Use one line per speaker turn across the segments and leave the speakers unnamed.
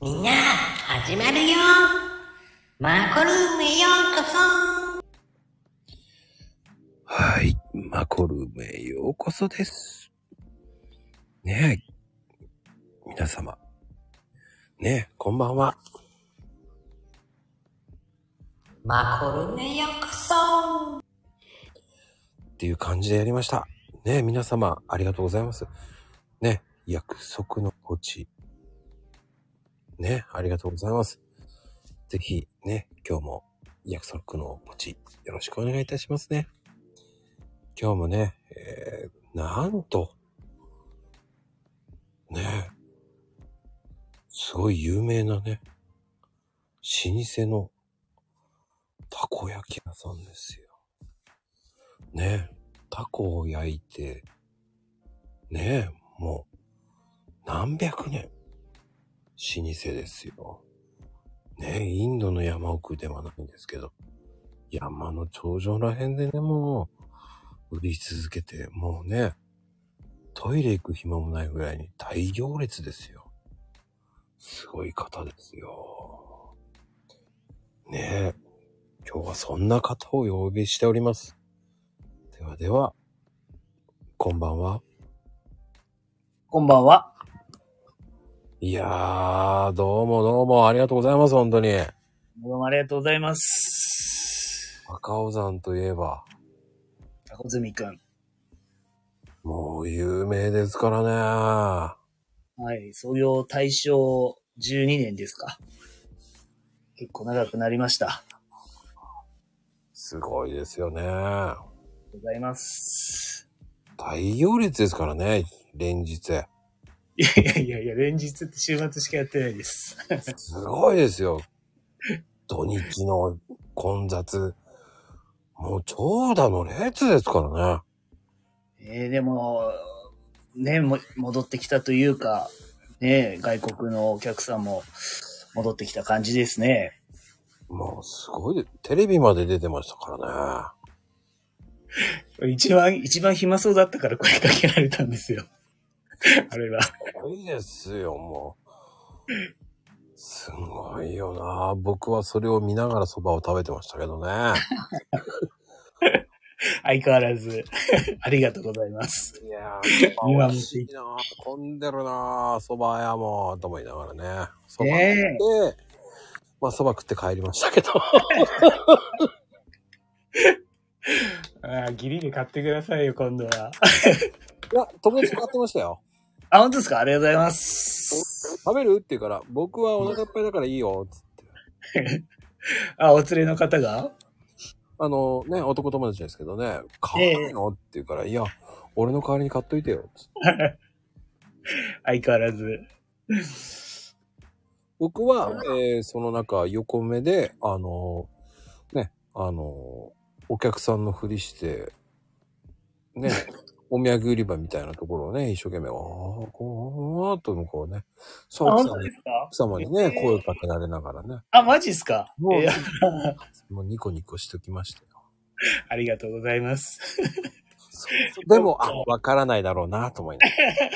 みんな、始まるよマコルームへようこそ
はい。マコルームへようこそです。ねえ。皆様。ねえ、こんばんは。
マコルームへようこそ
っていう感じでやりました。ねえ、皆様、ありがとうございます。ねえ、約束のポチ。ねえ、ありがとうございます。ぜひ、ね、今日も約束のポチ、よろしくお願いいたしますね。今日もね、えー、なんと、ねえ、すごい有名なね、老舗のたこ焼き屋さんですよ。ねえ、タコを焼いて、ねえ、もう、何百年、老舗ですよ。ねえ、インドの山奥ではないんですけど、山の頂上ら辺でね、もう、売り続けて、もうね、トイレ行く暇もないぐらいに大行列ですよ。すごい方ですよ。ねえ、今日はそんな方をお呼びしております。ではでは、こんばんは。
こんばんは。
いやー、どうもどうもありがとうございます、本当に。
どうもありがとうございます。
赤尾山といえば、
タコズミくん。
もう有名ですから
はい、創業大正12年ですか。結構長くなりました。
ね。
あ
すごいですよね。
りがとうございます。
大行列ですからね、連日。
いやいやいや、連日って週末しかやってないです。
すごいですよ。土日の混雑。もう長蛇の列ですからね。
えー、でも、ね、も戻ってきたというか、ね、外国のお客さんも戻ってきた感じですね。
もうすごいで、テレビまで出てましたからね。
一番、一番暇そうだったから声かけられたんです よ。あれは。
すごいですよ、もう。すごいよな。僕はそれを見ながらそばを食べてましたけどね。
相変わらず、 ありがとうございます。
いやー、
見
蕎麦美
守
味
って
し
い
いな。混んでるな。そば屋も、と思いながらね。そば食って、
ね
まあそば食って帰りましたけど。
え。ああ、ギリで買ってくださいよ、今度は。
いや、友達買ってましたよ。
あ、本当ですかありがとうございます。
食べるって言うから、僕はお腹いっぱいだからいいよ、つって。
あ、お連れの方が
あのね、男友達ですけどね、買わないのって言うから、いや、俺の代わりに買っといてよ、つって。
相変わらず。
僕は、えーその中横目であのーねあのーお客さんのふりして ねお土産売り場みたいなところをね一生懸命ああこうとのこうね
あ、
そう
本
奥
当
様
で
に
すか
奥様にね声をかけられながらね
あ、マジっすか
もう
いや
もうニコニコしときましたよ
ありがとうございます。
でもあわからないだろうなと思いながら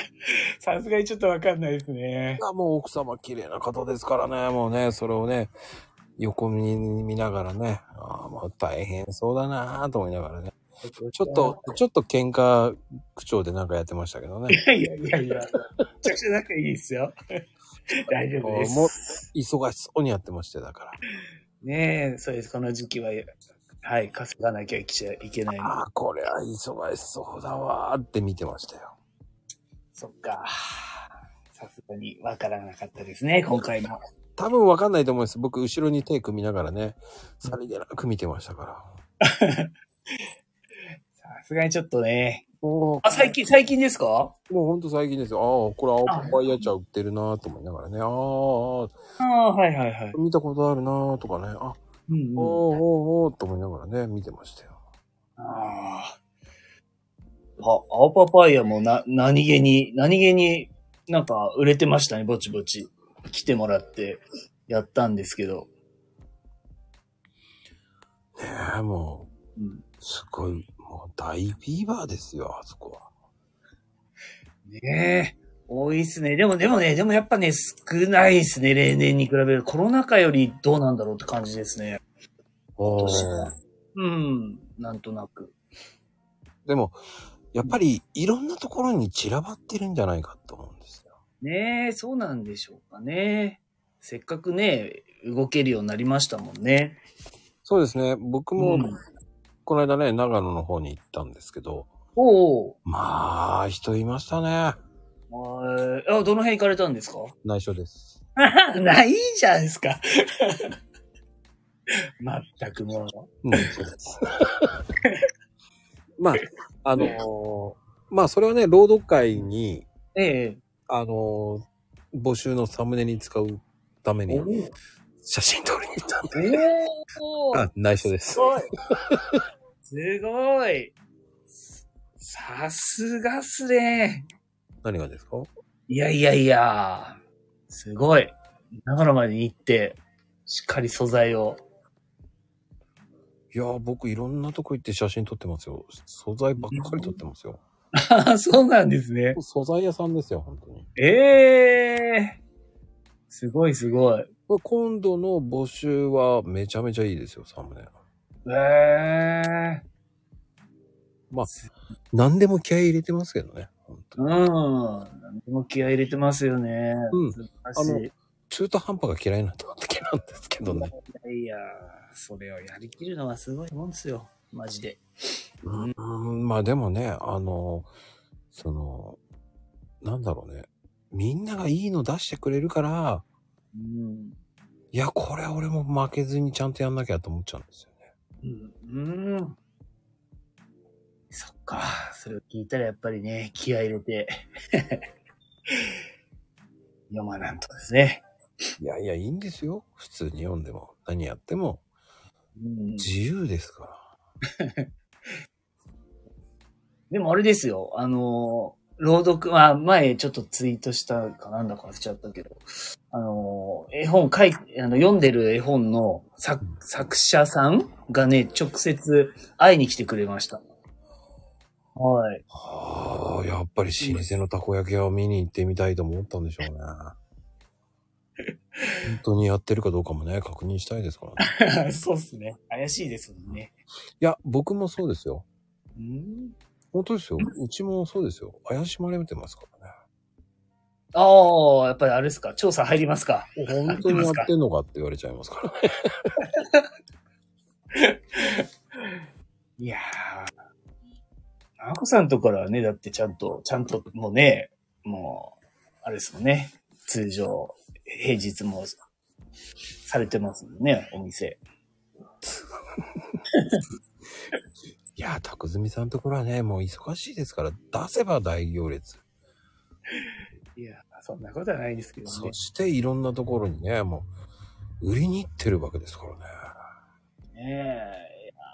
さすがにちょっとわかんないですね。
あもう奥様綺麗な方ですからねもうねそれをね横に見ながらねああもう大変そうだなと思いながらねちょっ。と、ちょっと喧嘩口調でなんかやってましたけどね。
いやいやいやいや、めちゃくちゃ仲いいですよ。 大丈夫で
もう
す。
忙しそうにやってまして、だから。
ねえ、そうです。この時期は、はい、稼がなきゃいけないので
ああ、これは忙しそうだわーって見てましたよ。
そっか。さすがにわからなかったですね、今回も。
多分わかんないと思います。僕、後ろに手組みながらね、さりげなく見てましたから。
さすがにちょっとね。
も
あ、最近、最近ですか
う、もうほんと最近ですよ。ああ、これ青パパイヤ茶売ってるなーと思いながらね。ああ
ああ、はいはいはい。
ああ、見たことあるなーとかね。あ、
うん、
おー
う
お
ん。
ーおーと思いながらね、見てましたよ。
ああ。あ、青パパイヤもな、何気に、何気になんか売れてましたね、ぼちぼち。来てもらって、やったんですけど。
ねえ、も
うん、
う、すごい、もう大フィーバーですよ、あそこは。
ねえ。大多いっすね。でも、でもね、でもやっぱね、少ないっすね。例年に比べる。コロナ禍よりどうなんだろうって感じですね。
お
ーうん。なんとなく。
でも、やっぱりいろんなところに散らばってるんじゃないかと思うんですよ。
ねえ、そうなんでしょうかね。せっかくね、動けるようになりましたもんね。
そうですね。僕
う
も、
ん
この間ね、長野の方に行ったんですけど、
おお。
まあ、人いましたね。
あ、どの辺行かれたんですか
内緒です。
ないじゃないですか。まったくも
う
う。
ん、そうです。 まあ、あのーまあ、それはね、朗読会に、
え
あのー募集のサムネに使うため
え。
に
お、ー
写真撮りに行ったんで。
おー
あ、内緒です
す。ごい。すごい。さすがっすね。
何がですか
いやいやいや。すごい。長野まで行って、しっかり素材を。
いやー、僕いろんなとこ行って写真撮ってますよ。素材ばっかり撮ってますよ。
あ そうなんですね。
素材屋さんですよ、本当に。
ええすごいすごい。
これ今度の募集はめちゃめちゃいいですよ、サムネ。
ええ
まあ、何でも気合い入れてますけどね。本当
う
に
ん。何でも気合い入れてますよね。
うん
素晴らしい。
中途半端が嫌いなとだけなんですけどね。
いやいや、それをやりきるのはすごいもんですよ。マジで。
うん、まあでもね、あの、その、なんだろうね。みんながいいの出してくれるから、
うん。
いや、これ俺も負けずにちゃんとやんなきゃと思っちゃうんですよね。
うん。うん。そっか。それを聞いたらやっぱりね、気合い入れて。 読まなんとですね。
いやいや、いいんですよ。普通に読んでも。何やっても。
うん
自由ですから。
でもあれですよ、あのー、朗読、まあ、前ちょっとツイートしたかなんだか忘れちゃったけど、あのー、絵本書い、あの、読んでる絵本の作作者さんがね、直接会いに来てくれました。はい。
ああ、やっぱり老舗のたこ焼き屋を見に行ってみたいと思ったんでしょうね。本当にやってるかどうかもね、確認したいですからね。
そうっすね。怪しいですもんね。
いや、僕もそうですよ。
うん
本当ですよ。うちもそうですよ。怪しまれてますからね。
ああ、やっぱりあれですか。調査入りますか。
本当にやってんのかって言われちゃいますからね。
いやー。あこさんとこからはね、だってちゃんと、ちゃんともうね、もう、あれですもんね。通常、平日も、されてますもんね、お店。
いや、たくずみさんのところはね、もう忙しいですから、出せば大行列。
いやそんなことはないですけど
そしていろんなところにね、もう、売りに行ってるわけですからね。
ね。ねえいや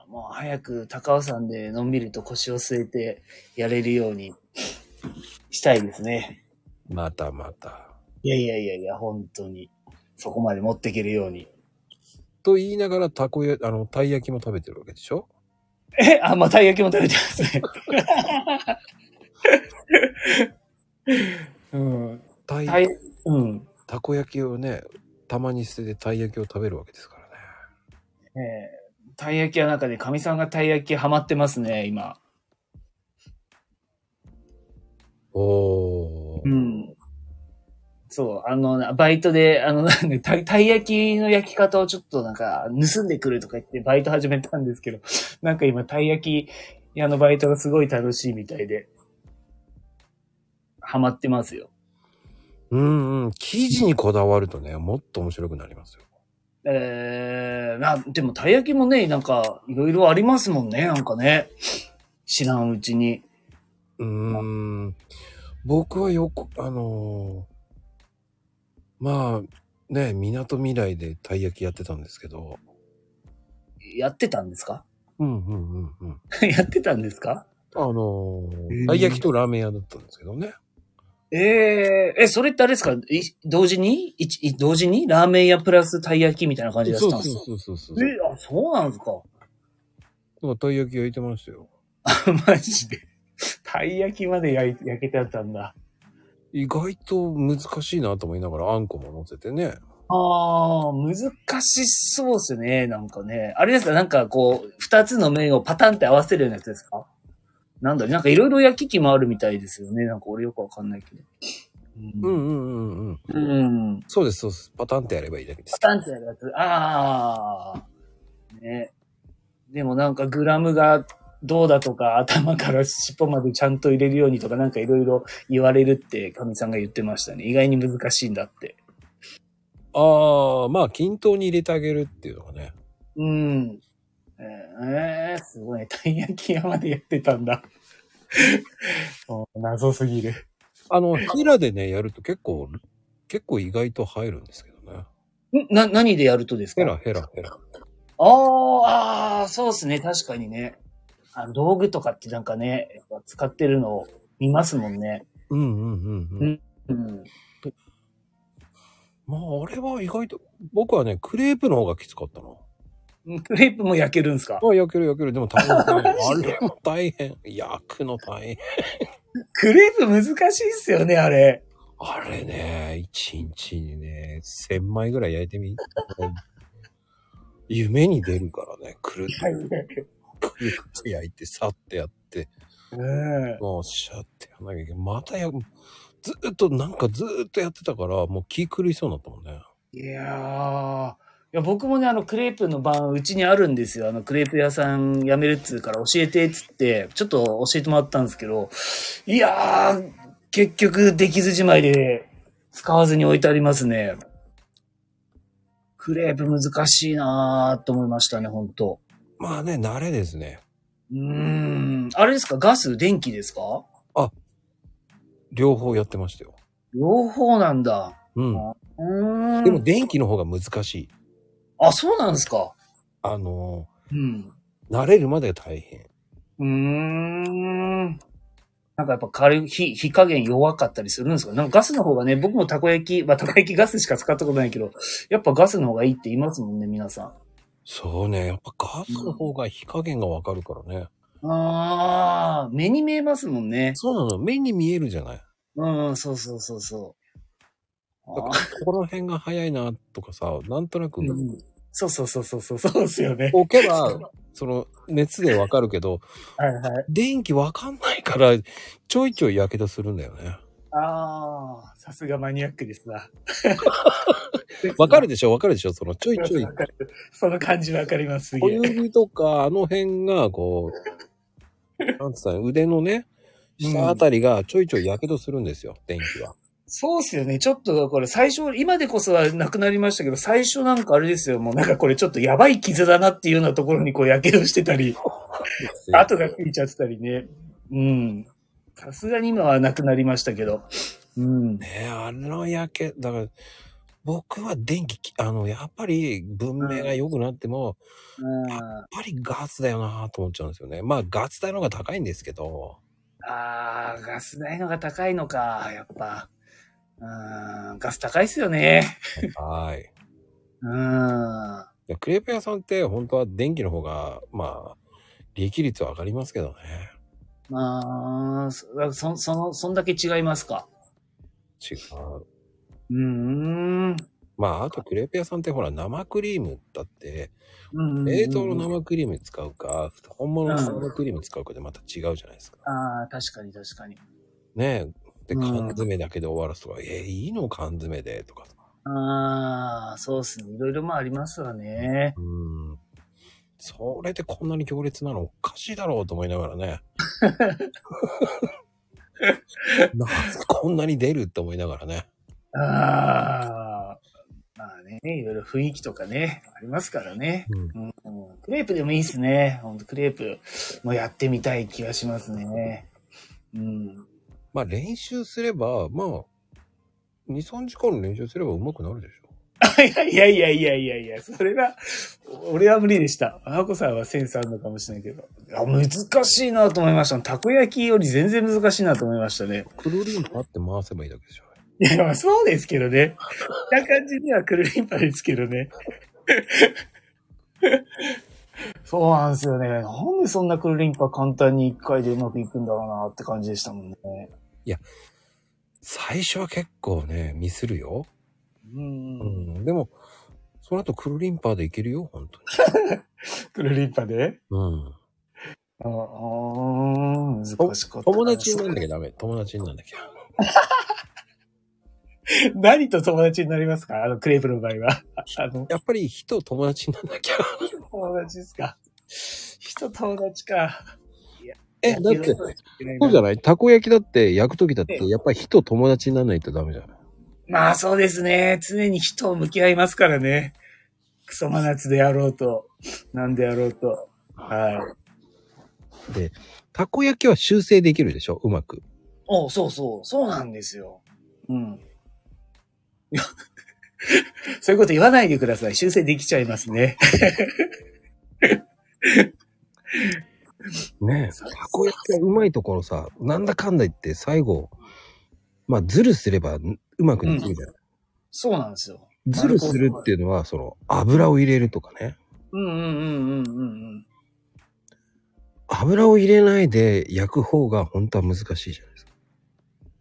もう早く高尾山でのんびりと腰を据えてやれるようにしたいですね。
またまた。
いやいやいやいや、本当に。そこまで持っていけるように。
と言いながら、たこや、あの、たい焼きも食べてるわけでしょ
え、あ、まあ、たい焼きも食べてますね。 うん。
たい、
たい、うん。
たこ焼きをね、たまに捨ててたい焼きを食べるわけですからね。
えーたい焼きはなんかね、かみさんがたい焼きハマってますね、今。
おー。
うん。そう、あの、バイトで、あの、なんで、たたい焼きの焼き方をちょっとなんか、盗んでくるとか言ってバイト始めたんですけど、 なんか今、たい焼き屋のバイトがすごい楽しいみたいで、ハマってますよ。
うんうん。生地にこだわるとね、もっと面白くなりますよ。
えー、まあ、でも、たい焼きもね、なんか、いろいろありますもんね、なんかね。知らんうちに。
うーん。僕はよく、あのーまあ、ね、港未来でたい焼きやってたんですけど、
やってたんですか
うんうんうんうん。
やってたんですか
あのー
へー
たい焼きとラーメン屋だったんですけどね。
えええ、それってあれですかい同時にいちい同時にラーメン屋プラスたい焼きみたいな感じでやっ
そ
て
う
たん
そう
ですか
そうそうそう。
え、あ、そうなんですか
だからたい焼き焼いてましたよ。
マジで。たい焼きまで焼い焼けてあったんだ。
意外と難しいなと思いながら、あんこも乗せてね。
ああ、難しそうですね。なんかね。あれですかなんかこう、二つの面をパタンって合わせるようなやつですかなんだろうなんかいろいろ焼き器もあるみたいですよね。なんか俺よくわかんないけど。
うんうんうんうん。
うん。うん。
そうです、そうです。パタンってやればいいだけです
パ。タンってやるやつ。ああ。ね。でもなんかグラムがどうだとか、頭から尻尾までちゃんと入れるようにとか、なんかいろいろ言われるって、かみさんが言ってましたね。意外に難しいんだって。
ああ、まあ均等に入れてあげるっていうのがね。
うん。えー、すごいね。たい焼き屋までやってたんだ。 もう謎すぎる。
あの、ヒラでね、やると結構、結構意外と入るんですけどね。
んな、何でやるとです
ヘ
か
ラヘラヘラ。
あーあー、そうですね。確かにね。あの道具とかってなんかね、やっぱ使ってるのを見ますもんね。
うんうんうんうん。
うん。
まああれは意外と、僕はね、クレープの方がきつかったな。
クレープも焼けるんですか
あ、焼ける焼ける。でも大変。 あれも大変。焼くの大変。
クレープ難しいっすよね、あれ。
あれね、一日にね、千枚ぐらい焼いてみ。 夢に出るからね、くるっとくるっと焼いて、さってやって、
うん。
もうシャってやんなきゃいけない。またや、ずーっと、なんかずーっとやってたから、もう気狂いそうになったもんね。
いやー。いや僕もね、あの、クレープの番、うちにあるんですよ。あの、クレープ屋さん辞めるっつうから教えてっつって、ちょっと教えてもらったんですけど、いやー、結局、できずじまいで、使わずに置いてありますね。クレープ難しいなーと思いましたね、ほんと。
まあね、慣れですね。
うーん。あれですかガス電気ですか
両方やってましたよ。
両方なんだ。
うん。
うーん。
でも電気の方が難しい。
あ、そうなんですか。
あの
うん。
ー、慣れるまで大変。
うーん。なんかやっぱ軽い、火、火加減弱かったりするんですかなんかガスの方がね、僕もたこ焼き、まあたこ焼きガスしか使ったことないけど、やっぱガスの方がいいって言いますもんね、皆さん。
そうね、やっぱガスの方が火加減がわかるからね。
ああ、目に見えますもんね。
そうなの、目に見えるじゃない。
うんうん、そうそうそうそう。
だか
あ
ら
ー
ここら辺が早いなとかさ、なんとなく、
うんそうそうそうそうそう、そうですよね。
置けば、その熱でわかるけど、
はいはい。
電気わかんないから、ちょいちょい火傷するんだよね。
ああ、さすがマニアックですな。
わかるでしょわかるでしょそのちょいちょい
わ。かるその感じわかります。す
小
げえ。
指とか、あの辺が、こう、なんつったの腕のね、下あたりがちょいちょい火傷するんですよ、電気は。
そうっすよね。ちょっと、これ最初、今でこそはなくなりましたけど、最初なんかあれですよ。もうなんかこれちょっとやばい傷だなっていうようなところにこう、やけどしてたり、跡がついちゃってたりね。うん。さすがに今はなくなりましたけど。うん。
ねえ、あの焼け、だから、僕は電気き、あの、やっぱり文明が良くなっても、
あ
やっぱりガスだよなと思っちゃうんですよね。まあ、ガス代の方が高いんですけど、
あー、ガス代のが高いのか、やっぱ。うん、ガス高いっすよね。
はい。い
うん。
やクレープ屋さんって本当は電気の方が、まあ、利益率は上がりますけどね。
まあ、そ、そその、そんだけ違いますか。
違う。
うーん。
まあ、あとクレープ屋さんってほら、生クリームだって、
うん
冷凍の生クリーム使うか、本物の生クリーム使うかでまた違うじゃないですか。
ああ、確かに確かに。
ねえ。で、
うん
缶詰だけで終わらすとか、えーいいの缶詰でとかさ。
ああ、そうっすね。いろいろまあありますわね。
うん。それでこんなに強烈なのおかしいだろうと思いながら ね。なぜこんなに出るって思いながらね。
ああ。まあね、いろいろ雰囲気とかね、ありますからね。うんうん、クレープでもいいっすね。ほんとクレープもやってみたい気がしますね。うん。
まあ練習すれば、まあ、2、3時間の練習すれば上手くなるでしょ。
いやいやいやいやいやいや、それは、俺は無理でした。あこさんはセンスあるのかもしれないけど。いや、難しいなと思いました。たこ焼きより全然難しいなと思いましたね。
くるりんぱって回せばいいだけでしょ。
いや、まあそうですけどね。こんな感じにはくるりんぱですけどね。そうなんですよね。なんでそんなくるりんぱ簡単に一回でうまくいくんだろうなって感じでしたもんね。
最初は結構ね、ミスるよ。
う
う
んうん。
ん。でも、その後クルリンパーでいけるよ、本当に。
クルリンパで
うん。
ああー、難しかった。
友達になんなきゃダメ。友達になんなきゃ。
何と友達になりますかあの、クレープの場合は。あの、
やっぱり人を友達になんなきゃ。
友達ですか人友達か。
え、だって、
そう
そうじ
ゃ
ゃないたこ焼きだって、焼くときだって、やっぱり人を友達にならないとダメじゃない
まあそうですね。常に人を向き合いますからね。クソ真夏であろうと、なんであろうと。はい。
たこ焼きは修正できるでしょうまく。
おそうそう、そうなんですよ。うん。いや そういうこと言わないでください。修正できちゃいますね。
ねえ。たこ焼きがうまいところさ、なんだかんだ言って最後、まあ、ズルすればんうまくできるじゃない、
そうなんですよ。
ん。ズルするっていうのは、その、油を入れるとかね。
うんうんうんうんうんうん。
油を入れないで焼く方が本当は難しいじゃないですか。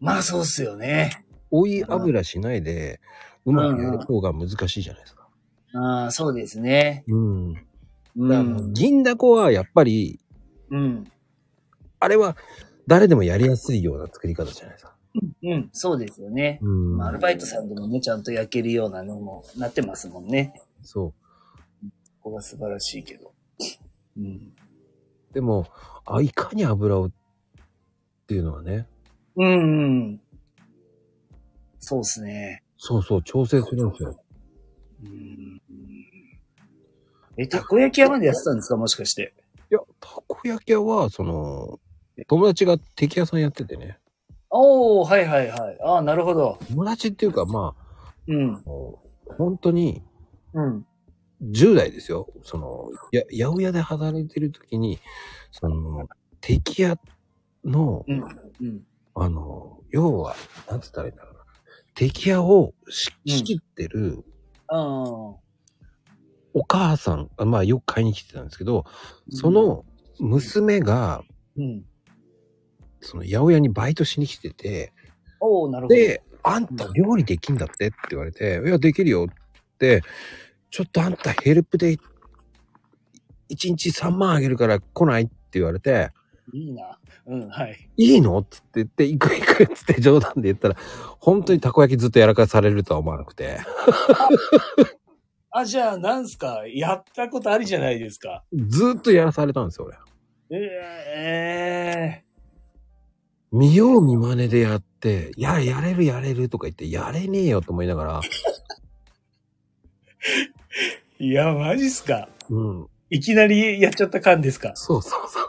まあそうっすよね。
追い油しないで、うまくやる方が難しいじゃないですか。
ああ、そうですね。
うん。だか
う
ら
ん。
銀だこはやっぱり、
うん。
あれは誰でもやりやすいような作り方じゃないですか。
うん、そうですよね。
うん
まあアルバイトさんでもね、ちゃんと焼けるようなのもなってますもんね。
そ
ここが素晴らしいけど。うん。
う。でも、あ、いかに油をっていうのはね、
うん、うん。そうですね。
そうそう、調整するんですよ。
うん。え、たこ焼き屋までやってたんですかもしかして。
いや、たこ焼き屋は、その、友達が敵屋さんやっててね。
おー、はいはいはい。ああ、なるほど。
友達っていうか、ま
うん
あ、。もう本当に
うん。
10代ですよ。その、や、八百屋で働いてる時に、その、敵屋の、
うん。うん。
あの、要は、なんつったらいいんだろうな。敵屋をし
うん
仕切ってる
あ
お母さん、あまあよく買いに来てたんですけど、
あ。
そ、の娘が、
うん。
その八百屋にバイトしに来てて、
おー、なるほど。
で、あんた料理できんだってって言われて、いや、できるよって、ちょっとあんたヘルプで1日3万あげるから来ないって言われて、
いいな。うん、はい。
いいのっつって言って、行く行くっつって冗談で言ったら、本当にたこ焼きずっとやらかされるとは思わなくて、
あ、じゃあ、なんすかやったことありじゃないですか。
ずーっとやらされたんですよ、俺。
ええ
見よう見真似でやって、いや、やれるやれるとか言って、やれねえよと思いながら、
いや、マジっすか。
うん、
いきなりやっちゃった感ですか。
そうそうそう。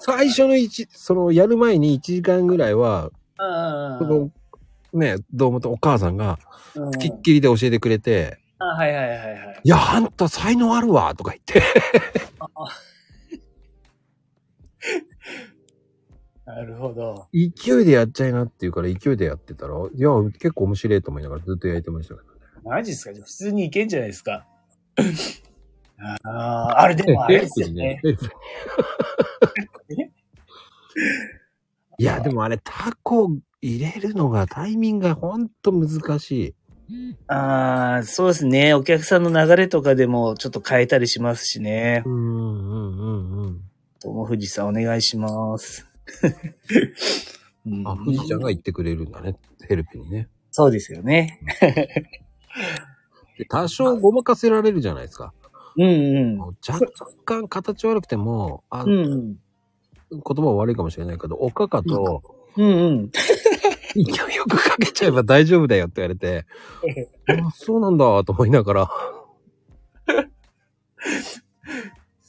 最初の一、その、やる前に1時間ぐらいは、
あ
その、ね、どうもとお母さんが、きっきりで教えてくれて、
あ、はいはいはいはい。
いや、あんた才能あるわとか言って、
なるほど。
勢いでやっちゃいなって言うから、勢いでやってたら、いや、結構面白いと思いながらずっと焼いてましたけどね。
マジっすかじゃあ普通にいけんじゃないですか。ああ、あれでもあれですよね。。
いや、でもあれ、タコ入れるのがタイミングがほんと難しい。
ああ、そうですね。お客さんの流れとかでもちょっと変えたりしますしね
う。んうんうんうん。
友藤さんお願いします。うん
あ、富士ちゃんが言ってくれるんだね。ヘルプにね。
そうですよね。
で多少ごまかせられるじゃないですか。
うんうん。
若干形悪くても、あ
う
言
ん
葉は悪いかもしれないけど、おかかと
うん。うんうん。
勢いよくかけちゃえば大丈夫だよって言われ て、あそうなんだと思いながら、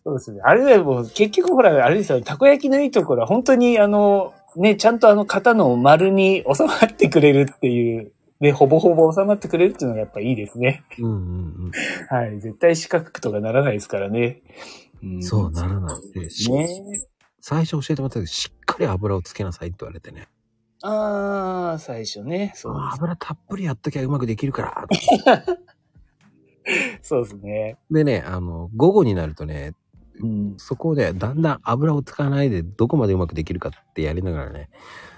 そうですね。あれでも、結局ほら、あれですよ、たこ焼きのいいところは、本当にあの、ね、ちゃんとあの型の丸に収まってくれるっていう、ね、ほぼほぼ収まってくれるっていうのがやっぱいいですね。
うんうん
はい。絶対四角くとかならないですからね。う
うん。
ん
そうならないで、し
ね。
最初教えてもらったけど、しっかり油をつけなさいって言われてね。
ああ、最初ね。そう
あ油たっぷりやっときゃうまくできるから。
ですそうですね。
でね、あの、午後になるとね、
うん。
そこでだんだん油を使わないでどこまでうまくできるかってやりながらね、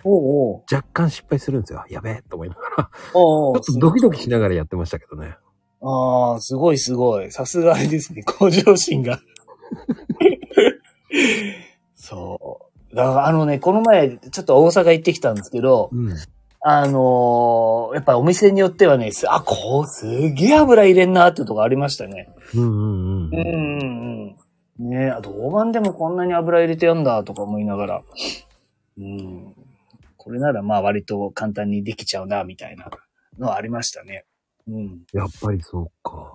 おうおう。
若干失敗するんですよ。やべえと思いながら、
おう お
ちょ
う
っとドキドキしながらやってましたけどね。
ああ、すごいすごい。さすがあれですね、 向上心が。そう。だからあのね、この前、ちょっと大阪行ってきたんですけど、
うん。
あのーやっぱお店によってはね、すあ、こう、すげえ油入れんなっていうとこありましたね。
うんうん
う
うんん。
うんうん。ねえ、あ、銅板でもこんなに油入れてやんだとか思いながら。うん。これならまあ割と簡単にできちゃうな、みたいなのはありましたね。うん。
やっぱりそうか。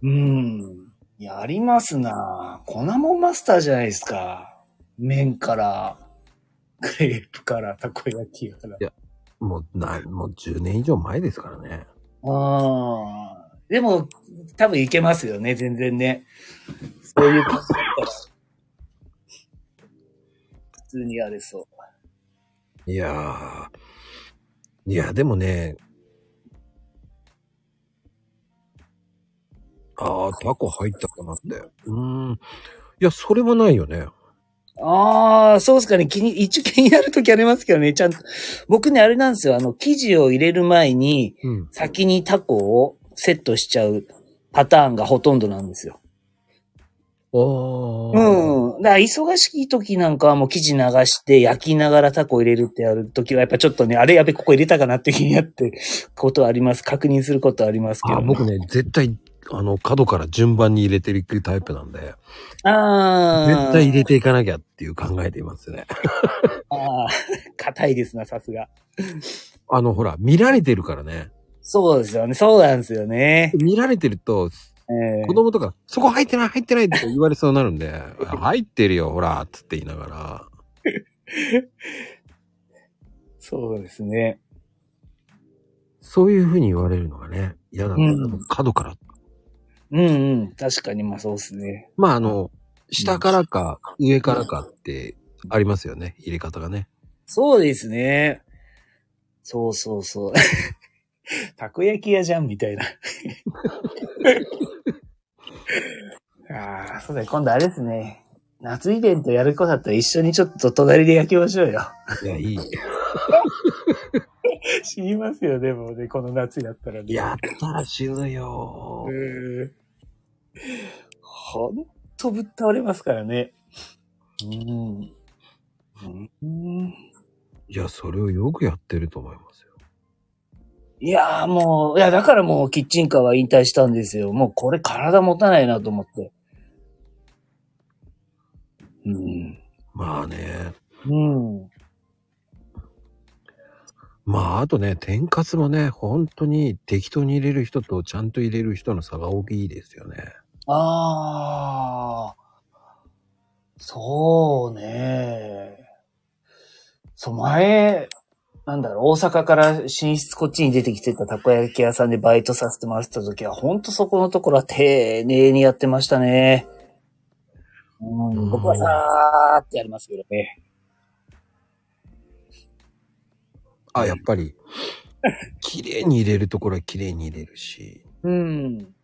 うん。やりますな粉もんマスターじゃないですか。麺から、クレープから、たこ焼きから。
もう、な、もう10年以上前ですからね。
ああ。でも、多分いけますよね、全然ね。そういう感じだったら。普通にやれそ
いやー。いや、でもね、ああ、タコ入ったかなって。うーん。いや、それはないよね。
う。ああ、そうですかね。気に、一応気になるときありますけどね、ちゃんと。僕ね、あれなんですよ。あの、生地を入れる前に、
うん。
先にタコをセットしちゃうパターンがほとんどなんですよ。
ああ。
うん。だから忙しい時なんかはもう生地流して焼きながらタコ入れるってやる時はやっぱちょっとね、あれやべ、ここ入れたかなって気になってことはあります。確認することはありますけ
あ
ど。
ー僕ね、絶対、あの、角から順番に入れていくタイプなんで、
あー。
絶対入れていかなきゃっていう考えていますね。
あー硬いですな、さすが。
あの、ほら、見られてるからね。
そうですよね。そうなんですよね。
見られてると、
えー
子供とか、そこ入ってない、入ってないって言われそうになるんで、入ってるよ、ほら、つって言いながら。
そうですね。
そういうふうに言われるのがね、嫌なんだよ、
うん
角から。
うんうん。確かに、まあそうですね。
まあ、あの、下からか、上からかって、ありますよね、入れ方がね。
そうですね。そうそうそう。 たこ焼き屋じゃん、みたいな。 ああ、そうだよ。今度あれですね。夏イベントやる子だったら一緒にちょっと隣で焼きましょうよ。
いや、いい。
知りますよ、でもね、この夏やったらね。
やったら死ぬよ
う。ーん。ほんとぶっ倒れますからね。うん。うん
いや、それをよくやってると思いますよ。
いやーもう、いやだからもうキッチンカーは引退したんですよ。もうこれ体持たないなと思って。うん。
まあね。
うん。
まあ、あとね、天かすもね、本当に適当に入れる人とちゃんと入れる人の差が大きいですよね。
ああ。そうね。そう、前、なんだろう、大阪から寝室こっちに出てきてたたこ焼き屋さんでバイトさせてもらってた時は、ほんとそこのところは丁寧にやってましたね。うん、僕はさーってやりますけどね。
あ、やっぱり、綺麗に入れるところは綺麗に入れるし。
うん。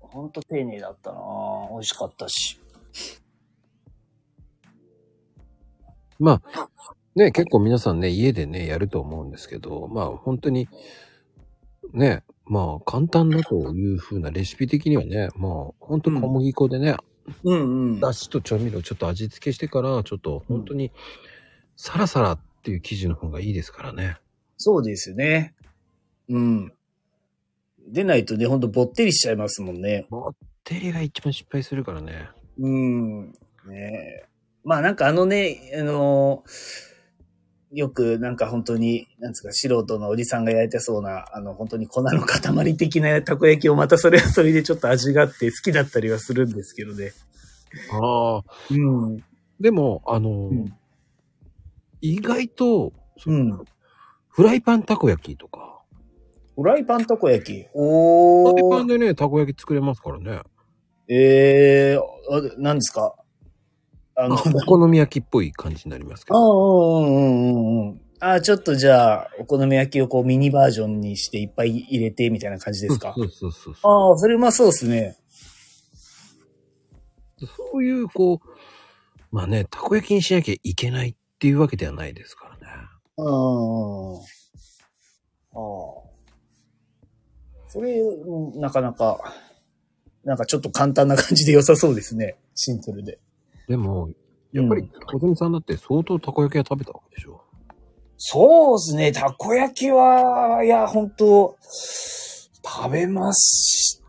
ほんと丁寧だったなぁ美味しかったし。
まあ、ね、結構皆さんね、家でね、やると思うんですけど、まあ、本当に、ね、まあ、簡単だというふうなレシピ的にはね、まあ、本当小麦粉でね、
うん
だしと調味料ちょっと味付けしてから、ちょっと本当に、サラサラっていう生地の方がいいですからね。
そうですね。うん。でないとね、ほんとぼってりしちゃいますもんね。
ぼってりが一番失敗するからね。
うん。ねえまあなんかあのね、あのよくなんか本当に、なんつうか素人のおじさんが焼いてそうな、あの本当に粉の塊的なたこ焼きをまたそれはそれでちょっと味があって好きだったりはするんですけどね。
ああ。
うん。
でも、あの、
ん
意外と、その
うん
フライパンたこ焼きとか、
フライパンたこ焼き。
フ
お
ライパンでね、たこ焼き作れますからね。
ええー、何ですかあの、
お好み焼きっぽい感じになりますけ
ああ、
ど。
うんうんうんうん。ああ、ちょっとじゃあ、お好み焼きをこうミニバージョンにしていっぱい入れてみたいな感じですか
そうそうそうそう。
ああ、それうまそうですね。
そういう、こう、まあね、たこ焼きにしなきゃいけないっていうわけではないですからね。
うん。ああ。それ、うんなかなか、なんかちょっと簡単な感じで良さそうですね。シンプルで。
でも、やっぱ
う
り
ん、
小泉さんだって相当たこ焼きは食べたわけでしょ。
そうですね。たこ焼きは、いや、本当食べまし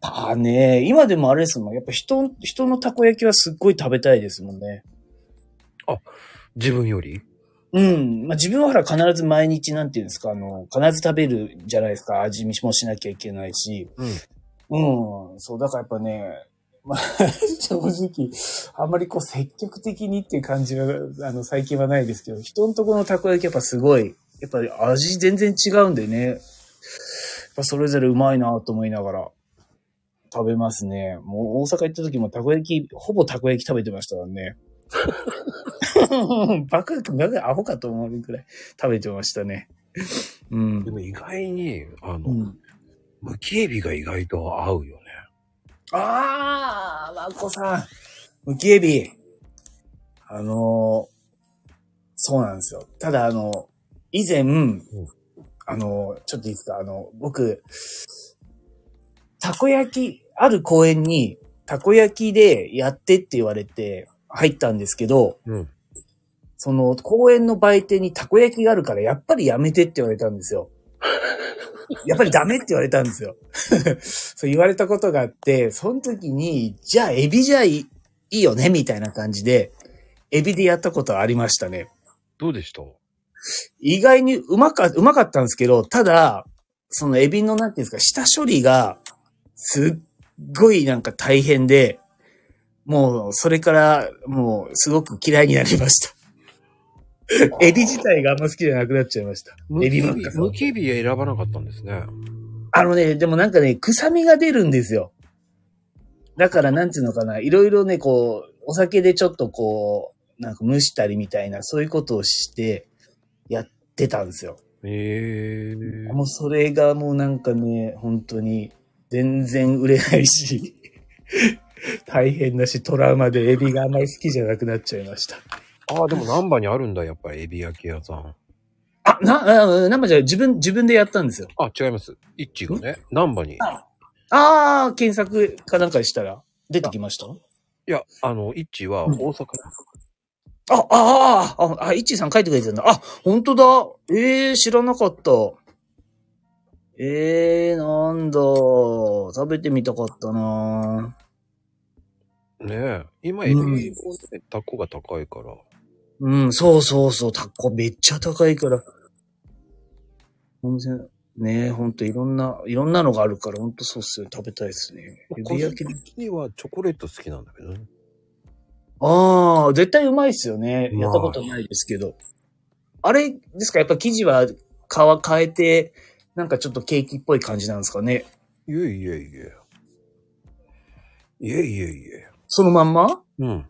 たね。今でもあれですもん。やっぱ人、人のたこ焼きはすっごい食べたいですもんね。
自分より
うん。まあ、自分はほら必ず毎日なんていうんですか、あの、必ず食べるじゃないですか。味見もしなきゃいけないし。
うん。
うん。そう、だからやっぱね、まあ、 正直、あんまりこう積極的にっていう感じは、あの、最近はないですけど、人のところのたこ焼きやっぱすごい、やっぱり味全然違うんでね、やっぱそれぞれうまいなと思いながら食べますね。もう大阪行った時もたこ焼き、ほぼたこ焼き食べてましたからね。 バカ、バカ、アホかと思うくらい食べてましたね。うん
で。も意外に、あの、
うん
むきエビが意外と合うよね。
ああ、マッコさん。むきエビ。あのーそうなんですよ。ただ、あの、以前、あの、ちょっといいですか、あの、僕、たこ焼き、ある公園に、たこ焼きでやってって言われて入ったんですけど、
うん。
その公園の売店にたこ焼きがあるから、やっぱりやめてって言われたんですよ。やっぱりダメって言われたんですよ。 そう言われたことがあって、その時に、じゃあエビじゃいいいいよねみたいな感じで、エビでやったことはありましたね。
どうでした
意外にうまか、うまかったんですけど、ただ、そのエビのなんていうんですか、下処理が、すっごいなんか大変で、もう、それから、もう、すごく嫌いになりました。エビ自体があんま好きじゃなくなっちゃいました。エビばっか
むきエビ選ばなかったんですね。
あのね、でもなんかね、臭みが出るんですよ。だから、なんていうのかな、いろいろね、こう、お酒でちょっとこう、なんか蒸したりみたいな、そういうことをして、やってたんですよ。
ええ
もうそれがもうなんかね、本当に全然売れないし、 大変だし、トラウマでエビがあんまり好きじゃなくなっちゃいました。
ああ、でも南波にあるんだ、やっぱりエビ焼き屋さん。
あ、な、あ生じゃない自分、自分でやったんですよ。
あ、違います。イッチがね、南波に。い
あー、検索かなんかしたら出てきました
や、あの、イッチは大阪
あ、あーあ、あ、いっちーさん書いてくれてたんだ。あ、本当だ。えー、知らなかった。えー、なんだ。食べてみたかったな
ねえ、今エビ、
うん
タコが高いから。
うん、そうそうそう、タコめっちゃ高いから。お店、ねえ、ほんといろんな、いろんなのがあるから、ほんとそうっすよ、食べたいっすね。
個
指
人
焼き。
的にはチョコレート好きなんだけどね。
ああ、絶対うまいっすよね。
うまい
やったことないですけど。あれですかやっぱ生地は皮変えて、なんかちょっとケーキっぽい感じなんですかね。
いえいえいえ。いえいえいえ。
そのまんま
うん。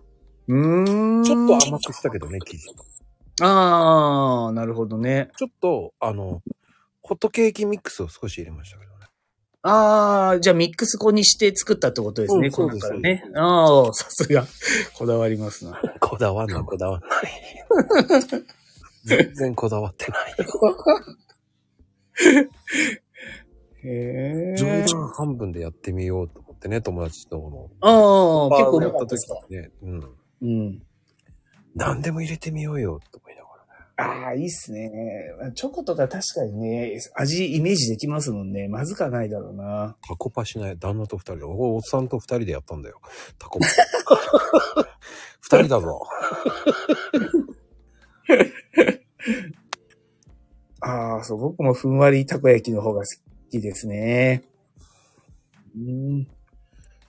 うーん。
ちょっと甘くしたけどね、生地。
ああ、なるほどね。
ちょっと、あの、ホットケーキミックスを少し入れましたけどね。
ああ、じゃあミックス粉にして作ったってことですね、
うん
こ
そう
の
です
からね。ああ、さすが。こだわりますな。
こだわんない、こだわんない。全然こだわって ない。
へえ。
冗談半分でやってみようと思ってね、友達との。
ああ、結構
や
良
っ
かったたで
時
すか。
ね。うん。
うん。
何でも入れてみようよ、と思いながらね。
ああ、いいっすね。チョコとか確かにね、味イメージできますもんね。まずかないだろうな。
タコパしない。旦那と二人で、おおっさんと二人でやったんだよ。タ コパ。二人だぞ。
ああ、そう、僕もふんわりたこ焼きの方が好きですね。うん。い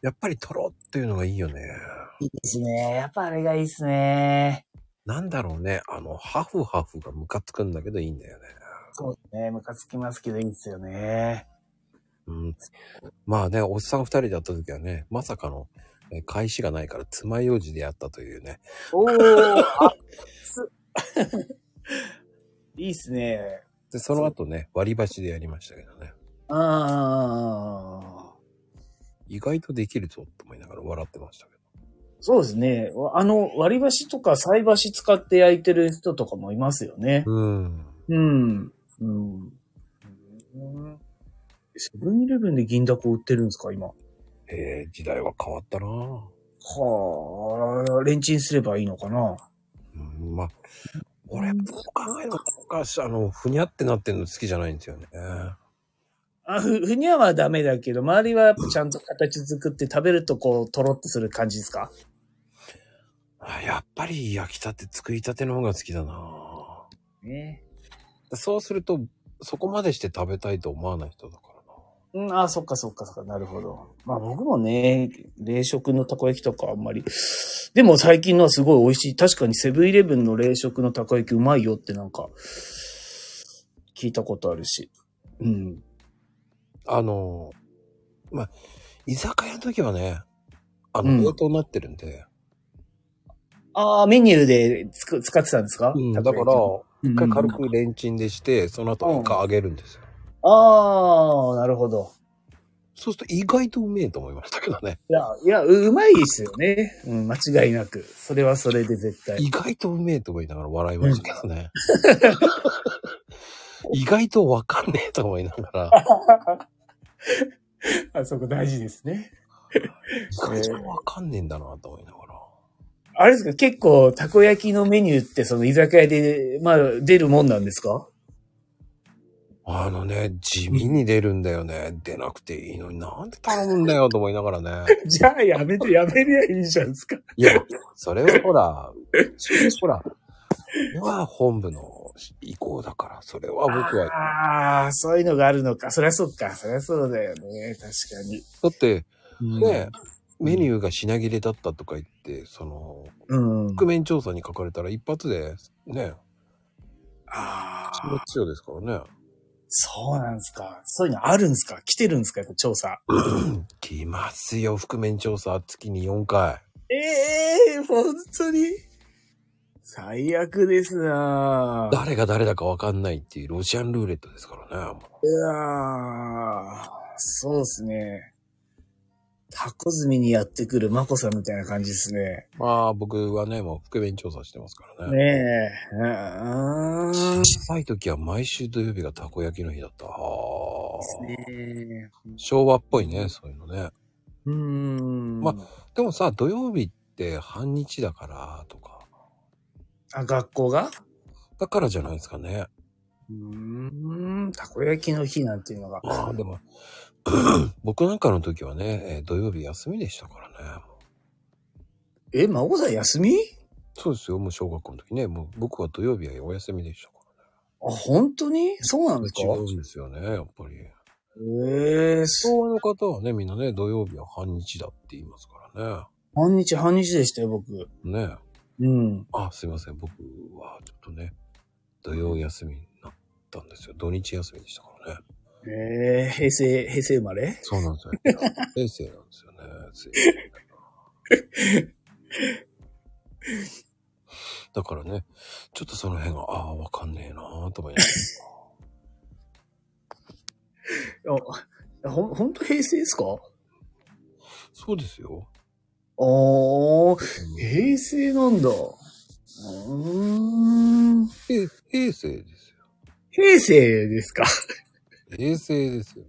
やっぱりとろっていうのがいいよね。
いですね。やっぱあれがいいっすね。
なんだろうね。あの、ハフハフがムカつくんだけどいいんだよね。
そうですね。ムカつきますけどいいっすよね。
うん。まあね、おっさん二人でやった時はね、まさかの、え返しがないから爪楊枝でやったというね。
おー、あすいいっすね。
で、その後ね、割り箸でやりましたけどね。
ああ。
意外とできるぞと思いながら笑ってましたけど。
そうですね。あの、割り箸とか菜箸使って焼いてる人とかもいますよね。
うん。
うん。うん。セブンイレブンで銀だこ売ってるんですか、今。
えー、時代は変わったなぁ。
はあ、レンチンすればいいのかな。
うん、まあ、俺、どう考えるか、お菓子、あの、ふにゃってなってるの好きじゃないんですよね。
あふ、ふにゃはダメだけど、周りはちゃんと形作って食べるとこう、とろっとする感じですか
あやっぱり焼きたて、作りたての方が好きだな
ね。
ぁそうすると、そこまでして食べたいと思わない人だからな。
うん、あ、そっかそっかそっか、なるほど。まあ僕もね、冷食のたこ焼きとかあんまり。でも最近のはすごい美味しい。確かにセブンイレブンの冷食のたこ焼きうまいよってなんか、聞いたことあるし。うん。
あの、まあ、居酒屋の時はね、あ
うん
の、冷凍になってるんで、
ああ、メニューでつく使ってたんですか、
うんだ
た
か
こ
ら一
焼き、
回軽
うん
くレンチンでして、その後
うん
一回揚げるんですよ。
ああ、なるほど。
そうすると意外とうめえと思いましたけどね。
いや、いや、ううまいですよね。うん、間違いなく。それはそれで絶対。
意外とうめえと思いながら笑いましたけどね。意外とわかんねえと思いながら、
あそこ大事ですね。
意外とわかんねえんだなと思いながら。
あれですか結構、たこ焼きのメニューって、その居酒屋で、まあ、出るもんなんですか
あのね、地味に出るんだよね。出なくていいのになんで頼むんだよと思いながらね。
じゃあ、やめて、やめりゃいいじゃないですか。
いや、それはほら、ほら、これは本部の意向だから、それは僕は。
ああ、そういうのがあるのか。そりゃそうか。そりゃそうだよね。確かに。
だって、
うん
ね、メニューが品切れだったとか言って、その、
うん。
覆面調査に書かれたら一発で、ね、
あ
そ
あ、
強いですからね。
そうなんですか。そういうのあるんですか来てるんですかやっぱ調査。
来ますよ、覆面調査、月に4回。
ええ本当に最悪ですなぁ。
誰が誰だかわかんないっていうロシアンルーレットですからね。
いやーそうですね。タコ積みにやってくるマコさんみたいな感じですね。
まあ僕はね、もう覆面調査してますからね。
ねえ。うーん。で
小さい時は毎週土曜日がたこ焼きの日だった。あー
すね。
昭和っぽいね、そういうのね。
うーん。
までもさ、土曜日って半日だからとか、
あ、学校が
だからじゃないですかね。
うーん。たこ焼きの日なんていうのが。
まあでも、 僕なんかの時はね、えー土曜日休みでしたからね。
え、マコさん休み
そうですよ、もう小学校の時ね。もう僕は土曜日はお休みでしたから。
あ、本当にそうなんですか
違うんですよね、やっぱり。
ええそう。
昭和の方はね、みんなね、土曜日は半日だって言いますから
半日半日でしたよ、僕。
ね。ね。
うん。
あ、すいません、僕はちょっとね、土曜休みになったんですよ。土日休みでしたからね。
ええ平成、平成生まれ
そうなんですよ。平成なんですよね。すいませんだからね、ちょっとその辺が、ああ、わかんねえなぁと思いながら
あ、ほん、ほんと平成ですか
そうですよ。
おー、
うん
平成なんだ。うーん。
へ平成ですよ。
平成ですか。
平成ですよ。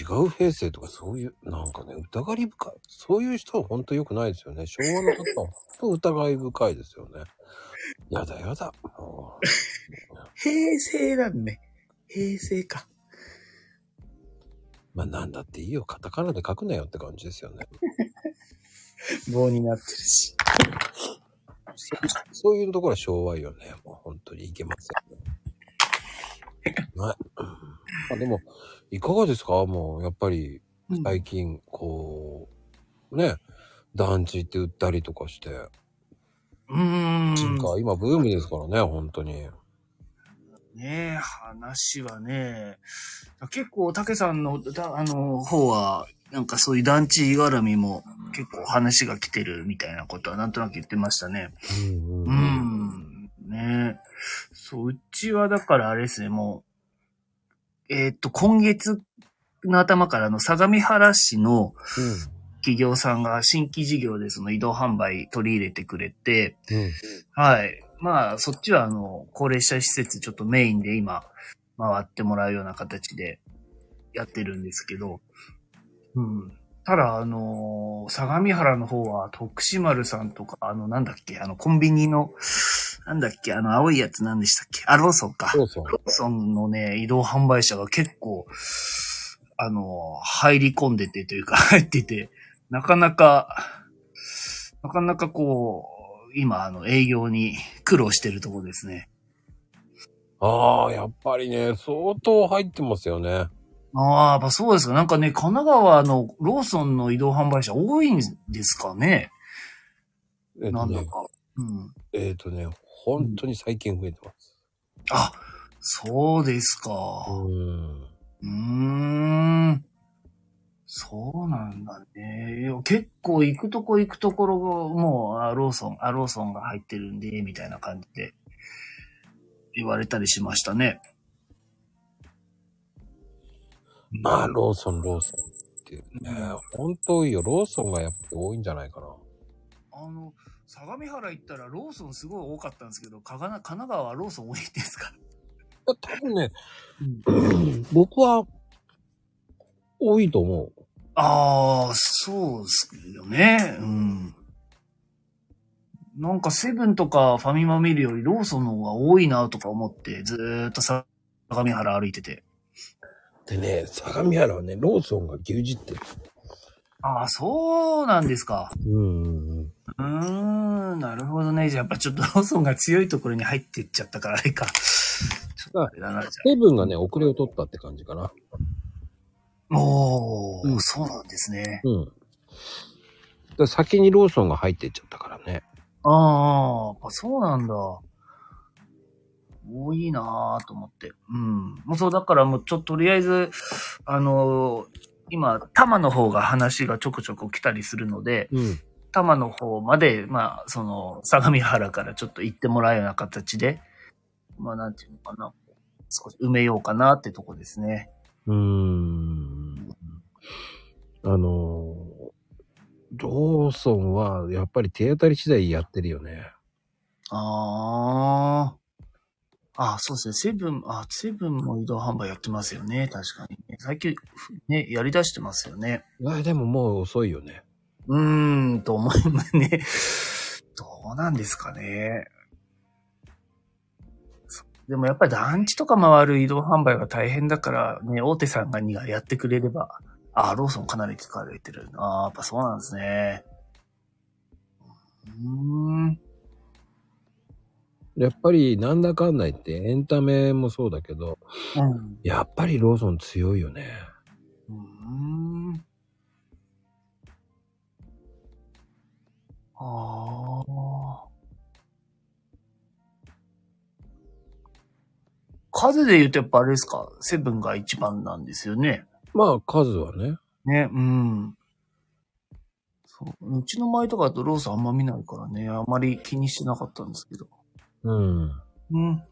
違う平成とかそういう、なんかね、疑り深い。そういう人は本当良くないですよね。昭和の方は本当疑い深いですよね。やだやだ。もう
平成だね。平成か。
まあなんだっていいよ。カタカナで書くなよって感じですよね。
棒になってるし。
そういうところは昭和よね。もう本当にいけません、ね。 はい。まあでも、いかがですかもう、やっぱり、最近、こう、ね、団地って売ったりとかして。
うー
な
ん。
んか今ブームですからね、本当に。
ねえ、話はね。結構、たけさんの、だあの、方は、なんかそういう団地絡みも結構話が来てるみたいなことはなんとなく言ってましたね。
うん
う。ん。ねえ。そう、うちはだからあれですね、もう、えーっと、今月の頭からあの、相模原市の、企業さんが新規事業でその移動販売取り入れてくれて、
うん。
はい。まあ、そっちはあの、高齢者施設ちょっとメインで今、回ってもらうような形でやってるんですけど、うん。ただ、あのー相模原の方は、徳島丸さんとか、あの、なんだっけ、あの、コンビニの、なんだっけ、あの、青いやつなんでしたっけ、あ、ローソンか。
そうそう。
ローソンのね、移動販売車が結構、あの、入り込んでてというか、 入ってて、なかなか、なかなかこう、今、あの、営業に苦労してるところですね。
ああ、やっぱりね、相当入ってますよね。
ああ、やっぱそうですか。なんかね、神奈川のローソンの移動販売車多いんですかね。
えっ、
な
と
んだ
ね、
か。うん。
えっ、とね、本当に最近増えてます。
あ、そうですか。
うん。
うーん。そうなんだね。いや結構行くとこ行くところが、もう、あ、ローソン、あ、ローソンが入ってるんで、みたいな感じで言われたりしましたね。
まあ、ローソン、ローソンっていうね
うん。
本当多いよ。ローソンがやっぱり多いんじゃないかな。
あの、相模原行ったらローソンすごい多かったんですけど、かがな神奈川はローソン多いですか
多分ね、
あ
僕は、多いと思う。
あー、そうですよね。うん。なんかセブンとかファミマ見るよりローソンの方が多いなとか思って、ずーっと相模原歩いてて。
でね、相模原はね、ローソンが牛耳ってる。
ああ、そうなんですか。
うんうんうん。
うーん、なるほどね。じゃあやっぱちょっとローソンが強いところに入っていっちゃったからあれか。ちょっとあれだな、じゃ
セブンがね、遅れを取ったって感じかな。
あ。おー、
うん
そうなんですね。
うん。だから先にローソンが入っていっちゃったからね。
ああ、やっぱそうなんだ。多いなぁと思って。うん。もうそう、だからもうちょっととりあえず、あのー今、タマの方が話がちょこちょこ来たりするので、
うん。
多摩の方まで、まあ、その、相模原からちょっと行ってもらうような形で、まあ、なんていうのかな、少し埋めようかなってとこですね。
うーん。あのー、ローソンはやっぱり手当たり次第やってるよね。
ああ。あそうですね。セブン、あ、セブンも移動販売やってますよね。確かにね。最近、ね、やり出してますよね。
あでももう遅いよね。
うーん、と思いますね。 どうなんですかね。そうでもやっぱり団地とか回る移動販売は大変だから、ね、大手さんがにやってくれれば、あー、ローソンかなり聞かれてるな。やっぱそうなんですね。うーん。
やっぱりなんだかんだ言ってエンタメもそうだけど、
うん
やっぱりローソン強いよね。
うーん。ああ。数で言うとやっぱあれですか、セブンが一番なんですよね。
まあ数はね。
ね、うん。そう。うちの前とかだとローソンあんま見ないからね、あまり気にしてなかったんですけど。
うん。
うん。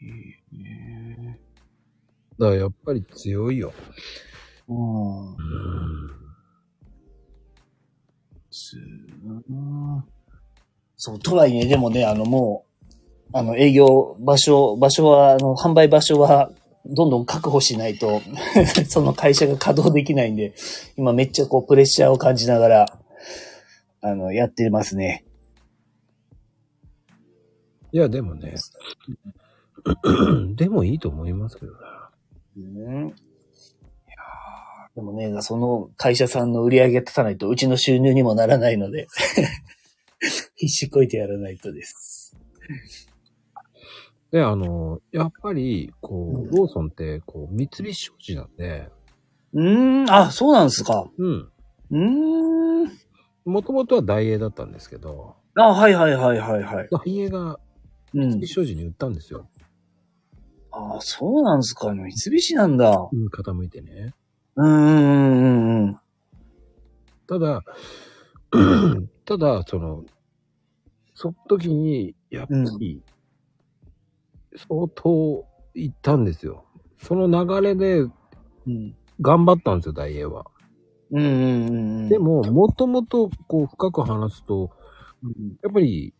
いいね。
だからやっぱり強いよ。
うん。
うん。
すうんそう、とはいえ、でもね、あの、もう、あの、営業、場所、場所は、あの、販売場所は、どんどん確保しないと、 その会社が稼働できないんで、今めっちゃこう、プレッシャーを感じながら、あの、やってますね。
いやでもね、 でもいいと思いますけどね。
うん。いやーでもね、その会社さんの売り上げ立たないと、うちの収入にもならないので、 必死こいてやらないとです。
で、あの、やっぱり、こ
うん
う、ローソンって、こう、三菱商事なんで、
うーん、あ、そうなんですか。
うん。
うーん。
もともとは大英だったんですけど、
あ、はいはいはいはいはい。
大英が
う
三
ん
菱。商事に売ったんですよ。
あ、そうなんですか。三菱なんだ。う
うん、傾いてね。
ーん、うん、うん。
ただ、 ただ、その、その時に、やっぱり、相当行ったんですよ。その流れで
うん。
頑張ったんですよ、大英は。
うんうんうんうん。
で、も、もともとこう深く話すと、
うん、
やっぱり、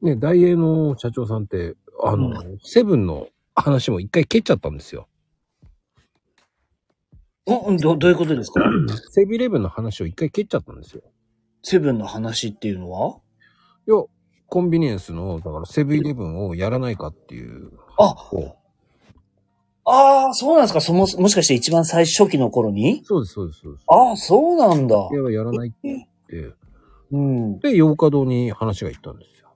ね、大英の社長さんって、あの、セブンの話も一回蹴っちゃったんですよ。
おうんど、どういうことですか
セブンイレブンの話を一回蹴っちゃったんですよ。
セブンの話っていうのはい
や、コンビニエンスの、だからセブンイレブンをやらないかっていう。
あ、
こう
ああ、そうなんですかそも、もしかして一番最初期の頃に
そうです、そうです、そうです。
ああ、そうなんだ。
いや、やらないって言って。
うん。
で、洋華堂に話が行ったんですよ。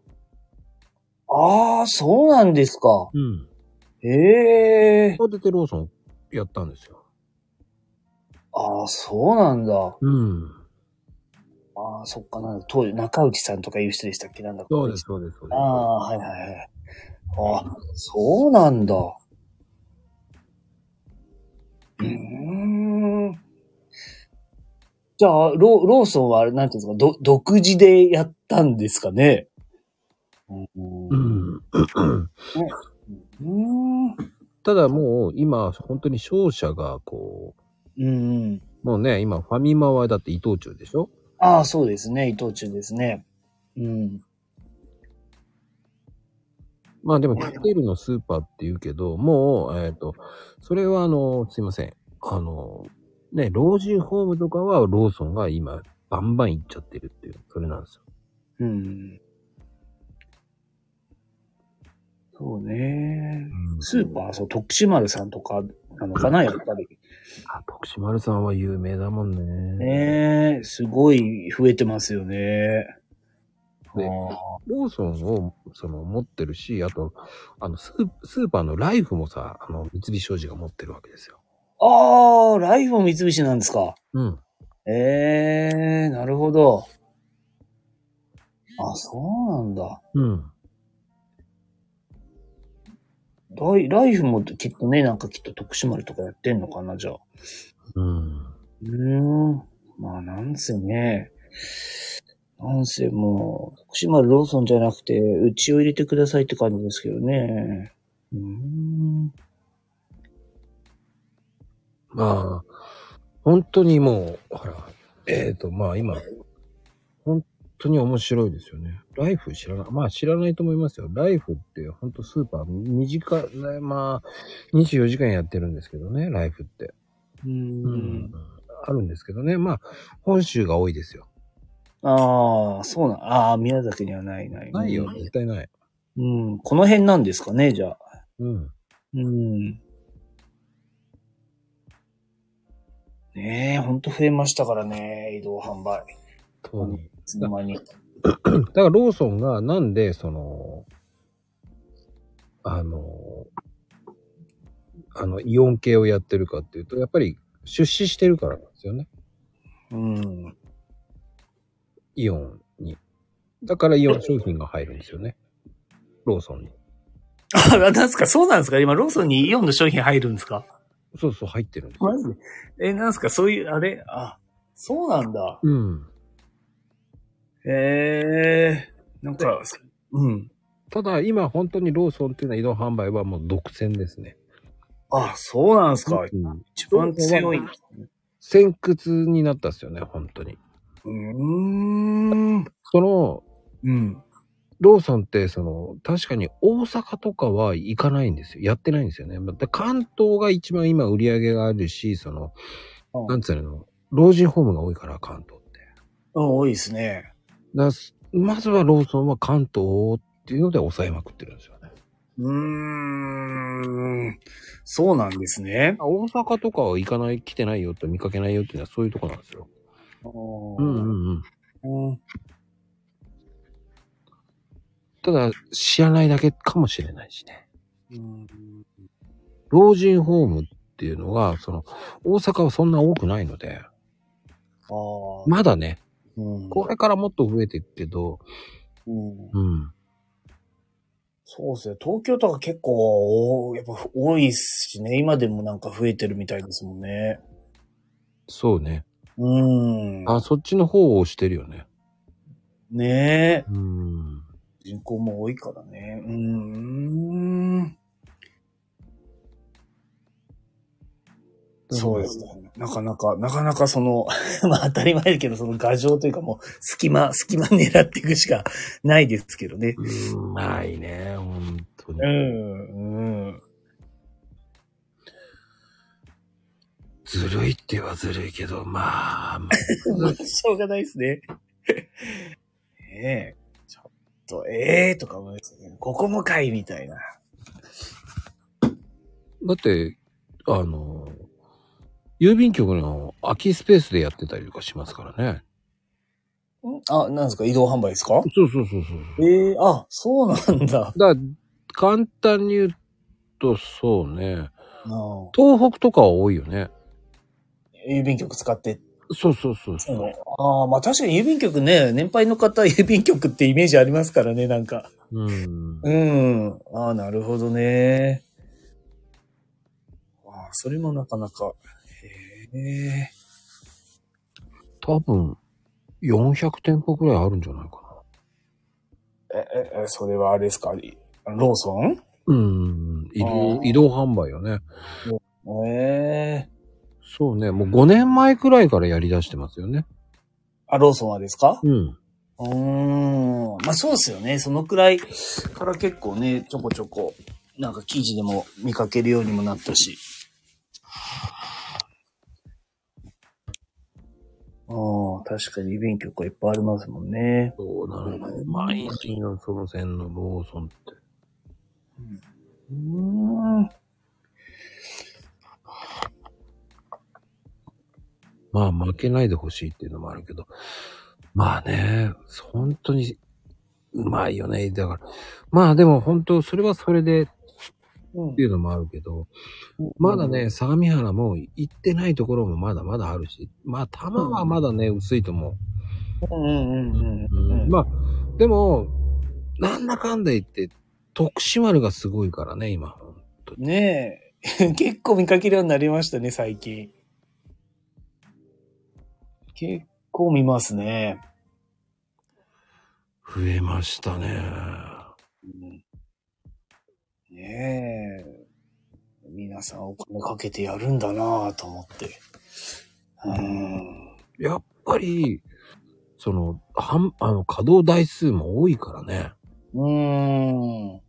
ああ、そうなんですか。
うん。
ええ
それでローソンやったんですよ。
ああ、そうなんだ。
うん。
ああ、そっかなんだ。当時、中内さんとかいう人でしたっけなんだ
そうです、。そうです、そうで
あ
す。
あ、はいはいはい。ああ、そうなんだ。うーん。じゃあ、ロローソンはあれ、なんていうんですか、ど、独自でやったんですかね。う
う
ーん。
ん。
うん。
ただもう、今、本当に商社が、こ
うん。
う、もうね、今、ファミマはだって伊藤忠でしょ
ああ、そうですね。伊藤忠ですね。うん。
まあでも、キャテルのスーパーって言うけど、もう、えっ、と、それはあの、すいません。あの、ね、老人ホームとかはローソンが今、バンバン行っちゃってるっていう、それなんですよ。
うん。そうね。
うん
スーパー、そう、徳島丸さんとかなのかな、やっぱり。
あ、徳島丸さんは有名だもんね。
ねえ、すごい増えてますよね。
ね
あ
ローソンをその持ってるし、あと、あのスー、スーパーのライフもさ、あの、三菱商事が持ってるわけですよ。
あー、ライフも三菱なんですか。
うん。
ええなるほど。あ、そうなんだ。
うん。
ライライフもきっとね、なんかきっと徳島でとかやってんのかな、じゃあ。
うん。
うーん。まあ、なんせね。なんせもう、徳島ローソンじゃなくて、うちを入れてくださいって感じですけどね。うーん。
まあ、本当にもう、ほら、えっ、と、まあ今、本当に面白いですよね。ライフ知らない、まあ知らないと思いますよ。ライフって本当スーパー短い、まあ、24時間やってるんですけどね、ライフって。
うーん。
あるんですけどね。まあ、本州が多いですよ。
ああ、そうなん、ああ、宮崎にはない、ない。
ないよ、絶対ない。
うん、この辺なんですかね、じゃあ。
うん。
うん。ねえ、ほんと増えましたからね、移動販売。
そうね。
いつの間に。
だからローソンがなんで、その、あの、あの、イオン系をやってるかっていうと、やっぱり出資してるからなんですよね。
うん。
イオンに。だからイオン商品が入るんですよね。ローソンに。
あ、 なんすか、そうなんですか今、ローソンにイオンの商品入るんですか
そうそう、入ってるんですよ。
マジでえ、なんすか、そういう、あれあ、そうなんだ。
うん。
へえなんか、うん。
ただ、今本当にローソンっていうのは移動販売はもう独占ですね。
あ、そうなんすか
うん
一番強い。う
先屈になったっすよね、本当に。
ーん。
その、
うん。
ローソンって、その、確かに大阪とかは行かないんですよ。やってないんですよね。また関東が一番今売り上げがあるし、その、
うん
なんつうの、老人ホームが多いから、関東って。
うん、多いですね。
だすまずはローソンは関東をっていうので抑えまくってるんですよね。
うーん。そうなんですね。
大阪とかは行かない、来てないよって見かけないよっていうのはそういうとこなんですよ。
う
うんうんうん。
ん。
ただ、知らないだけかもしれないしね。
うん。
老人ホームっていうのが、その、大阪はそんな多くないので、
ああ。
まだね、
うん
これからもっと増えていくけど、
うん
うん。
そうですね。東京とか結構お、やっぱ多いっすしね。今でもなんか増えてるみたいですもんね。
そうね。
うん。
あ、そっちの方を押してるよね。
ねえ。
うん。
人口も多いからね。うーん。そうですね。なかなか、なかなかその、 まあ当たり前だけど、その牙城というかもう、隙間、隙間狙っていくしかないですけどね。
うまいね、ほんとに。
ん、 うん。
ずるいって言えばずるいけど、まあ、まあ
しょうがないですね。ねえ。ちょっと、ええとか思いますね。ここもかいみたいな。
だって、あの、郵便局の空きスペースでやってたりとかしますからね。
あ、なんですか移動販売ですか
そうそうそうそう。
ええあ、そうなんだ。
だ簡単に言うと、そうね。
なあ
東北とかは多いよね。
郵便局使って。
そうそうそうそう。
ああ、まあ確かに郵便局ね、年配の方は 郵便局ってイメージありますからね、なんか。
うん。
うん。ああ、なるほどね。ああ、それもなかなか。へえ。
多分、400店舗くらいあるんじゃないか
え、え、えそれはあれですかローソン
な。うん。移動
あ、ー
移動販売よね。
ええ
そうね。もう5年前くらいからやり出してますよね。
あ、ローソンはですか
うん。
うーん。まあそうですよね。そのくらいから結構ね、ちょこちょこ、なんか記事でも見かけるようにもなったし。ああ、確かに郵便局はいっぱいありますもんね。
そうなのよ。毎日のその線のローソンって。
うーん。
まあ負けないでほしいっていうのもあるけど。まあね、本当にうまいよね。だから。まあでも本当、それはそれでっていうのもあるけど、まだね、相模原も行ってないところもまだまだあるし、まあ多摩はまだね、薄いと思
うんうんうん
う。
うん。
まあ、でも、なんだかんだ言って、徳島るがすごいからね、今。
ねえ。 結構見かけるようになりましたね、最近。結構見ますね。
増えましたね。
うんねえ。皆さんお金かけてやるんだなぁと思って。うん。
やっぱり、その、はん、あの、稼働台数も多いからね。
うーん。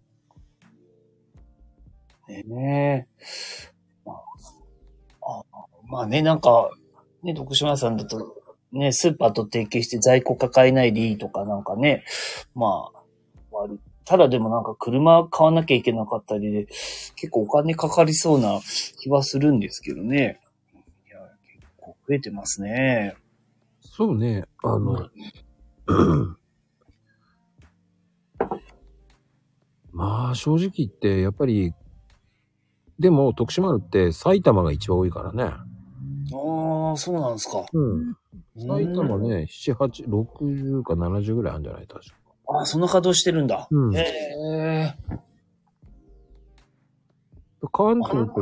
ねえ。まあ、あまあね、なんか、ね、徳島屋さんだと、ね、スーパーと提携して在庫抱えないでいいとかなんかね、まあ、割ただでもなんか車買わなきゃいけなかったりで、結構お金かかりそうな気はするんですけどね。いや、結構増えてますね。
そうね、あの、まあ正直言って、やっぱり、でも徳島るって埼玉が一番多いからね。
ああ、そうなんですか。
うん。埼玉
うん。
ね、7、8、60か70ぐらいあるんじゃない確か。
ああ、そんな稼働してるんだ。
うん
へえ。
関東とか、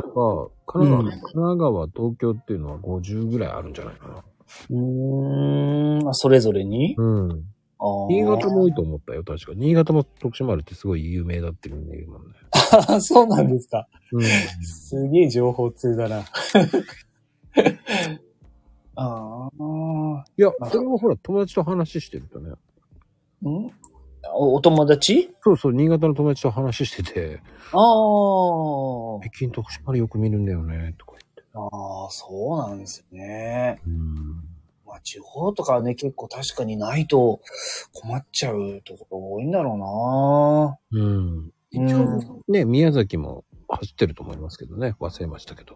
神奈川、
う
神奈川、東京っていうのは50ぐらいあるんじゃないかな。
うーん、あそれぞれに
うん。
あー
新潟も多いと思ったよ、確か。新潟も徳島るってすごい有名だってみんな言うもんね。
そうなんですか。
うん。
すげえ情報通だな。 ああ、
いや、それはほら、友達と話してるとね。
んおお友達
そうそう、新潟の友達と話してて、
あー
最近徳島でよく見るんだよね、とか
あー、そうなんですね。
言って。
まあ、地方とかはね、結構確かにないと困っちゃうところ多いんだろう
うん。
な。
うん。一応、ね、宮崎も走ってると思いますけどね。忘れましたけど。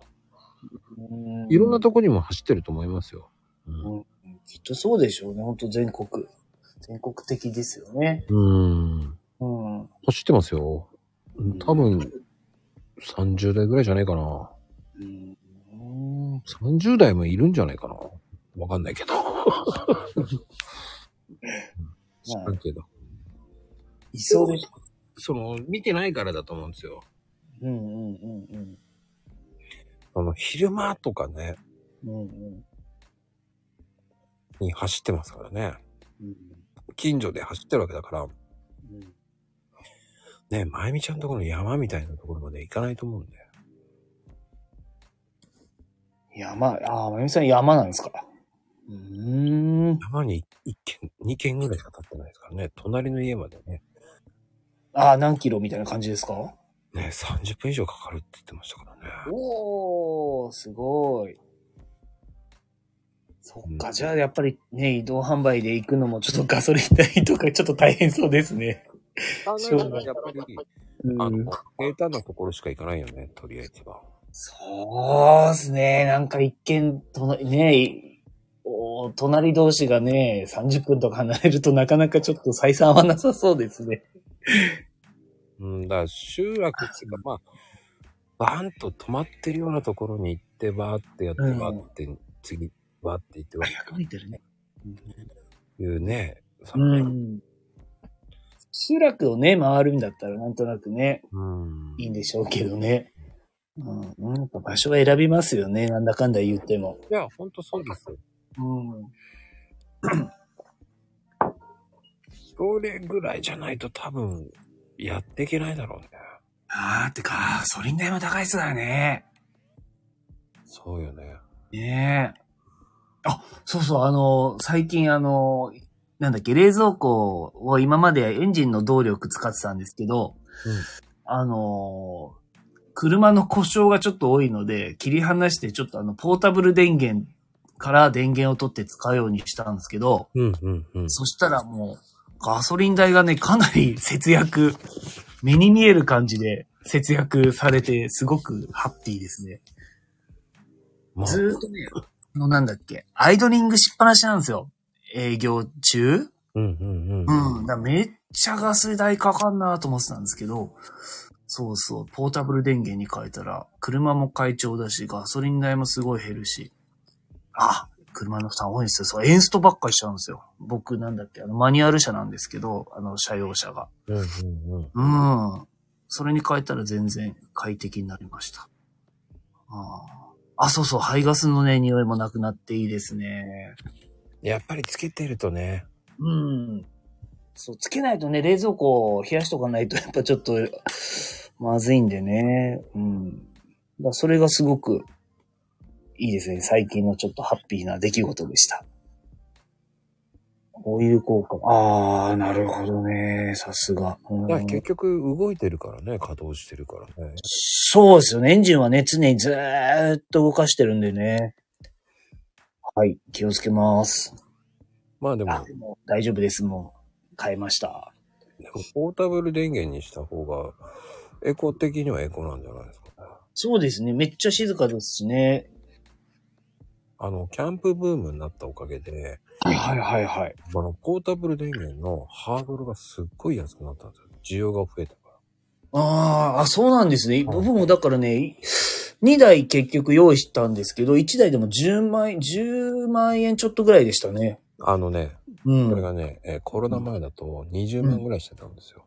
う
いろんなとこにも走ってると思いますよ。うん。
きっとそうでしょうね。ほんと全国。全国的ですよね。
うん、
うん。う
走ってますよ。多分、30代ぐらいじゃないかな。
ん。
30代もいるんじゃないかな。わかん ないけど。知らんけど。
いそうです。
その、見てないからだと思うんですよ。
うんうんうん
その、昼間とかね、
うん。うんうん
に走ってますからね。
うん
近所で走ってるわけだから、
うん。
ね、まゆみちゃんとこの山みたいなところまで行かないと思うんだよ。
山、ああ、まゆみさん山なんですか。うーん。
山に1軒、2軒ぐらいしか建ってないですからね。隣の家までね。
ああ、何キロみたいな感じですか
ね、30分以上かかるって言ってましたからね。
おー、すごい。そっ
う
か、
ん
じゃあやっぱりね、移動販売で行くのもちょっとガソリン代とかちょっと大変そうですね。
あ
そうなんだ
やっぱり、
う
あ
ん
の、平坦なところしか行かないよね、とりあえずは。
そうですね。なんか一見、隣、ねいお隣同士がね、30分とか離れるとなかなかちょっと採算はなさそうですね。
うん、だから集落っていうか、まあ、バーンと止まってるようなところに行って、バーってやって、
うん
バーって、次、バーって行って、バーっ
100メートルね。
ていうね。さ
うん。集落をね、回るんだったらなんとなくね、
うん。
いいんでしょうけどね。うん、うん、やっぱ場所は選びますよね、なんだかんだ言っても。
いや、ほんとそうですよ。
うん。
それぐらいじゃないと多分、やっていけないだろうね。
あーってか、ソリン代も高いっすからね。
そうよね。
ねえ。あ、そうそう、あの、最近あの、なんだっけ、冷蔵庫を今までエンジンの動力使ってたんですけど、
うん
あの、車の故障がちょっと多いので、切り離してちょっとあの、ポータブル電源から電源を取って使うようにしたんですけど、
うんうんうん。
そしたらもう、ガソリン代がね、かなり節約、目に見える感じで節約されて、すごくハッピーですね。
まあ、
ずーっとね、あの、なんだっけ、アイドリングしっぱなしなんですよ。営業中
うんうんう。
うんん。だからめっちゃガス代かかんなと思ってたんですけど、そうそう、ポータブル電源に変えたら、車も快調だし、ガソリン代もすごい減るし、あ、車の負担多いんですよ。そう、エンストばっかりしちゃうんですよ。僕なんだっけ、あの、マニュアル車なんですけど、あの、車用車が。
うんうんうん。
うん。それに変えたら全然快適になりました。ああ、あそうそう、排ガスのね、匂いもなくなっていいですね。
やっぱりつけてるとね。
うん。そう、つけないとね、冷蔵庫を冷やしとかないと、やっぱちょっと、まずいんでね。うん。だからそれがすごく、いいですね。最近のちょっとハッピーな出来事でした。オイル交換。ああ、なるほどね。さすが。うん
だから結局動いてるからね、稼働してるからね。
そうですよね。エンジンはね、常にずーっと動かしてるんでね。はい、気をつけます。
まあで
あ
も、、
でも大丈夫です。もう、変えました。
でもポータブル電源にした方が、エコ的にはエコなんじゃないですかね。
そうですね。めっちゃ静かですしね。
あの、キャンプブームになったおかげで、
はいはいはいはい。
あの、ポータブル電源のハードルがすっごい安くなったんですよ。需要が増えたから。
あーあ、そうなんですね。僕もだからね、2台結局用意したんですけど、1台でも10万円、10万円ちょっとぐらいでしたね。
あのね、
う
これ
ん。あ
がね、えーコロナ前だと20万ぐらいしてたんですよ。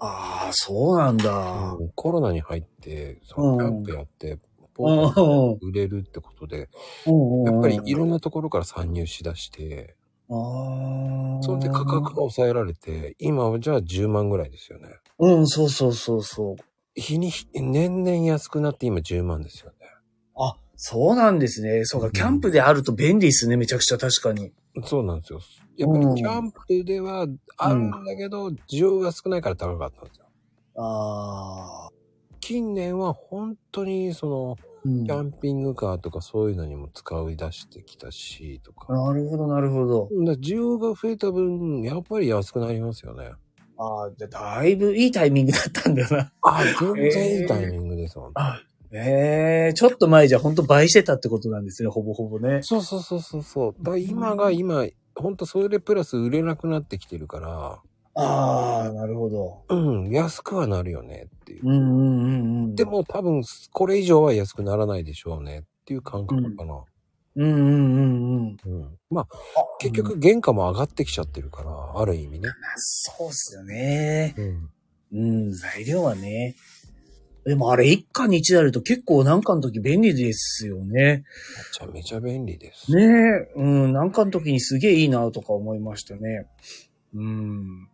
あー、そうなんだ。
うんコロナに入って、そ
うん
のキャンプやって、ポータブル電源売れるってことで、
うんうんう
や
ん
っぱりいろんなところから参入しだして、
あー
それで価格が抑えられて、今はじゃあ10万ぐらいですよね。
うん、そうそうそうそう。
日に日、年々安くなって今10万ですよね。
あ、そうなんですね。そうか、キャンプであると便利ですね、めちゃくちゃ確かに。
そうなんですよ。やっぱ
うん
りキャンプではあるんだけど、需要が少ないから高かったんですよ。
ああ。
近年は本当にその、
うん、
キャ
な
ンピングカーとかそういうのにも使い出してきたし、とか。
るほど、なるほど。
だから需要が増えた分、やっぱり安くなりますよね。
ああ、じゃあだいぶいいタイミングだったんだな。
あ、全然いいタイミングですもん。
ええちょっと前じゃ本当倍してたってことなんですね、ほぼほぼね。
そうそうそうそうそう。だから今が今、本当それプラス売れなくなってきてるから、
ああ、なるほど。
うん、安くはなるよねっていう。
うんうんうんうん。
で、も多分これ以上は安くならないでしょうねっていう感覚かな。
うんうんうんうん。
うん。まあ、結局原価も上がってきちゃってるから、ある意味ね。
まあ、そうっすよね。
うん。
うん、材料はね。でもあれ、一家に一台あると結構なんかの時便利ですよ
め
ね。
ちゃめちゃ便利です。
ねえ、うん、なんかの時にすげえいいなとか思いましたね。うん。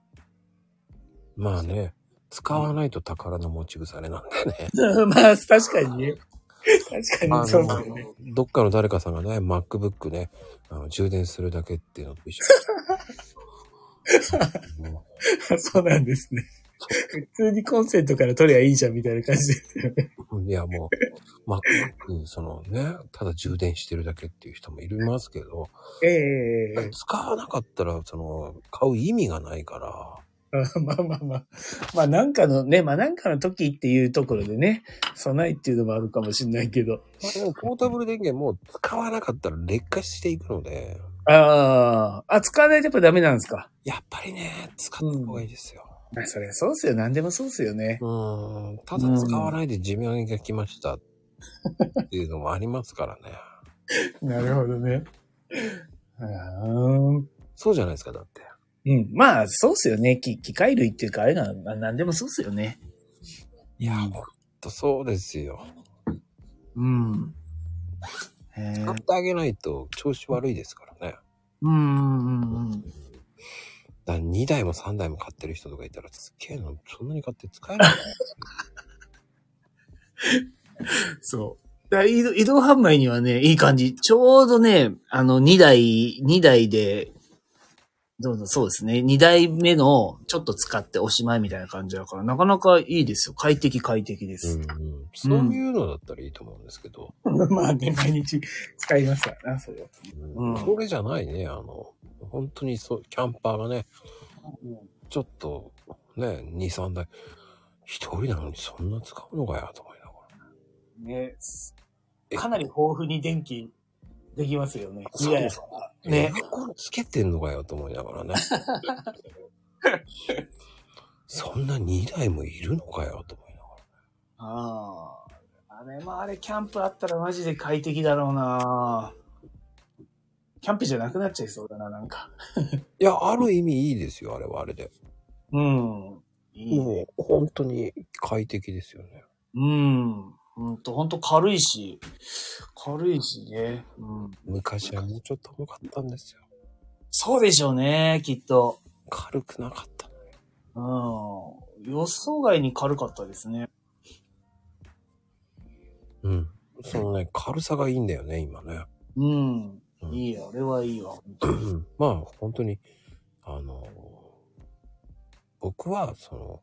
まあね、使わないと宝の持ち腐れなんでね。
まあ、確かにね。確か
あ
にそうだよね。
のどっかの誰かさんがね、MacBook ね、あの充電するだけっていうのと 一緒。も
そうなんですね。普通にコンセントから取りゃいいじゃんみたいな感じですよね。
ういや、もう、MacBook、そのね、ただ充電してるだけっていう人もいますけど、
えええええ
使わなかったら、その、買う意味がないから、
え まあまあまあ。まあなんかのね、まあなんかの時っていうところでね、備えっていうのもあるかもしれないけど。
まあでもポータブル電源も使わなかったら劣化していくので、
ああ、あ、使わないとやっぱダメなんですか。
やっぱりね、使った方がいいですよ。
まあそれそうっすよ。何でもそうっすよね。
うん、ただ使わないで寿命が来ましたっていうのもありますからね。
なるほどね。うん。
そうじゃないですか、だって。
うん。まあ、そうっすよね。機機械類っていうか、あれが、まあ、何でもそうっすよね。
いや、ほんとそうですよ。
うん。へえ
使ってあげないと調子悪いですからね。
うんうんうん。
だ2台も3台も買ってる人とかいたら、すっげえな、そんなに買って使えないの
そう。だから移動移動販売にはね、いい感じ。ちょうどね、あの、2台、2台で、どうぞ、そうですね。2台目の、ちょっと使っておしまいみたいな感じだから、なかなかいいですよ。快適、快適で
う
す。
んうん、そういうのだったらいいと思うんですけど、
まあね、毎日使いますからな、それは。
うん
うん
それじゃないね、あの、本当にそう、キャンパーがね、ちょっと、ね、2、3台、一人なのにそんな使うのかよ、と思いながら。
ね、
え
かなり豊富に電気できますよね。
そう
2台
ね
ね。
エアコンつけてんのかよと思いなが らね。そんな2台もいるのかよと思いなが
ああ。あれ、まあ、あれ、キャンプあったらマジで快適だろうなキャンプじゃなくなっちゃいそうだな、なんか。
ら。いや、ある意味いいですよ、あれはあれで。
うん。いい
も
ね。
う本当に快適ですよね。
うん。ほんと、ほんと軽いし、軽いしね。うん。
昔はもうちょっと重かったんですよ。
そうでしょうね、きっと。
軽くなかったのよ。
うん。予想外に軽かったですね。
うん。そのね、軽さがいいんだよね、今ね。
うん。
うん
いいよ、あれはいいわ。ほんと
うんまあ、本当に、あの、僕は、その、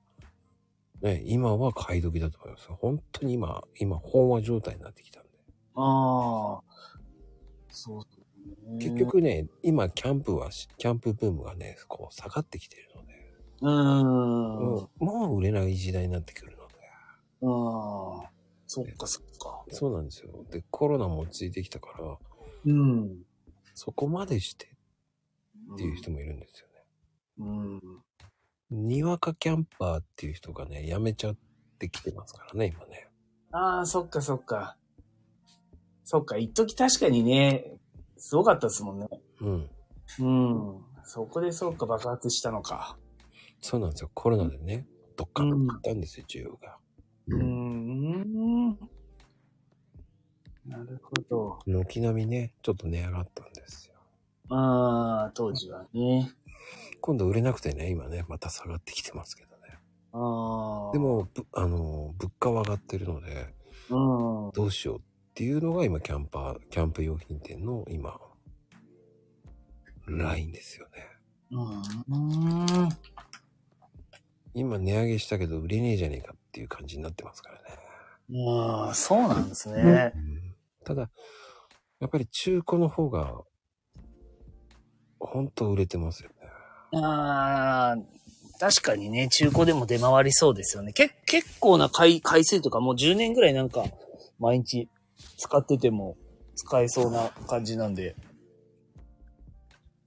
ね、今は買い時だと思います。本当に今、今、飽和状態になってきたんで。
ああ。そうだね
結。局ね、今、キャンプはし、キャンプブームがね、こう、下がってきてるので、
うん。
もう、もう売れない時代になってくるので。
ああ、そっかそっか。
そうなんですよ。で、コロナも落ち着いてきたから、
うん。
そこまでしてっていう人もいるんですよね。
うん。
にわかキャンパーっていう人がね、やめちゃってきてますからね、今ね。
ああ、そっかそっか。そっか、一時確かにね、すごかったですもんね。
うん。
うん。そこでそっか爆発したのか。
そうなんですよ。コロナでね、どっかんと買ったんですよ、需要が。
うーん。なるほど。
軒並みね、ちょっと値上がったんですよ。
ああ、当時はね。
今度売れなくてね、今ね、また下がってきてますけどね。
ああ。
で、も、ぶあの、物価は上がってるので、
うん。
どうしようっていうのが今、キャンパー、キャンプ用品店の今、ラインですよね。
うん。
今値上げしたけど売れねえじゃねえかっていう感じになってますからね。
ああ、そうなんですね。
ただ、やっぱり中古の方が、本当売れてますよね。
あー確かにね、中古でも出回りそうですよね。け結構な回回数とか、もう10年ぐらいなんか、毎日使ってても使えそうな感じなんで。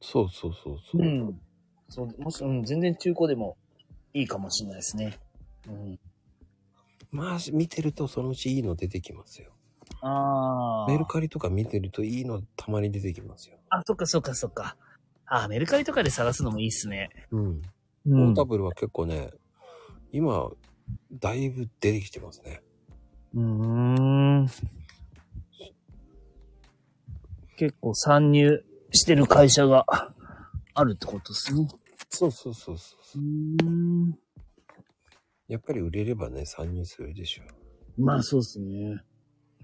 そうそうそうそう。
うん。そう、もし、うん、全然中古でもいいかもしれないですね。うん。
まあ、見てるとそのうちいいの出てきますよ。
ああ。
メルカリとか見てるといいのたまに出てきますよ。
あ、そっかそっかそっか。あーメルカリとかで探すのもいいっすね。
うん。
う
ポータブルは結構ね、今、だいぶ出てきてますね。
ん。結構参入してる会社があるってことですね。
そうそうそうそう。
ん。
やっぱり売れればね、参入するでしょう。
まあそうですね。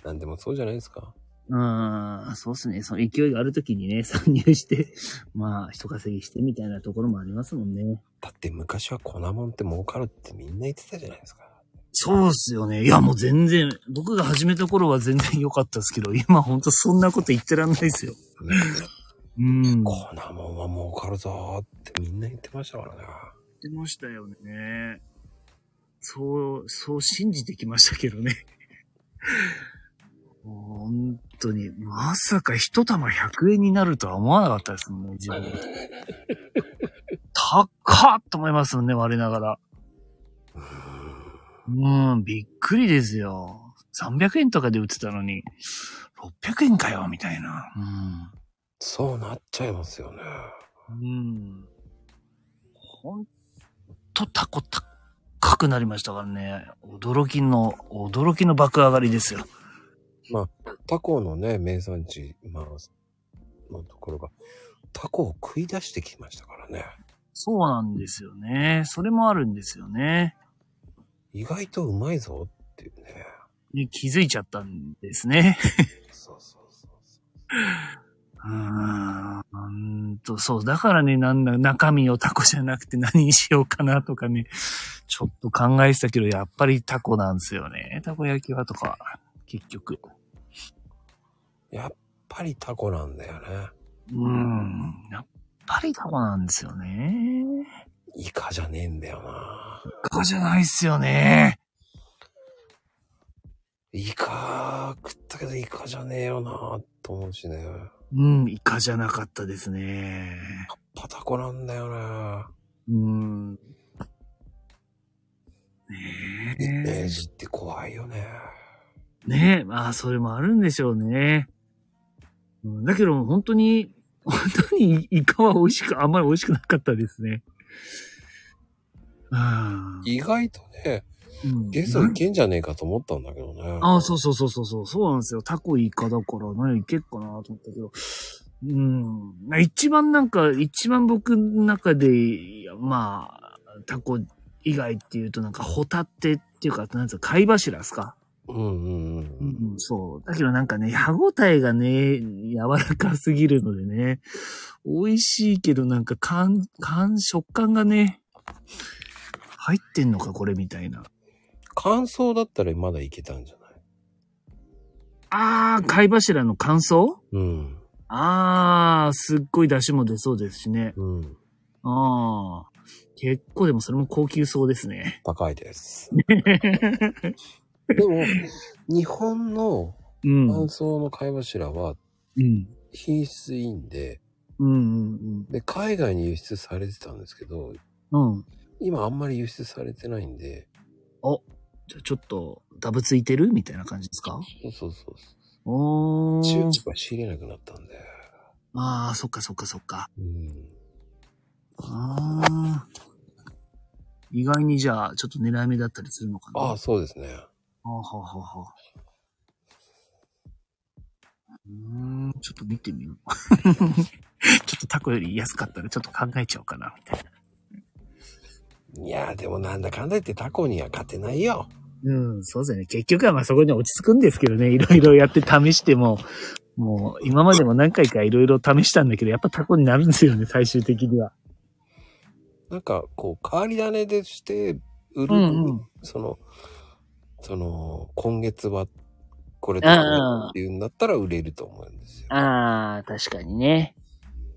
なんでもそうじゃないですか。
うん、そうっすね。その勢いがある時にね、参入して、 まあ、人稼ぎしてみたいなところもありますもんね。
だって昔は粉もんって儲かるってみんな言ってたじゃないですか。
そうっすよね。いや、もう全然、僕が始めた頃は全然良かったですけど、今ほんとそんなこと言ってらんないですよ。
ね
うん。
粉もんは儲かるぞーってみんな言ってましたからね。
ってましたよね。そう、そう信じてきましたけどね。 本当に、まさか一玉100円になるとは思わなかったですもんね、自分。高っと思いますもんね、我ながら。うん、びっくりですよ。300円とかで売ってたのに、600円かよ、みたいな。うん。
そうなっちゃいますよね。
うん。ほんとタコ高くなりましたからね。驚きの、驚きの爆上がりですよ。
タコのね、名産地、まあ、のところが、タコを食い出してきましたからね。
そうなんですよね。それもあるんですよね。
意外とうまいぞっていうね。
ね気づいちゃったんですね。
そうそうそうそう
うーん。ほんと、そう。だからね、なんだ、中身をタコじゃなくて何にしようかなとかね、ちょっと考えてたけど、やっぱりタコなんですよね。タコ焼きはとか、結局。
やっぱりタコなんだよね。
うん。やっぱりタコなんですよね。
イカじゃねえんだよな。
バカじゃないっすよね。
イカ食ったけどイカじゃねえよなと思うしね。やっ
うん、イカじゃなかったですね。
ぱタコなんだよな。
うん。
イメー
ね
ジって怖いよね。
え。ねえ、まあ、それもあるんでしょうね。うんだけど、本当に、本当にイカは美味しく、あんまり美味しくなかったですね。あ
意外とね、
あ。うん
ゲストいけんじゃねえかと思ったんだけどね。
ああ、そうそうそうそうそう、そうなんですよ。タコイカだから、何いけっかなと思ったけど。うん。な一番なんか、一番僕の中で、いやまあ、タコ以外っていうと、なんかホタテっていうか、なんつうか、貝柱ですか。
うんうんうんうん。
うん、そう。だけどなんかね、歯ごたえがね、柔らかすぎるのでね、美味しいけどなんか感、感、食感がね、入ってんのか、これみたいな。
感想だったらまだいけたんじゃない
ああ、貝柱の乾燥
うん。
ああ、すっごい出汁も出そうですしね。
うん。
ああ。結構でもそれも高級そうですね。
高い です。でも、日本の
うん。う
乾
ん。
燥の貝柱は
うん
品質いいんで、
うん
で、海外に輸出されてたんですけど、
うん。うん。
今あんまり輸出されてないんで、
じゃあちょっと、ダブついてるみたいな感じですか
そうそうそうそう。
お
中
ー。
国は仕入れなくなったんで。
ああ、そっかそっかそっか。
うん。
ああ。意外にじゃあ、ちょっと狙い目だったりするのかな
ああ、そうですね。
あはははうーん、ちょっと見てみよう。 ちょっとタコより安かったらちょっと考えちゃおうかな、みたい
いやーでもなんだかんだ言ってタコには勝てないよ。
な。うん、そうですよね。結局はまあそこに落ち着くんですけどね。いろいろやって試しても、もう今までも何回かいろいろ試したんだけど、やっぱタコになるんですよね、最終的には。
なんか、こう、変わり種でして売る、
うんうん
その、その、今月はこれ
うんうん
っていうんだったら売れると思うんですよ。
ああ、確かにね。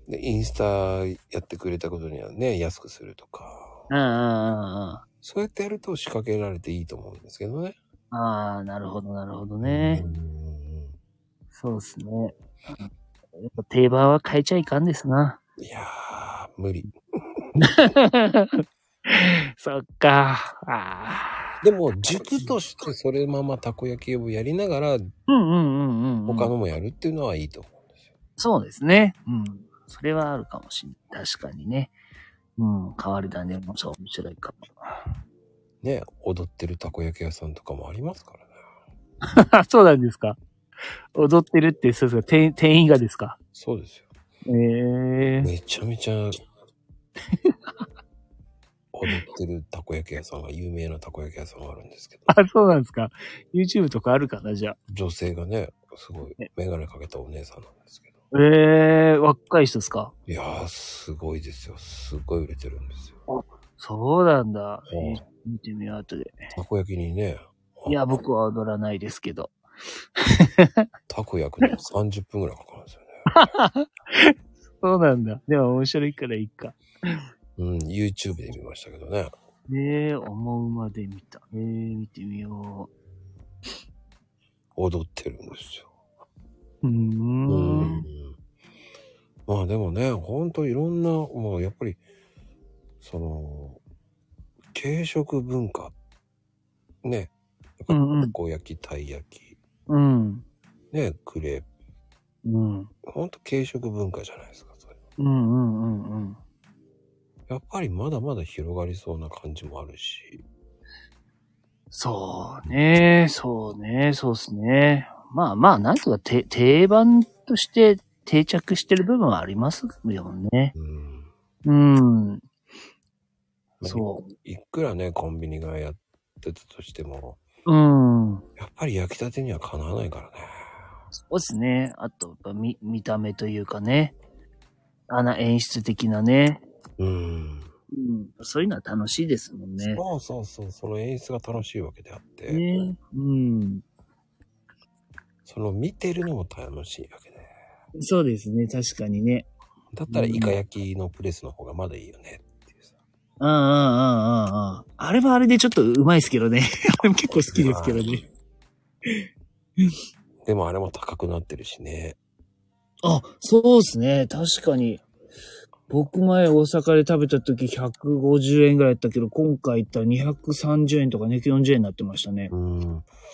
で、インスタやってくれたことにはね、安くするとか、
うんうんうん。
そうやってやると仕掛けられていいと思うんですけどね。
ああ、なるほど、なるほど
うんうん
そうですね。やっぱ定番は変えちゃいかんですな。
うんいやー、無理。
そっか。ああ。
でも、軸としてそれままたこ焼きをやりながら、
うんうんうんうん、うん。
他のもやるっていうのはいいと思うんですよ。
そうですね。うん。それはあるかもしんない。確かにね。うん。変わり種もそう面白いかも。
ね、踊ってるたこ焼き屋さんとかもありますからね。
そうなんですか。踊ってるって、そうですか。店店員がですか。
そうですよ。
ええ
めちゃめちゃ踊っってるたこ焼き屋さんが、有名なたこ焼き屋さんがあるんですけど、
あ、そうなんですか。YouTube とかあるかな、じゃ
女性がね、すごい
ね、
メガネかけたお姉さんなんですけど、
あ。ええ若い人ですか。
いやー、すごいですよ。すごい売れてるんですよ。
そうなんだ。
うん
えー見てみよう、後で。
たこ焼きにね、
いや、僕は踊らないですけど。
たこ焼くの30分ぐらいかかるんですよね。
そうなんだ。でも面白いからいいか。
うん、YouTube で見ましたけどね。
ねえ、思うまで見た。ええ見てみよ
踊ってるんですよ。
う。うー。
うんまあでもね、ほんといろんな、もうやっぱり、その、軽食文化。ね。
う
やっぱ
んうん
たこ焼き、たい焼き、
うん。
ね、クレープ。
うん。
ほんと軽食文化じゃないですか、それ。
うんうんうんうん。
やっぱりまだまだ広がりそうな感じもあるし。
そうね、そうね、そうっすね。まあまあ、なんとかて定番として定着してる部分はありますよね。
うん。
うん。
まあ
そ
いくらね、コンビニがやってたとしても、
う。うん。
やっぱり焼きたてにはかなわないからね。
そうっすね。あと、やっぱ見、見た目というかね。あの演出的なね。
うん。
うん。そういうのは楽しいですもんね。
そうそうそう、その演出が楽しいわけであって、
ね。うん。
その見てるのも楽しいわけで。
そうですね。確かにね。
だったらイカ焼きのプレスの方がまだいいよねっていうさ。
うんうんうんうんうん。あれはあれでちょっとうまいですけどね。 あれも結構好きですけどね。
でもあれも高くなってるしね。
あ、そうですね。確かに。僕前大阪で食べた時150円ぐらいだったけど、今回行ったら230円とか240円になってましたね
う。ん。
う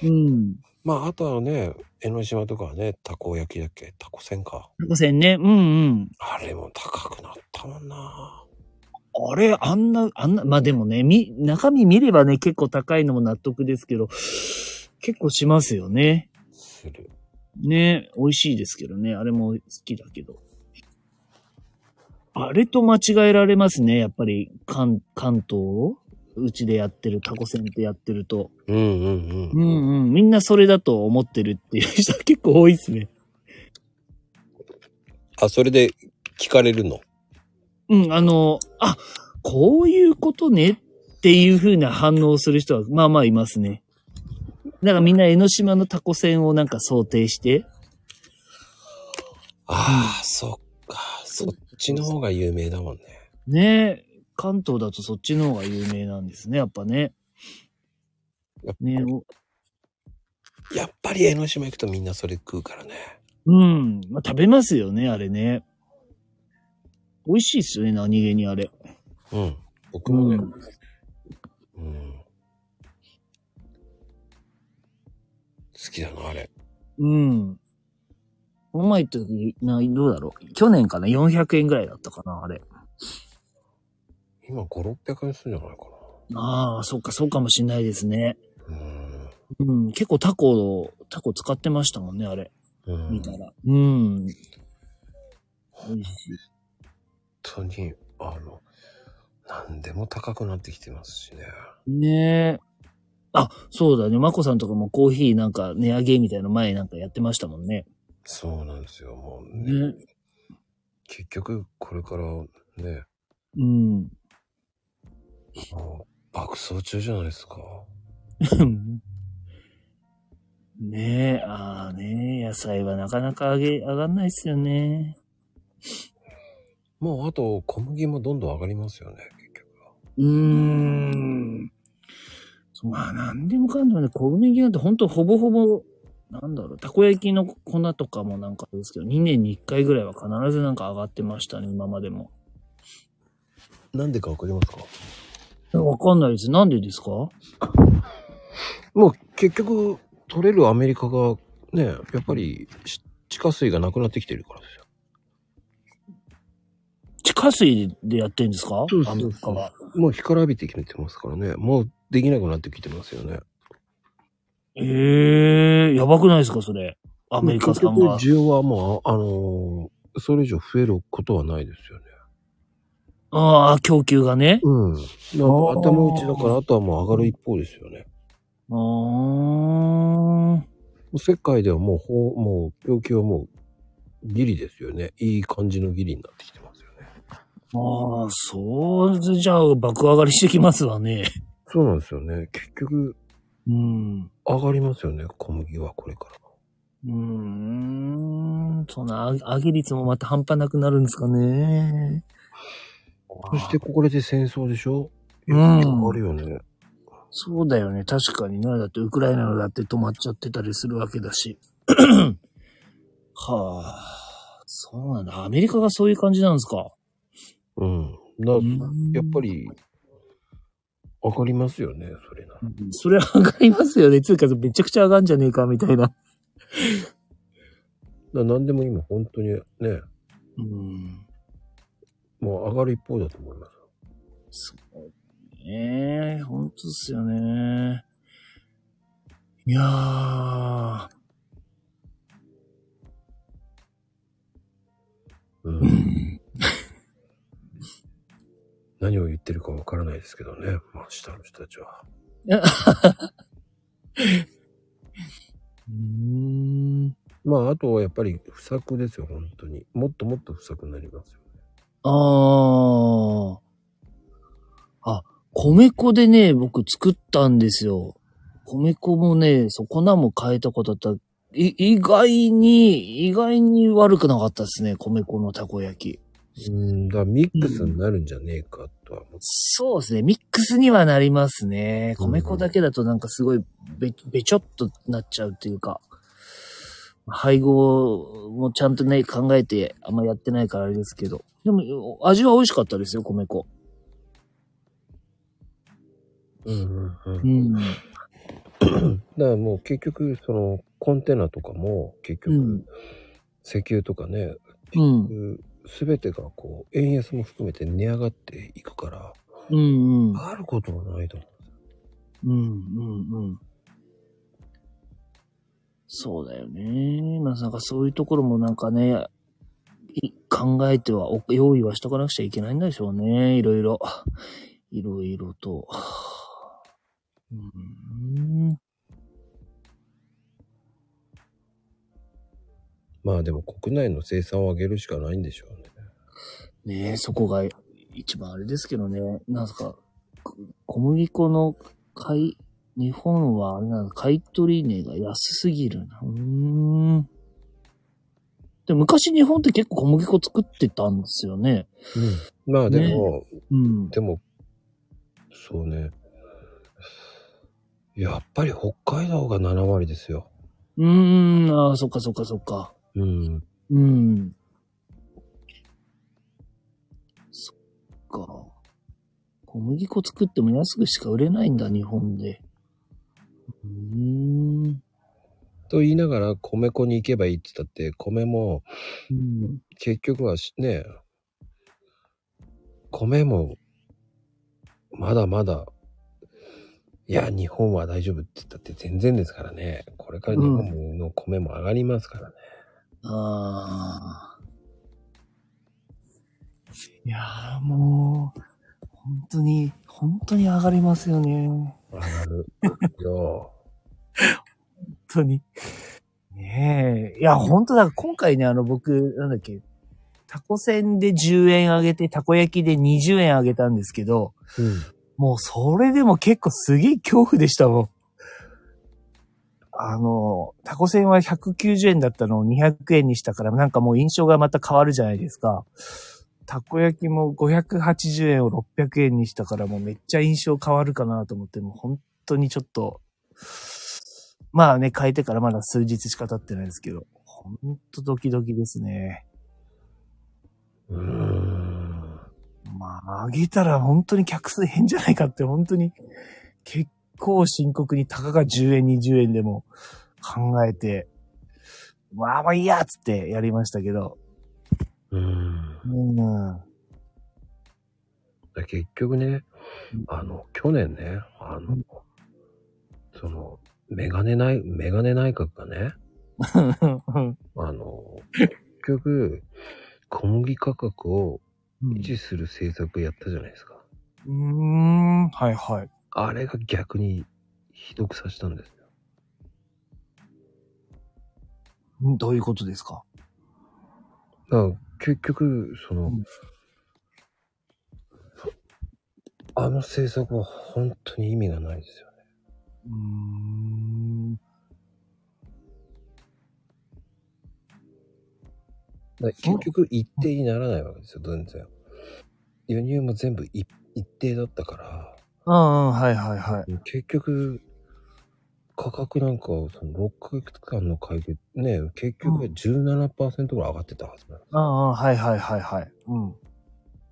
ん。
まああとはね、江ノ島とかはね、たこ焼きだっけたこせんか。
タコせんね。うんうん。
あれも高くなったもんな。
あれ、あんな、あんな、まあでもね、み、中身見ればね、結構高いのも納得ですけど、結構しますよね。
する。
ね、美味しいですけどね。あれも好きだけど。あれと間違えられますね。やっぱり、関、関東をうちでやってる、タコせんってやってると。
うんうん
う
うん。
んうん。みんなそれだと思ってるっていう人 結構多いですね。
あ、それで聞かれるの。
うん、あの、あ、こういうことねっていう風な反応をする人は、まあまあいますね。だからみんな江ノ島のタコ船をなんか想定して。
ああ、そっか。そっちの方が有名だもんね。
ねえ、関東だとそっちの方が有名なんですね、やっぱね。
やっぱ
ねえお
やっぱり江ノ島行くとみんなそれ食うからね。
うん、まあ食べますよね、あれね。美味しいっすよね、何気にあれ。
うん。僕も
う
ね、
ん。
うん。好きだな、あれ。
うん。この前行った時、な、どうだろう。去年かな ?400 円ぐらいだったかなあれ。
今、5、600円するんじゃないか
ああ、そうか、そうかもしんないですね。
な。うん。
うん。結構タコを、タコ使ってましたもんね、あれ。
うん。
見た
本
ら。うん。美味しい。
当に、あの、何でも高くなってきてますしね。
ねえ。あ、そうだね。マコさんとかもコーヒーなんか値上げみたいな前なんかやってましたもんね。
そうなんですよ、もうね。
ね。
結局、これからね、
うん。
もう爆走中じゃないですか。
ねえ、ああねえ、野菜はなかなか上げ、上がんないっすよね。
もう、あと、小麦もどんどん上がりますよね、結局は。
うーん。まあ、なんでもかんでもね、小麦なんてほんとほぼほぼ、なんだろう、たこ焼きの粉とかもなんかですけど、2年に1回ぐらいは必ずなんか上がってましたね、今までも。
なんでかわかりますか
わかんないです。なんでですか
もう結局取れるアメリカがね、やっぱりし地下水がなくなってきてるからですよ。
地下水でやってんですか
そうそうそう
アメリカは。
もう干からびてきてますからね。もうできなくなってきてますよね。
ええやばくないですか、それ。アメリカさん
もう
が。
結局需要はもう、ああのーそれ以上増えることはないですよね。
うああ、供給がね。
うん。
ー
頭打ちだから、あとはもう上がる一方ですよね。
うーん。
もう世界ではもう、ほうもう、供給はもう、ギリですよね。いい感じのギリになってきてますよね。
ああ、そうじゃあ爆上がりしてきますわね。
そうなんですよね。結局、
うん。
上がりますよね。小麦はこれから。
うーん。その上げ上げ率もまた半端なくなるんですかね。
そして、これで戦争でしょ
うん
上がるよね。
そうだよね。確かにな。だってウクライナのだって止まっちゃってたりするわけだし。 はあ。そうなんだ。アメリカがそういう感じなんですか。
うん。だ
うん
やっぱり、上がりますよね。それなら。
それは上がりますよね。つうか、めちゃくちゃ上がんじゃねえか、みたいな。
だ何でも今、本当にね、
うん。
もう上がる一方だと思います。
そうね。ほんとっすよね。いやー。
うん。何を言ってるかわからないですけどね。まあ、下の人たちは。
うん。
まあ、あとはやっぱり不作ですよ、本当に。もっともっと不作になりますよ。
あー。あ、米粉でね、僕作ったんですよ。米粉もね、そう粉も変えたことあった。い、意外に、意外に悪くなかったですね、米粉のたこ焼き。
うん、だからミックスになるんじゃねえかとは思って。
そうですね。ミックスにはなりますね。
うん
米粉だけだとなんかすごいべ、べちょっとなっちゃうっていうか。配合もちゃんとね、考えてあんまやってないからあれですけど。でも、味は美味しかったですよ、米粉。
うんうんうん。だ
ん。
からもう結局、そのコンテナとかも、結
うん
局、石油とかね、
うん。
すべてがこう、円安も含めて値上がっていくから、
うん。うん。
あることはないと思
うん。うん。そうだよね。まあなんかそういうところもなんかね、い考えては、お用意はしとかなくちゃいけないんでしょうね。いろいろ。いろいろと。うん。
う。まあでも国内の生産を上げるしかないんでしょうね。
ねえ、そこが一番あれですけどね。なんか、こ小麦粉の買い、日本はあれなんだ買い取り値が安すぎるな。うーん。で昔日本って結構小麦粉作ってたんですよね。
まあでも、
うん。
でも、そうね。やっぱり北海道が7割ですよ。
うーん、ああ、そっかそっかそっか。
うん。
うん。そっか。小麦粉作っても安くしか売れないんだ、日本で。うーん。
と言いながら米粉に行けばいいって言ったって、米も
うん。
結局はしね、米もまだまだ、いや、日本は大丈夫って言ったって全然ですからね。これから日本の米も上がりますからね。
ああ。いやーもう、本当に、本当に上がりますよね。本
上がる よ。
当に。ねえ。いや、本当だ、今回ね、あの、僕、なんだっけ、タコせんで10円上げて、たこ焼きで20円上げたんですけど、
うん。
もうそれでも結構すげえ恐怖でしたもん。あの、タコせんは190円だったのを200円にしたから、なんかもう印象がまた変わるじゃないですか。たこ焼きも580円を600円にしたから、もうめっちゃ印象変わるかなと思って、もう本当にちょっと、まあね、変えてからまだ数日しか経ってないですけど、本当ドキドキですね。
うーん。
まあ、上げたら本当に客数変じゃないかって、本当に、結構深刻に、たかが10円、20円でも考えて、まあまあいいやっつってやりましたけど、
うーん。
うん。
で結局ね、あの、去年ね、あの、その、メガネ内、メガネ内閣がね、あの、結局、小麦価格を維持する政策やったじゃないですか。
うん。うーん。はいはい。
あれが逆にひどくさせたんですよ。
んどういうことですか
だから結局、その、
うん
あの政策は本当に意味がないですよね。
うーん。
だから結局一定にならないわけですよ、全然。輸入も全部一一定だったから。
うんうん、はいはいはい。
結局、価格なんか、その6ヶ月間の会計、ね、結局17%ぐらい上がってたはずなの。っ
うんうん、はいはいはいはい。うん。うん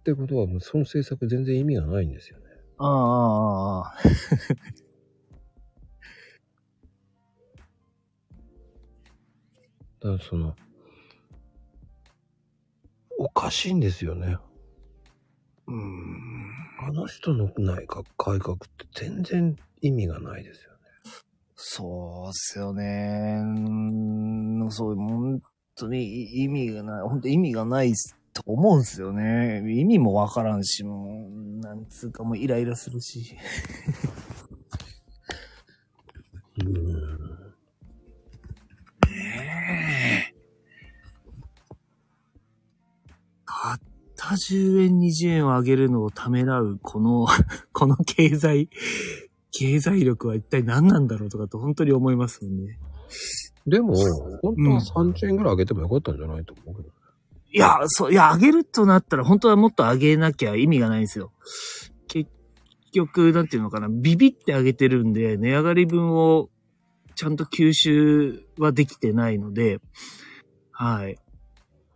てことは、もうその政策全然意味がないんですよね。
うんうんうん。
だからその、おかしいんですよね。
うーん
あの人の内閣改革って全然意味がないですよね。
そうっすよね。うーんそう、本当に意味がない、本当意味がないと思うんすよね。意味もわからんし、もう、なんつうかもうイライラするし。
うん。
たった10円、20円を上げるのをためらう、この、 この経済、経済力は一体何なんだろうとかって本当に思いますよね。
でも、本当は30円ぐらい上げてもよかったんじゃないと思うけど。
いや、そう、いや、上げるとなったら本当はもっと上げなきゃ意味がないんですよ。結局、なんていうのかな、ビビって上げてるんで、値上がり分をちゃんと吸収はできてないので、はい。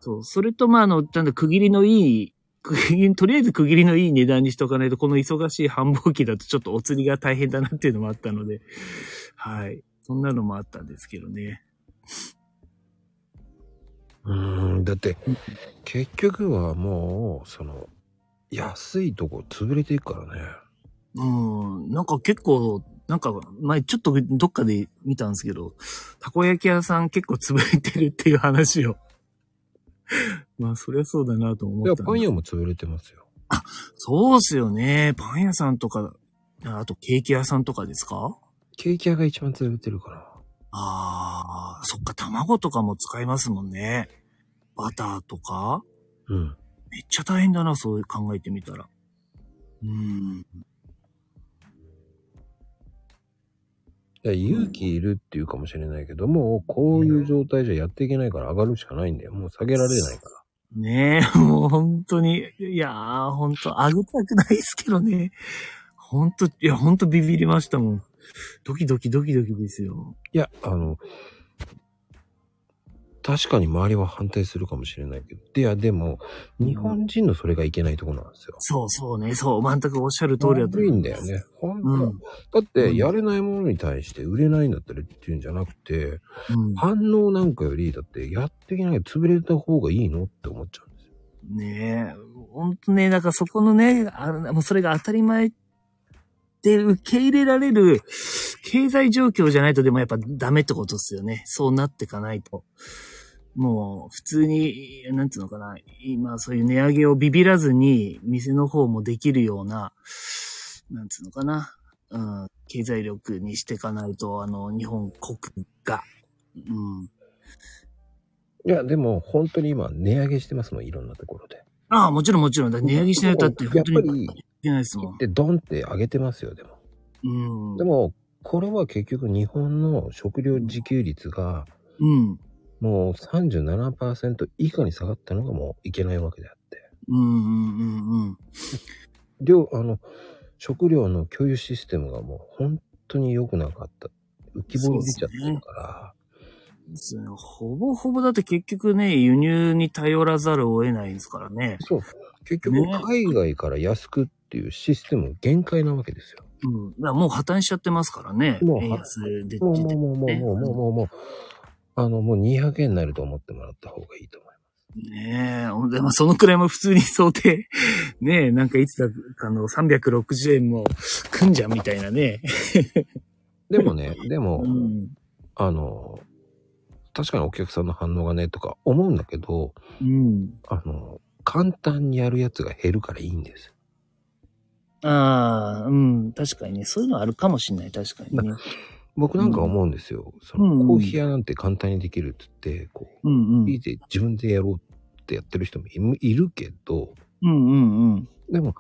そう、それと、まあ、あの、なんだ、区切りのいい、区切りとりあえず区切りのいい値段にしとかないと、この忙しい繁忙期だとちょっとお釣りが大変だなっていうのもあったので、はい。そんなのもあったんですけどね。
うん、だって、結局はもう、その、安いとこ潰れていくからね。
うん、なんか結構、なんか前ちょっとどっかで見たんですけど、たこ焼き屋さん結構潰れてるっていう話を。 まあそりゃそうだなと思
いや、
ったんで。
パン屋も潰れてますよ。
そうっすよね。パン屋さんとか、あとケーキ屋さんとかですか
ケーキ屋が一番潰れてるから。
ああ、そっか、卵とかも使いますもんね。バターとか
うん。
めっちゃ大変だな、そう考えてみたら。うん。
いや勇気いるっていうかもしれないけど、もうこういう状態じゃやっていけないから上がるしかないんだよ。もう下げられないから。
ねえ、 もう本当に、いやー、本当上げたくないですけどね。本当いや、本当ビビりましたもん。ドキドキドキドキですよ。
いや、あの、確かに周りは反対するかもしれないけど、いや、でも、日本人のそれがいけないところなんですよ。
そうそうね、そう、全くおっしゃる通りだと
悪い
思
ん
う。
だよね。本当
う
は
ん。
だって、やれないものに対して売れないんだったらっていうんじゃなくて、
うん
反応なんかより、だって、やっていけない、潰れた方がいいのって思っちゃうんですよ。
ねえ、ほんとね、なんかそこのね、あの、もうそれが当たり前で受け入れられる経済状況じゃないとでもやっぱダメってことですよね。そうなってかないと。もう普通に、なんつうのかな、今そういう値上げをビビらずに店の方もできるような、なんつうのかな、うん、経済力にしていかないと、あの、日本国が、うん。
いや、でも、本当に今、値上げしてますもん、いろんなところで。
ああ、もちろんもちろん。だ値上げしないとだって本当
やっぱ
に
り
いけないですもん。
で、ドンって上げてますよ、でも。
うん
でも、これは結局日本の食料自給率が
うん。
もう37%以下に下がったのがもういけないわけであって。
うんうんうんうん。
量、あの、食料の共有システムがもう本当に良くなかった。浮き彫り出ちゃってるから。
ですねほぼほぼだって結局ね、輸入に頼らざるを得ないですからね。
そう,、結局
ね
海外から安くっていうシステム限界なわけですよ。
うん。だからもう破綻しちゃってますからね。
もう
円安で
もう
出
も
て
うもうもうもうもうもうもう。あの、もう200円になると思ってもらった方がいいと思います。
ねえ、ほんで、まあ、そのくらいも普通に想定。ねえ、なんかいつだかの360円も来んじゃんみたいなね。
でもね、でも、
うん。
あの、確かにお客さんの反応がね、とか思うんだけど、
うん。
あの、簡単にやるやつが減るからいいんです。
ああ、うん、確かにね。そういうのはあるかもしれない、確かにね。
僕なんか思うんですよ。そ
うんう
の
ん
コーヒー屋なんて簡単にできるって言って、こ
うんう
う、いい
ん。
で自分でやろうってやってる人もいいるけど、
うんうんうん。
でも、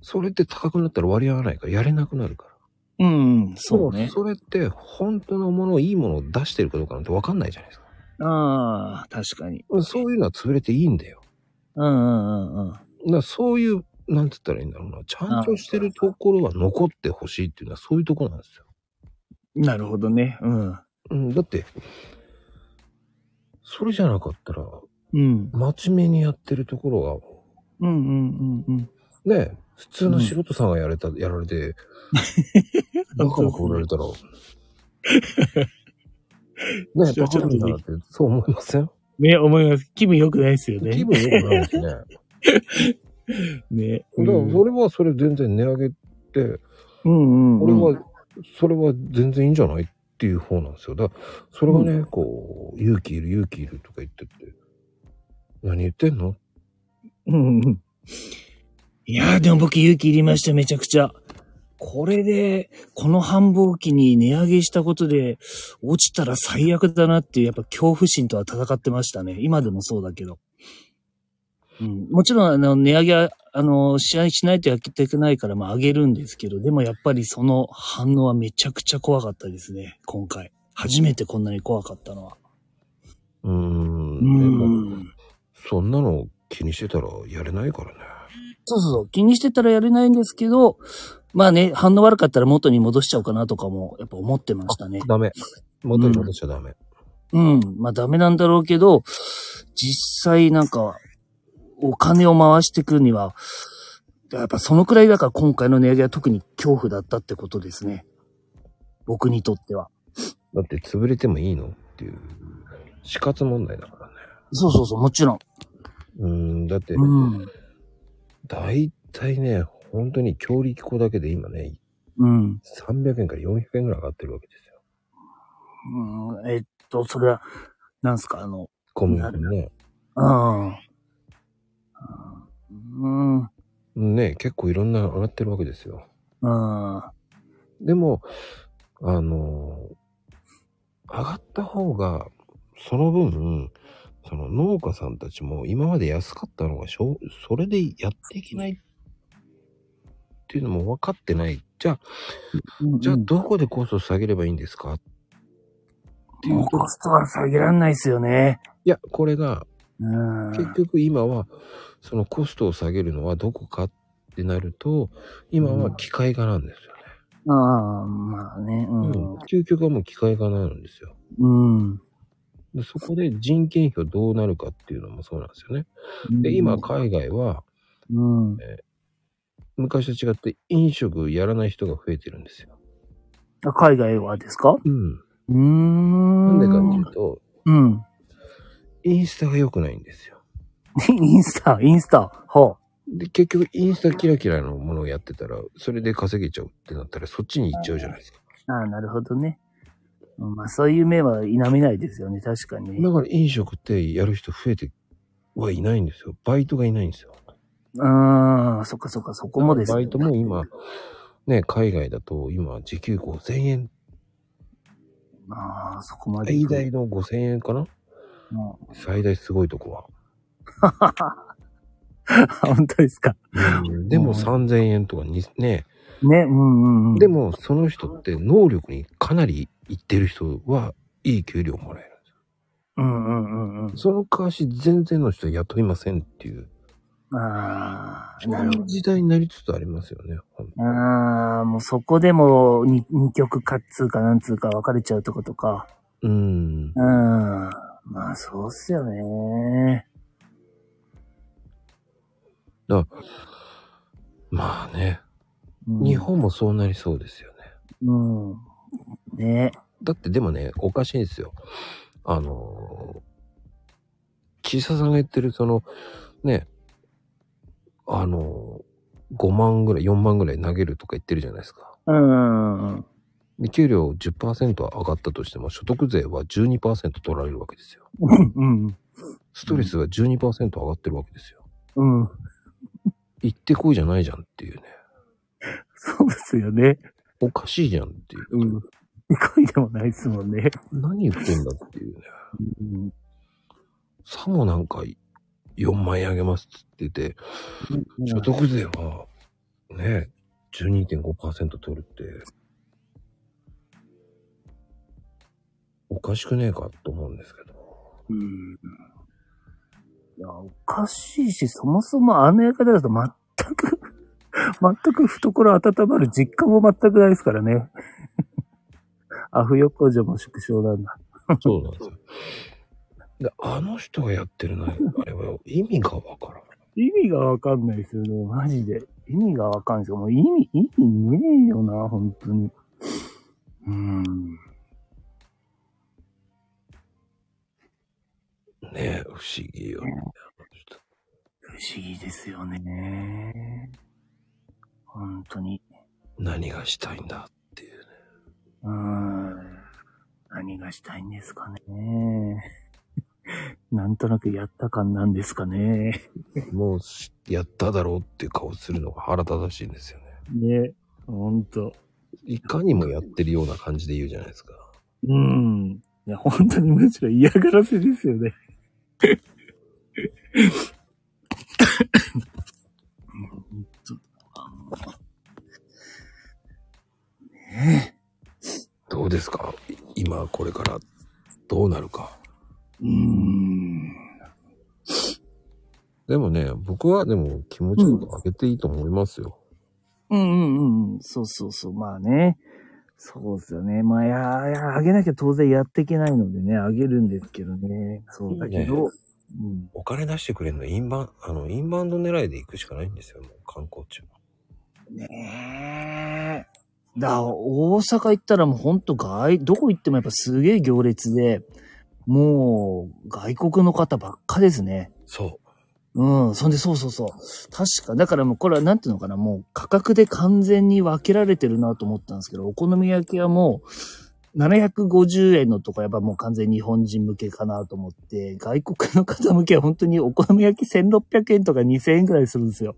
それって高くなったら割り合わないからやれなくなるから。
うん、うん、そうね。
それって本当のもの、いいものを出してるかどうかなんて分かんないじゃないですか。
ああ、確かに。
そういうのは潰れていいんだよ。
うんうんうんうん。
だからそういう、なんて言ったらいいんだろうな。ちゃんとしてるところは残ってほしいっていうのはそういうところなんですよ。
なるほどね。うん。
うん、だって、それじゃなかったら、
うん。
真面目にやってるところ
うんうんうんうん。
が、ね、普通の素人さんがやれた、やられ て、バカバカ売られ たら、ね
ち
え、
ょ
バカ
ちょっ
な
と
んだなって、そう思いません
ね、思います。気分良くないですよね。
気分良くない ですね。
ね。
だからそれはそれ全然値上げって、
うんうん。
俺は、それは全然いいんじゃないっていう方なんですよ。だから、それがね、こう、勇気いる勇気いるとか言ってって、何言ってんの
うんうん。いやー、でも僕勇気いりました、めちゃくちゃ。これで、この繁忙期に値上げしたことで、落ちたら最悪だなっていう、やっぱ恐怖心とは戦ってましたね。今でもそうだけど。うん、もちろん、あの、値上げは、あの、試合しないとやっていけないから、まあ、上げるんですけど、でもやっぱりその反応はめちゃくちゃ怖かったですね、今回。初めてこんなに怖かったのは。
うーん、
う
でも、
ん。
そんなの気にしてたらやれないからね。
そうそうそう。気にしてたらやれないんですけど、まあね、反応悪かったら元に戻しちゃおうかなとかも、やっぱ思ってましたね。
ダメ。元に戻しちゃダメ。
うん。まあダメなんだろうけど、実際なんか、お金を回していくには、やっぱそのくらいだから今回の値上げは特に恐怖だったってことですね。僕にとっては。
だって潰れてもいいのっていう死活問題だからね。
そうそうそう、もちろん。
うーん、だって、
うん。
大体ね、本当に強力粉だけで今ね、
うん。
300円から400円ぐらい上がってるわけですよ。
うん、えっと、それは、なんすか、あの、
小麦粉ね。
うん。うん。うん。
ね、結構いろんな上がってるわけですよ。でも、あのー上がった方が、その分、その農家さんたちも今まで安かったのがしょう、それでやっていけないっていうのも分かってない。じゃあ、じゃあどこでコスト下げればいいんですかっていう
もう
と、
コストは下げらんないですよね。
いや、これが
うん。
結局今は、そのコストを下げるのはどこかってなると、今は機械化なんですよね。
ああ、まあね。う
うん
ん。
究極はもう機械化なんですよ。
うん。
でそこで人件費はどうなるかっていうのもそうなんですよね。で、今、海外は
うん。
昔と違って飲食やらない人が増えてるんですよ。
あ海外はですか
うん。
うーん。
なんでかっていうと、
うん。
インスタが良くないんですよ。
インスタ、インスタ。ほ
で、結局インスタキラキラのものをやってたら、それで稼げちゃうってなったらそっちに行っちゃうじゃないですか。
う。ああ、なるほどね。うんまあ、そういう目は否めないですよね。確かに。
だから飲食ってやる人増えてはいないんですよ。バイトがいないんですよ。
ああ、そっかそっか、そこもですね
バイトも今、ね、海外だと今時給5000円、
ああ、そこまで
最
行く。
大の5000円かな
うん
最大すごいとこは。
本当ですか。
で
うん
も3000円とかにね、
ね、うんうんうん。
で、もその人って能力にかなりいってる人はいい給料もらえるんですよ。
うんうんうん
その代わし全然の人は雇いませんっていう、
うん。ああ、
そ
な
うい
るほ
う時代になりつつありますよね。ほん
ど。ああ、もうそこでも二二極かっつうかなんつうか分かれちゃうってことか。
うん
う。ん。まあそうっすよね。
まあね、
うん
日。本もそうなりそうですよね。
うん。ね。
だってでもね、おかしいんですよ。あのー、岸田さんが言ってるその、ね、あのー、5万ぐらい、4万ぐらい投げるとか言ってるじゃないですか。
うん。うん
で給料10%上がったとしても、所得税は12%取られるわけですよ。
うん。
ストレスは12%上がってるわけですよ。
うん。
行ってこいじゃないじゃんっていうね。
そうですよね。
おかしいじゃんっていう。
うん。 恋でもないですもんね。
何言ってんだっていうね。
うん。
さもなんか4万円あげますって言ってて、所得税はね、12.5%取るって、おかしくねえかと思うんですけど。
うん。いや、おかしいし、そもそもあのやり方だと全く、 全く懐温まる実感も全くないですからね。 アフ横丁も縮小なんだ。
そうなんですよ。 で、あの人がやってるのに、あれは意味がわからん。
意味がわかんないですよね、マジで。意味がわかんないですよ。もう意味、意味ねえよな、本当に。うーん。
ねえ、不思議よね。あの人
不思議ですよね。本当に。
何がしたいんだっていうね。
うーん。何がしたいんですかね。 なんとなくやった感なんですかね。
もうし、やっただろうっていう顔するのが腹立たしいんですよね。
ね。ほんと。
いかにもやってるような感じで言うじゃないですか。
うん。いや、本当にむしろ嫌がらせですよね。 本当あのね
どうですかい今、これから、どうなるか。
え。うーん。
でもね、僕はでも気持ちを上げていいと思いますよ。
うんうんうんうん。そうそうそう。まあね。そうですよね。まあ、いや、いや、あげなきゃ当然やっていけないのでね、あげるんですけどね。そうだけど。うん。
お金出してくれるのインバウン、あの、インバウンド狙いで行くしかないんですよ、もう観光地は。
ねえ。だ、大阪行ったらもうほんと外、どこ行ってもやっぱすげえ行列で、もう外国の方ばっかですね。
そ
うん。そんで、そうそうそう。確か。だからもうこれはなんていうのかな、もう価格で完全に分けられてるなと思ったんですけど、お好み焼きはもう、750円のとこやっぱもう完全に日本人向けかなと思って、外国の方向けは本当にお好み焼き1600円とか2000円くらいするんですよ。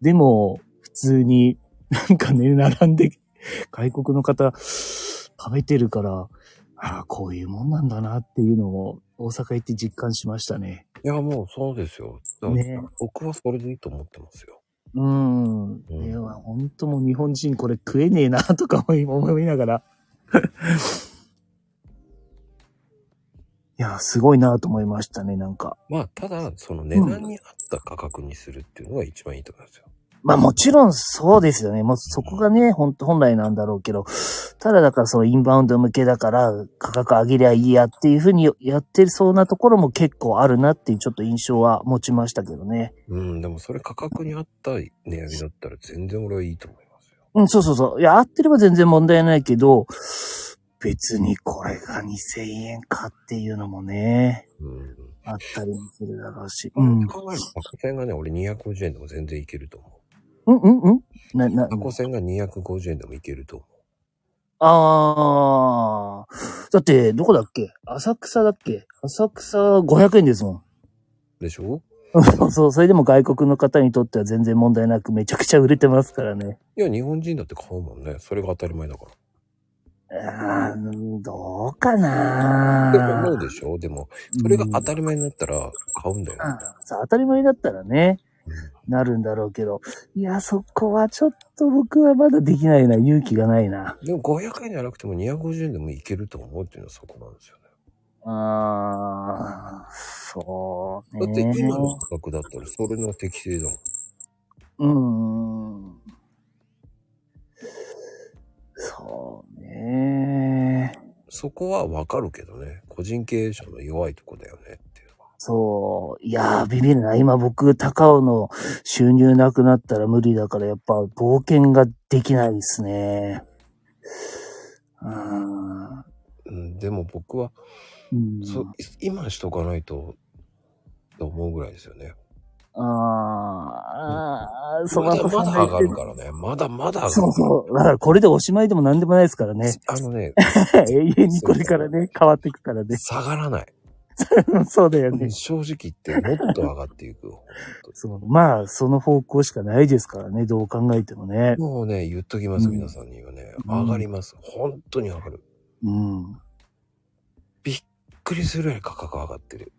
でも、普通になんかね、並んで、外国の方食べてるから、ああ、こういうもんなんだなっていうのを大阪行って実感しましたね。
う。いや、もうそうですよ。だから
ね
僕はそれでいいと思ってますよ。
うん。
うん
では、本当もう日本人これ食えねえな、とか思い思いながら。いや、すごいなと思いましたね、なんか。
まあ、ただ、その値段に合った価格にするっていうのが一番いいと思いますよ。
まあもちろんそうですよね。もうそこがね、ほんと本来なんだろうけど、ただだからそのインバウンド向けだから価格上げりゃいいやっていうふうにやってそうなところも結構あるなっていうちょっと印象は持ちましたけどね。
うん、でもそれ価格に合った値上げだったら全然俺はいいと思いますよ。
うん、そうそうそう。いや、合ってれば全然問題ないけど、別にこれが2000円かっていうのもね、
うん。
あったりもするだろうし。うん。
考えると、赤線がね、俺250円でも全然いけると思
うんうんうんな、な
う。、赤線が250円でもいけると思う。
あー。だって、どこだっけ浅草だっけ浅草500円ですもん。
でしょ
そうそう、それでも外国の方にとっては全然問題なくめちゃくちゃ売れてますからね。
いや、日本人だって買うもんね。それが当たり前だから。
あー、どう
っ
か
て思う
な
でしょでも、 それが当たり前になったら買うんだよ。
さ当たり前だったらね
うん、
なるんだろうけど、いや、そこはちょっと僕はまだできないな、勇気がないな。
でも500円じゃなくても250円でもいけると思うっていうのはそこなんですよね。
あー、そう
だって
ね。
今の価格だったらそれの適正だもん。
うーん。そうね。
そこはわかるけどね。個人経営者の弱いとこだよねっていうのは。
そう。いやー、ビビるな。今僕、高尾の収入なくなったら無理だから、やっぱ冒険ができないですね。うーん。
うん、でも僕は
うん
そ今しとかないと、と思うぐらいですよね。
ああ、そ
まだ
こ
まだ上がる
か
からね。まだまだ上がる。
そうそう。だからこれでおしまいでも何でもないですからね。
あのね、
永遠にこれからね、変わっていくからね。
下がらない。
そうだよ
う
ね
ん。正直言ってもっと上がっていく。本当に
そう。まあ、その方向しかないですからね、どう考えてもね。
もうね、言っときます、
うん
皆さんにはね。
うん
上がります。本当に上がる。び
うん。
っくりするぐらい価格上がってる。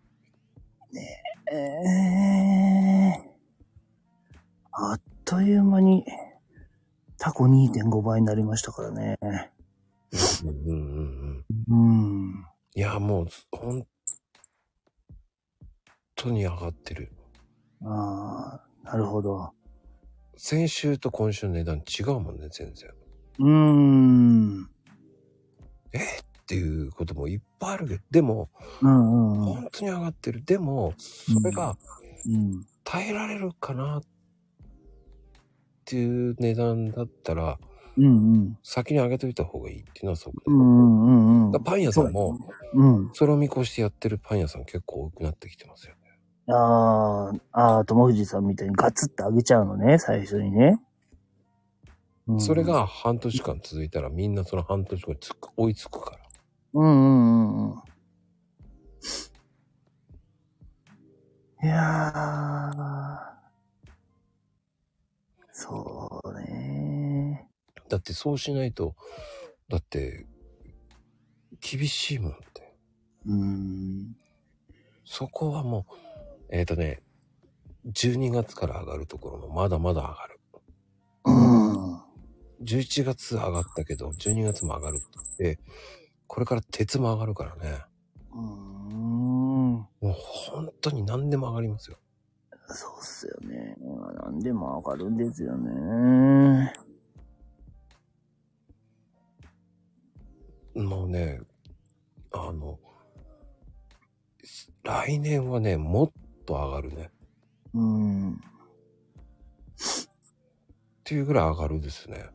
ええあっという間に、タコ2.5倍になりましたからね。
うんうんうん。
うん。
いや、もう、本当に上がってる。
ああ、なるほど。
先週と今週の値段違うもんね、全然。
うーん。
っていうこともいっぱいあるけど、でも、
うんうんうん。
本当に上がってる。でも、それが
うん。
耐えられるかなっていう値段だったら、
うんうん。
先に上げといた方がいいっていうのはそう
う
だよ
んうんうん
だからパン屋さんも、
うん。
それを見越してやってるパン屋さん結構多くなってきてますよね。
うん。あーあー、友藤さんみたいにガツッと上げちゃうのね、最初にね。うん
それ。が半年間続いたらみんなその半年後につく追いつくから。
うんうんうんうん。いやー。そうね
だってそうしないと、だって、厳しいもんって。
ー。うん。
そこはもう、えっ、ー、とね、12月から上がるところもまだまだ上がる。
うん。
11月上がったけど、12月も上がるって、これから鉄も上がるからね。
うん。
もう本当に何でも上がりますよ。
そうっすよね。何でも上がるんですよね。
もうね、あの、来年はね、もっと上がるね。っ
うん。
ていうぐらい上がるですね。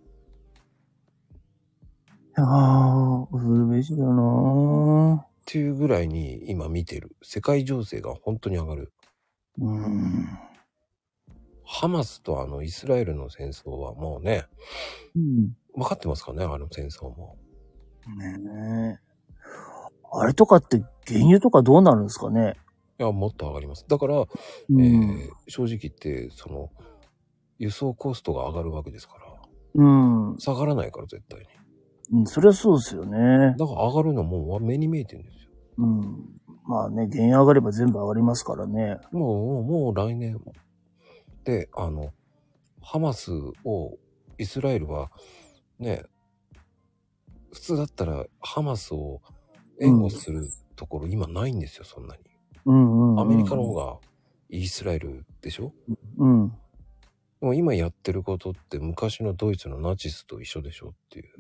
ああ、恐るべしだな
っていうぐらいに今見てる。世界情勢が本当に上がる。
うん。
ハマスとあのイスラエルの戦争はもうね、
うん。
分かってますかねあの戦争も。
ねえ。あれとかって原油とかどうなるんですかね
いや、もっと上がります。だから、
う
え
ん
ー。正直言って、その、輸送コストが上がるわけですから、
うん。
下がらないから絶対に。
うんそりゃそうですよね。
だから上がるのはもう目に見えてるんですよ。
うん。まあね、原油上がれば全部上がりますからね。
もう、もう、もう来年。で、あの、ハマスを、イスラエルは、ね、普通だったらハマスを援護するところ今ないんですよ、そんなに。
うんうん、うん。
アメリカの方。がイスラエルでしょ
うん。
でも今やってることって昔のドイツのナチスと一緒でしょっていう。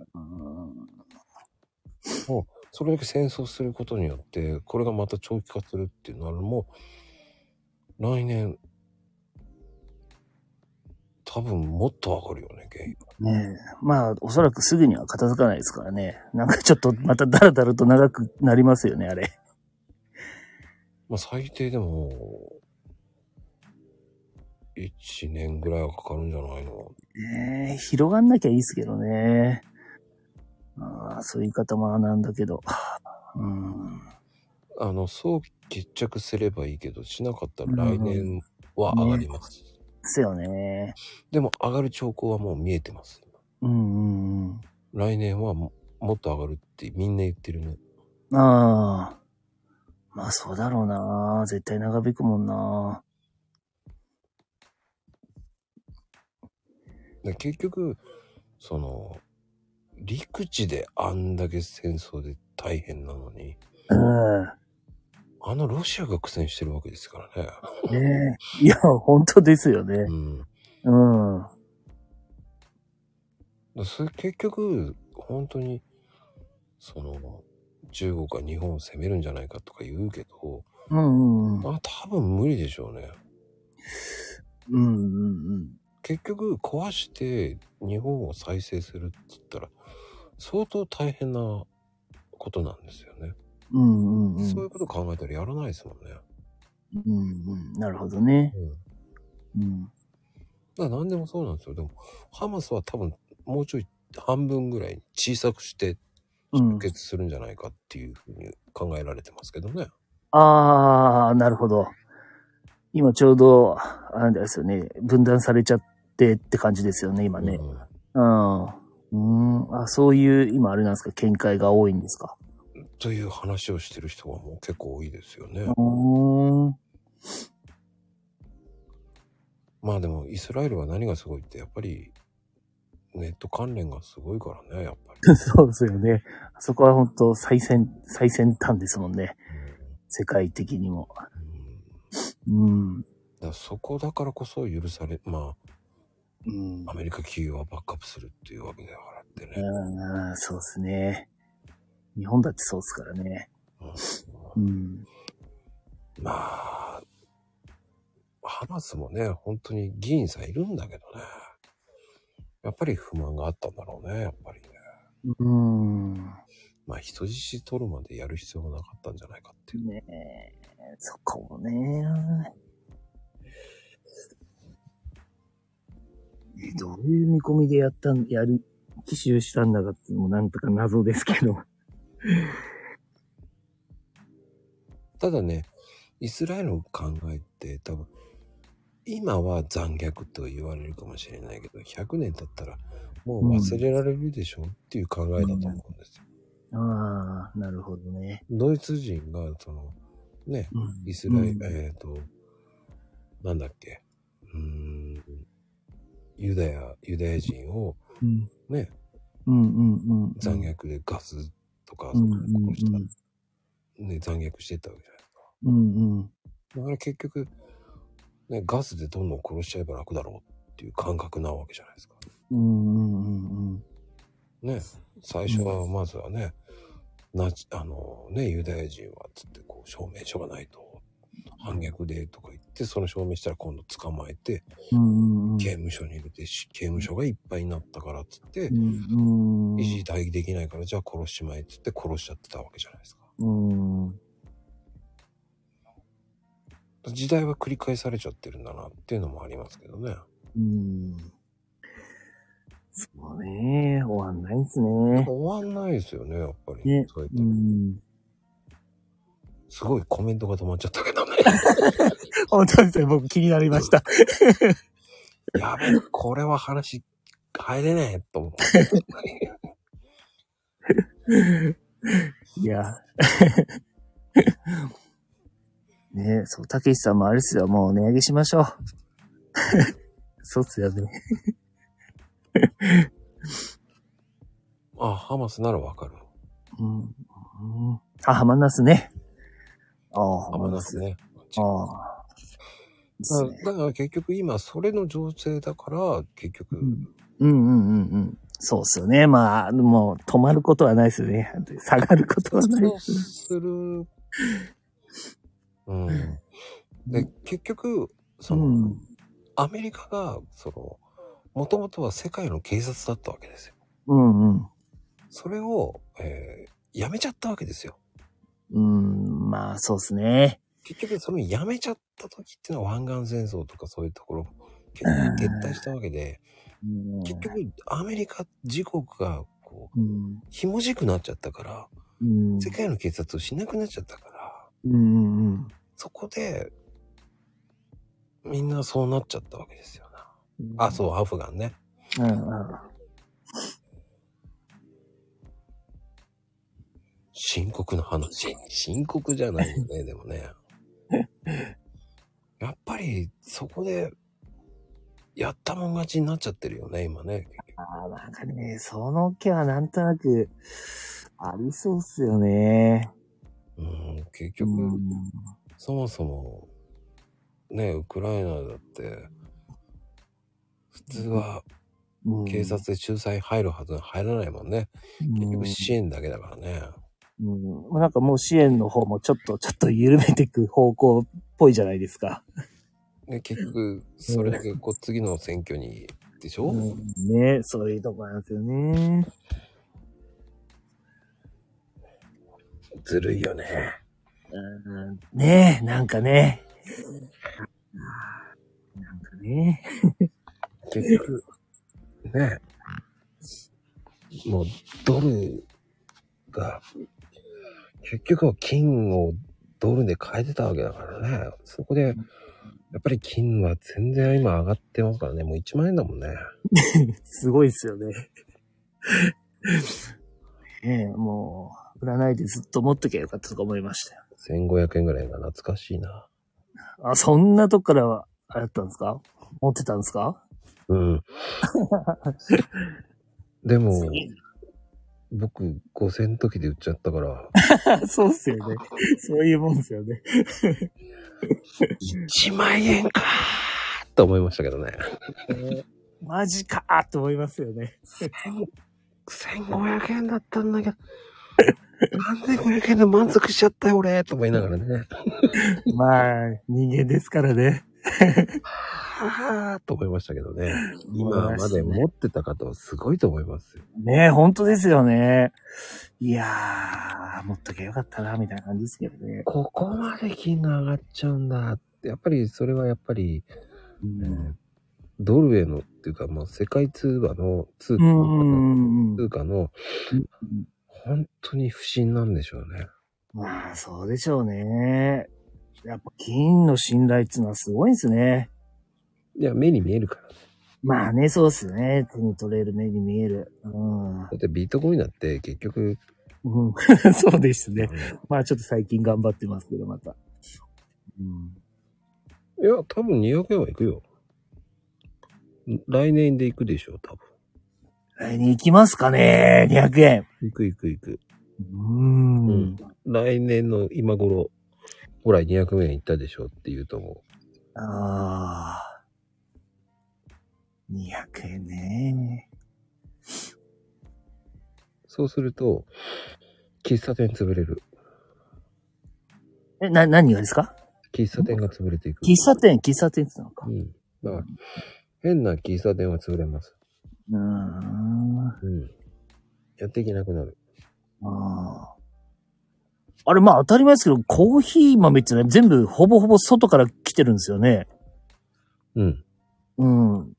それだけ戦争することによって、これがまた長期化するっていうのはもう、来年、多分もっと上がるよね、原油。
ねえ。まあ、おそらくすぐには片付かないですからね。なんかちょっとまたダラダラと長くなりますよね、あれ。
まあ最低でも、1年ぐらいはかかるんじゃないの
ねえ、広がんなきゃいいですけどね。ああ、そういう言い方もなんだけど。うん。
あの、早期決着すればいいけど、しなかったら来年は上がります。
ですよね。
でも上がる兆候はもう見えてます。
うんうん
来年はももっと上がるってみんな言ってるね。
うん。ああ。まあそうだろうな。絶対長引くもんな。
で結局その陸地であんだけ戦争で大変なのに
うん。
あのロシアが苦戦してるわけですからね、
ねえ。いや、本当ですよね
う。ん、だか
うん。う
らそれ結局本当にその中国が日本を攻めるんじゃないかとか言うけど、
んうんうん。
まあ、多分無理でしょうね
うんうんうん。
結局壊して日本を再生するっつったら相当大変なことなんですよね、
うんうんうん。
そういうこと考えたらやらないですもんね、
うんうん。なるほどね。
うん
うん。
だから何でもそうなんですよ。でも、ハマスは多分、もうちょい半分ぐらいに小さくして
うん
輸血するんじゃないかっていうふうに考えられてますけどね。
ああ、なるほど。今ちょうど、あれですよね。分断されちゃってって感じですよね、今ね。
うん
うん。うん、あそういう、今あれなんですか、見解が多いんですか。
という話をしてる人がもう結構多いですよね。
うーん。
まあでもイスラエルは何がすごいってやっぱりネット関連がすごいからね、やっぱり。
そうですよね。あそこは本当最先、最先端ですもんね。世界的にも。
うん
うん。
だからそこだからこそ許され、ま
うん
あアメリカ企業はバックアップするっていうわけだからってね。
うん、そうですね。日本だってそうですからね。うん。
まあ、ハマスもね、本当に議員さんいるんだけどね。やっぱり不満があったんだろうね、やっぱりね。
うん。
まあ人質取るまでやる必要もなかったんじゃないかっていう。
ねえ、そこもね。えどういう見込みでやったん、やり、奇襲したんだかっていうのもなんとか謎ですけど。
ただね、イスラエルの考えって多分、今は残虐と言われるかもしれないけど、100年経ったらもう忘れられるでしょ、っていう考えだと思うんですよ。
ああ、なるほどね。
ドイツ人が、その、ね、
うん
イスラエル、
うん
えっ、と、なんだっけ、うーん、ユダヤ、ユダヤ人を
うん。
ね、
うんうんうん。
残虐でガスとか、
うんうん
殺した
うん
ね、残虐してったわけじゃないですか。
うんうん。
だから結局、ね、ガスでどんどん殺しちゃえば楽だろうっていう感覚なわけじゃないですか。
うんうんうんうん。
ね、最初はまずはね、ナチあのね、ユダヤ人はつってこう証明書がないと反逆でとか言って、その証明したら今度捕まえて、
うんうんうん。
刑務所に入れて、し刑務所がいっぱいになったからっつって
う、んうん。
維持待機できないからじゃあ殺しちまえっつって殺しちゃってたわけじゃないですか。
うん。
時代は繰り返されちゃってるんだなっていうのもありますけどね。
うん。そうね。終わんないですね。
終わんないですよね、やっぱり。
ね
そうやって
うん。
すごいコメントが止まっちゃったけど ね。
本当ですね。僕気になりました。
やべえ、これは話入れねえと思っ て。
いや。 ねそう、たけしさんもあれっすよ。もう値上げしましょう。 そうっすよね。
あ、ハマスならわかる。
うん。うんあ、浜ナスね。ああ、
ハマナス。ね。
ああ。ですね。
だから結局今、それの情勢だから、結局、
うんうんうんうん。そうっすよね。まあ、もう止まることはないですよね。下がることはない
そう。する。うん。で、結局、その、
うん
アメリカが、その、もともとは世界の警察だったわけですよ。
うんうん。
それを、えーやめちゃったわけですよ。
うん、まあ、そうですね。
結局そのやめちゃった時っていうのは湾岸戦争とかそういうところ結局撤退したわけで、
うん
結局アメリカ自国がこう
うん。
ひもじくなっちゃったから、
うん。
世界の警察をしなくなっちゃったから
うんうん
そこでみんなそうなっちゃったわけですよな、
うん。
あそうアフガンね
うん。うん
深刻な話深刻じゃないよ ねでもねやっぱりそこでやったもん勝ちになっちゃってるよね今ね結局
あーなんかね、その気はなんとなく、ありそうっすよね。
うん結
う
局、
ん。
そもそも、ね、ウクライナだって、普通は
うん
警察で仲裁入るはずが入らないもんね。結局支援だけだからね。
うん。うんなんかもう支援の方もちょっと、ちょっと緩めていく方向っぽいじゃないですか。
ね、結局、それだけこう次の選挙に、でしょ、
うんねそういうとこなんですよね。
ずるいよね。
うんねえ、なんかね。なんかね。
結局、ね、もうドルが、結局は金をドルで買えてたわけだからね。そこで、やっぱり金は全然今上がってますからね。もう1万円だもんね。
すごいですよね。 ねえ、もう、売らないでずっと持っときゃよかったとか思いましたよ。
1500円ぐらいが懐かしいな。
あ、そんなとこからは、あれだったんですか持ってたんですか
うん。でも
すげえ、
僕5000の時で売っちゃったから、
そうっすよね。そういうもんですよね。
1万円かーって思いましたけどね。
マジかーって思いますよね。
1500円だったんだけど、3500円で満足しちゃったよ俺と思いながらね。
まあ、人間ですからね。
はぁーと思いましたけどね。
思い
今
ま
ますで
ね
持ってた方はすごいと思いますよ。
ねえ、本当ですよね。いやー、持っときゃよかったな、みたいな感じですけどね。
ここまで金が上がっちゃうんだって、やっぱりそれはやっぱり、
うん。
ドルへのっていうか、まあ、世界通貨の、通貨
う
の、
んうんうん。
通貨の
うん、
本当に不審なんでしょうね。
まあ、そうでしょうね。やっぱ金の信頼っていうのはすごいですね。
いや、目に見えるから。だ
まあね、そうですね。手に取れる、目に見える。うん。
ってビットコインだって結局、
うん、そうです
あ
ね。まあちょっと最近頑張ってますけど、また。うん、
のいや、多分200円はいくよ。来年で行くでしょう、多分。
来年行きますかね ?200 円。
行く行く行く。
うーん,、
うん来年の今頃、ほら200円いったでしょって言うと思
ああ。200円ね。
う。そうすると、喫茶店潰れる。
え、な、何がですか
喫茶店が潰れていく。
喫茶店、喫茶店って言ってた
う
のか。
ん。だから、変な喫茶店は潰れます。
うーん。あ
うん。やっていけなくなる。
あ。あれ、まあ当たり前ですけど、コーヒー豆ってね、全部ほぼほぼ外から来てるんですよね。
うん。
うん。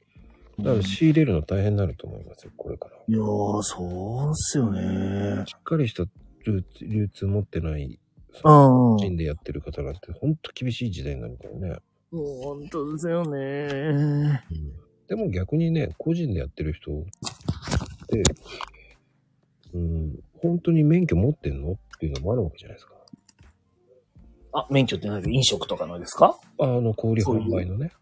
だから仕入れるの大変になると思いますよ、これから。
いやー、そうっすよね。
しっかりしたルーツ流通持ってない、
うん。
人でやってる方なんて、ほんと厳しい時代になるからね。
もう本当ですよね。
でも逆にね、個人でやってる人って、うん、本当に免許持ってんのっていうのもあるわけじゃないですか。
あ、免許って何飲食とかのですか
あの、小売販売のね。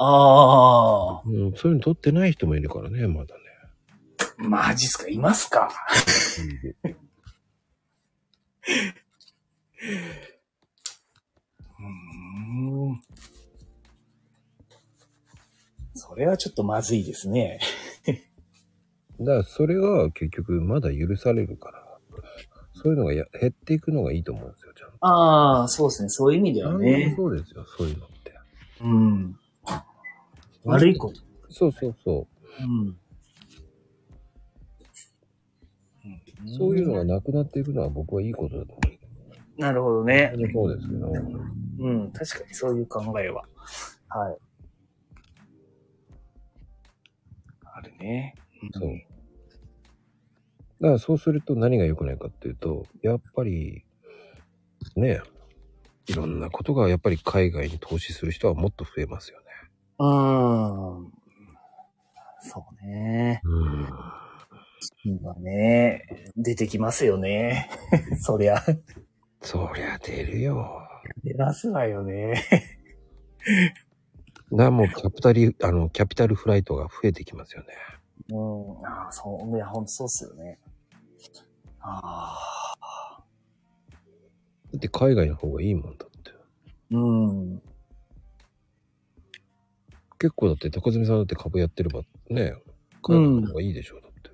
ああ。
うん、そういうの取ってない人もいるからね、まだね。
マジっすかいますかうーん。それはちょっとまずいですね。
だからそれが結局まだ許されるから、そういうのがや減っていくのがいいと思うんですよ、ちゃんと。
ああ、そうですね。そういう意味では
何でも
ね。
そうですよ、そういうのって。
うん。悪いこと。
そうそうそう。
うん。
そういうのがなくなっていくのは僕はいいことだと思う。
なるほどね。
そうですけど。
うん、確かにそういう考えは。はい。あるね。
そう。だからそうすると何が良くないかっていうと、やっぱり、ねえ、いろんなことがやっぱり海外に投資する人はもっと増えますよね。
うーん。そうね。
うん。
今ね、出てきますよね。 そりゃ、
そりゃ出るよ。
出ますわよね。
な、もうキャピタリ、あの、キャピタルフライトが増えてきますよね。
うん。ああ、そう、いや、ほんとそうっすよね。ああ、
だって海外の方がいいもんだって。
うん。
結構だって高積さんだって株やってればね、海外の方がいいでしょう、だって。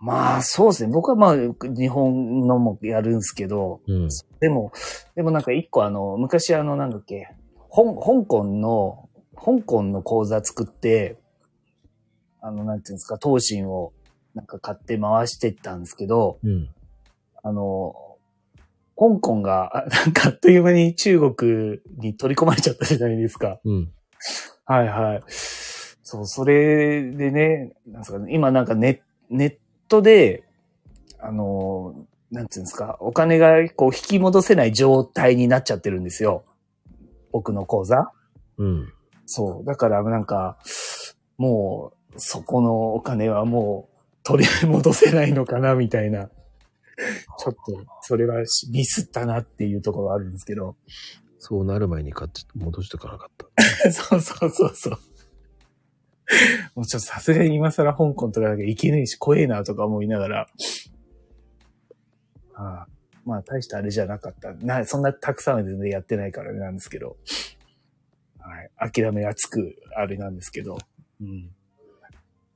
まあ、そうですね。僕はまあ、日本のもやるんですけど、
うん。
でも、でもなんか一個あの、昔あの、なんだっけ、香香港の、香港の口座作って、あの、なんていうんですか、投信をなんか買って回してったんですけど、
うん。
あの、香港が、あ なんかあっという間に中国に取り込まれちゃったじゃないですか。
うん。
はいはい。そう、それでね、なんですかね、今なんかネネットで、あの、なんていうんですか、お金がこう引き戻せない状態になっちゃってるんですよ。僕の口座。
うん。
そう。だからなんか、もう、そこのお金はもう取り戻せないのかな、みたいな。ちょっと、それはしミスったなっていうところはあるんですけど。
そうなる前に買って、戻してかなかった。
そうそうそうそう。もうちょっとさすがに今更香港とかだけ行けねえし、怖えなとか思いながら。ああまあ、大したあれじゃなかった。な、そんなたくさんは全然やってないからあれなんですけど。はい。諦めがつくあれなんですけど。うん。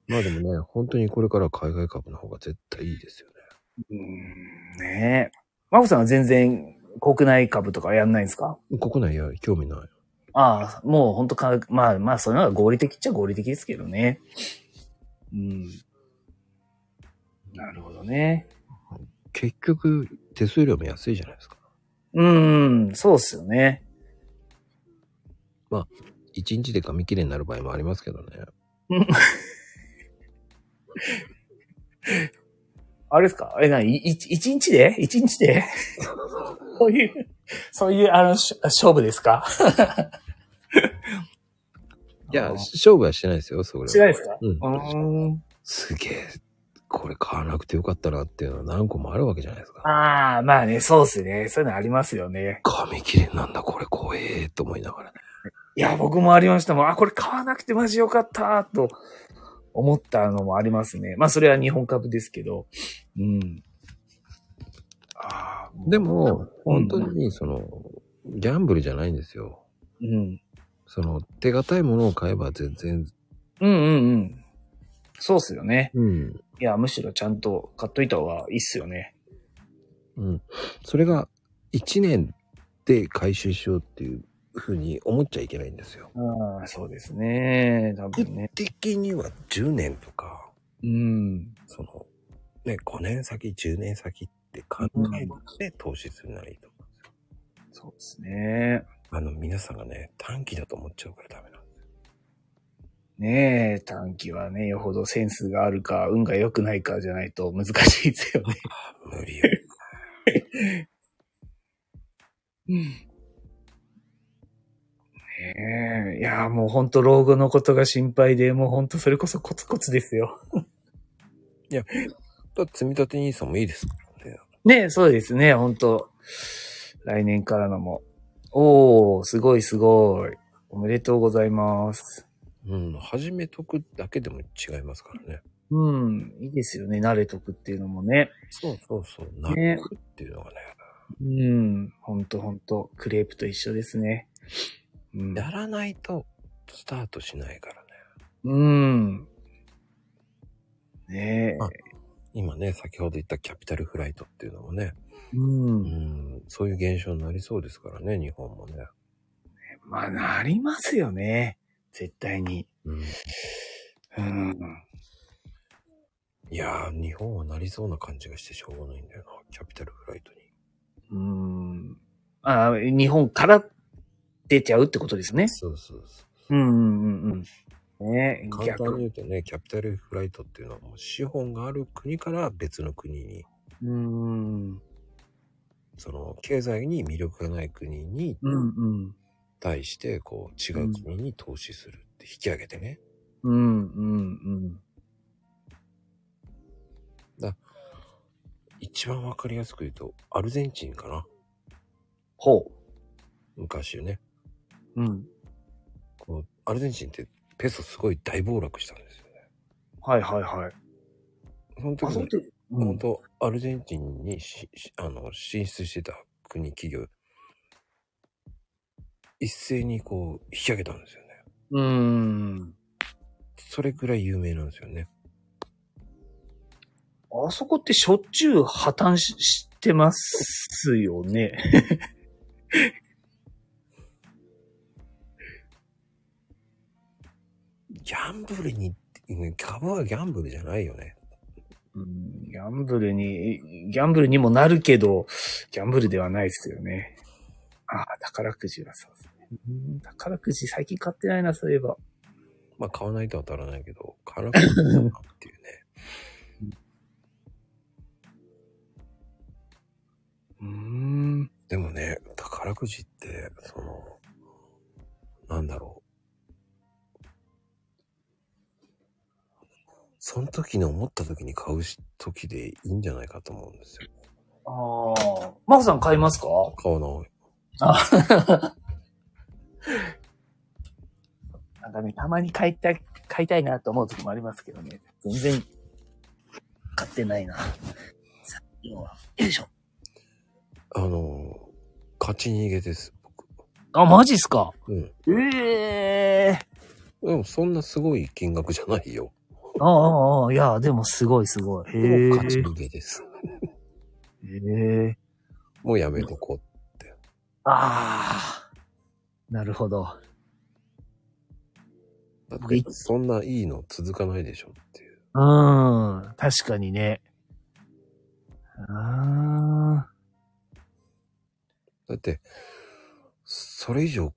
まあでもね、本当にこれから海外株の方が絶対いいですよね。
うーんねえ。マコさんは全然国内株とかやんないんですか
国内や、興味ない。
ああ、もう本当か、まあまあ、それは合理的っちゃ合理的ですけどね。うん。なるほどね。
結局、手数料も安いじゃないですか。
うん、そうっすよね。
一日で紙切れになる場合もありますけどね。
あれですかえ、なに、い一日で一日でそういう、そういう、あの、し勝負ですか
いや、
あー
勝負はしてないですよ、それは。
違いですか
うん
う。ーん。
すげえ、これ買わなくてよかったなっていうのは何個もあるわけじゃないですか。
ああ、まあね、そうっすね。そういうのありますよね。
紙切れなんだ、これ怖えと思いながらね。
いや、僕もありましたもん。あ、これ買わなくてマジよかった、と思ったのもありますね。まあ、それは日本株ですけど。うん。ああ、
でも、本当に、その、ギャンブルじゃないんですよ。
うん。
その、手堅いものを買えば全然、
うんうんうん。そうっすよね。
うん。
いや、むしろちゃんと買っといた方がいいっすよね。
うん。それが、1年で回収しようっていうふうに思っちゃいけないんですよ。
ああ、そうですね。多分ね。
的には10年とか、
うん。
その、ね、5年先、10年先って考えて投資するならいいと思うんですよ。
そうですね。
あの、皆さんがね、短期だと思っちゃうからダメなんですよ。
ねえ、短期はね、よほどセンスがあるか、運が良くないかじゃないと難しいですよね。
無理よ。
ねえ、いや、もうほんと老後のことが心配で、もうほんとそれこそコツコツですよ。
いや、だって積み立て兄さんもいいですからね。
ねえ、そうですね、ほんと。来年からのも。おー、すごいすごい。おめでとうございます。
うん、始めとくだけでも違いますからね。
うん、いいですよね、慣れとくっていうのもね。
そうそうそう。な
ね
るっていうのがね、
うん、ほんとほんと、クレープと一緒ですね。うん、
やらないとスタートしないからね。
うん。ねえ
あ、今ね、先ほど言ったキャピタルフライトっていうのもね、
うん
う。ん、そういう現象になりそうですからね、日本もね。
まあ、なりますよね。絶対に。
うん、
うん。
いやー、日本はなりそうな感じがしてしょうがないんだよな、キャピタルフライトに。
うーん。あ日本から出ちゃうってことですね。
そうそうそ
うんうんうんうん。ね
う。簡単に
逆。
言うとね、キャピタルフライトっていうのはもう資本がある国から別の国に、
うーん。
その経済に魅力がない国に
うん
対して、こう違う国に投資するって引き上げてね。
うん。うんうん
一番わかりやすく言うと、アルゼンチンかな。
ほ
昔ね。
う。うん。
こうアルゼンチンってペソすごい大暴落したんですよね。
はいはいはい。
その時に、
時。う
本
ん。
当アルゼンチンにししあの進出してた国企業、一斉にこう引き上げたんですよね。
うーん。
それくらい有名なんですよね。
あそこってしょっちゅう破綻ししてますよね。
ギャンブルに、うん株はギャンブルじゃないよね。
うんギャンブルに、ギャンブルにもなるけど、ギャンブルではないですよね。ああ、宝くじはそうですね。うん宝くじ最近買ってないな、そういえば。
まあ買わないと当たらないけど、買わなくてもいいなっていうね。でもね、宝くじって、その、なんだろう。その時に思った時に買うし時でいいんじゃないかと思うんですよ。
ああ。マコさん買いますか
買わない。
なんかね、たまに買いたい、買いたいなと思う時もありますけどね。全然、買ってないな。さ要は。よいしょ。
あの、勝ち逃げです、僕。
あ、マジっすか
うん。
ええ
でもそんなすごい金額じゃないよ。
ー。ああ、ああ、いや、でもすごいすごい。へ
でも
え
勝ち逃げです。
ええ。
もうやめとこう。
ああ。なるほど。
だって、そんないいの続かないでしょっていう。
うん。確かにね。ああ。
だって、それ以上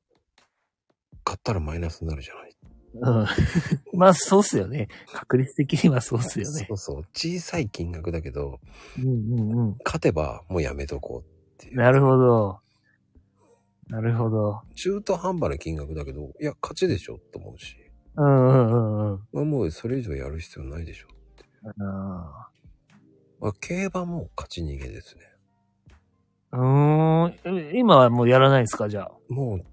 買ったらマイナスになるじゃない。
うん。まあ、そうっすよね。確率的にはそうっすよね
そ。うそう。小さい金額だけど、
うんうんうん。
勝てばもうやめとこうっていう。
なるほど。なるほど。
中途半端な金額だけど、いや、勝ちでしょと思うし。
うんうんうんうん。
まあ、もうそれ以上やる必要ないでしょ。
あ
まあ、競馬も勝ち逃げですね。
ーうーん。今はもうやらないですか、じゃあ。
もう、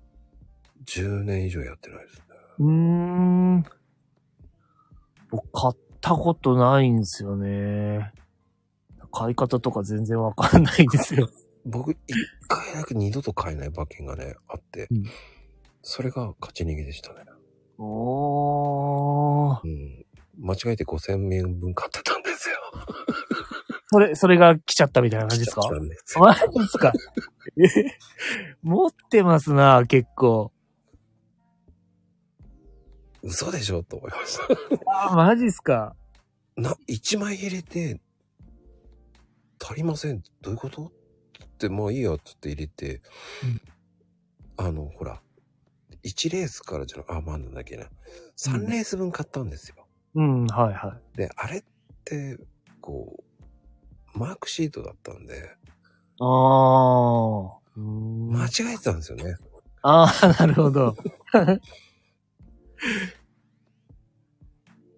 10年以上やってないですね。
うーん。僕、買ったことないんですよね。買い方とか全然わかんないんですよ。
僕、一回だけ二度と買えない馬券がね、あって、
うん
それが勝ち逃げでしたね。
おー。
うん。間違えて5000円分買ってたんですよ。
それ、それが来ちゃったみたいな感じですか
買っちゃったんですよ
マジですかえ持ってますな、結構。
嘘でしょと思いました。
あー、マジっすか
な、1枚入れて、足りません。どういうことって、まあいいや、つって入れて、あの、ほら、1レースからじゃなあ、まあなんだっけな。3レース分買ったんですよ。
うん、はいは
で、あれって、こう、マークシートだったんで、
い。あー。うーん
間違えてたんですよね。
ああ、なるほど。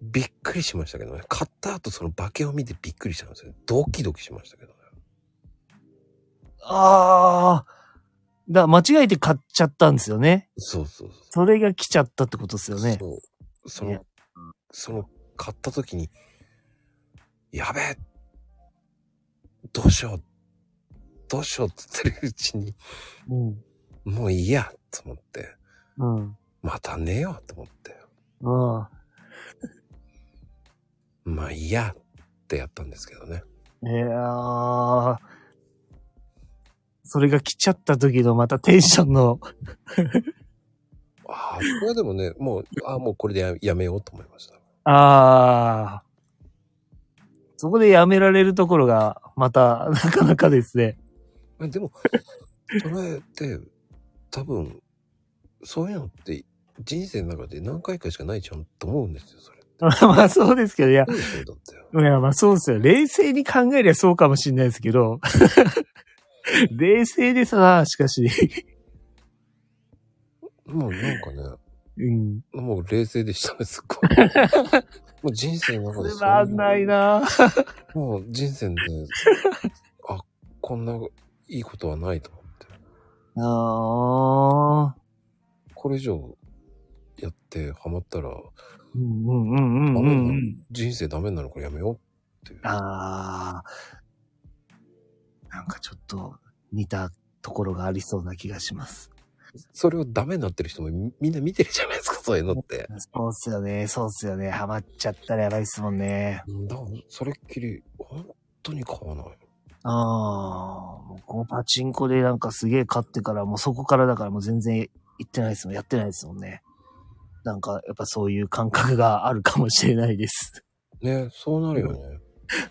びっくりしましたけどね。買った後その馬券を見てびっくりしたんですよ。ドキドキしましたけどね。
ああ。だ間違えて買っちゃったんですよね。
そうそうそう。
それが来ちゃったってことですよね。
そう。そ
いや
の、その、買った時に、やべえどうしようどうしようって言ってるうちに、
うん。
もういいやと思って、
うん。
また寝ようと思って、
うん。
まあいいやってやったんですけどね。
いやーそれが来ちゃった時のまたテンションの、
ああ、これでもね、もう、ああ、もうこれでややめようと思いました。
ああ。そこでやめられるところが、また、なかなかですね。
えでも、それって、多分、そういうのって、人生の中で何回かしかないじゃんと思うんですよ、そ れ。
まあそうですけど、いや、
そうですよだって。
いや、まあそうですよ。冷静に考えりゃそうかもしれないですけど。 冷静でさ、しかし。
もうなんかね、
うん。
もう冷静でしたね、すっごい。 もう人生の中
つ
でそう
まんないなぁ。
もう人生で、あ、こんないいことはないと思って。
ああ。
これ以上やってハマったら、
うんうんうんうんうんうん。
人生ダメなのからやめようっていう。
ああ。なんかちょっと似たところがありそうな気がします。
それをダメになってる人もみみんな見てるじゃないですか、そういうのって。
そうっすよね。そうっすよね。ハマっちゃったらやばいっすもんね。
だから、それっきり、本当に買わない。
ああ。僕もパチンコでなんかすげえ勝ってから、もうそこからだからもう全然行ってないっすもん。やってないですもんね。なんかやっぱそういう感覚があるかもしれないです。
ね、そうなるよね。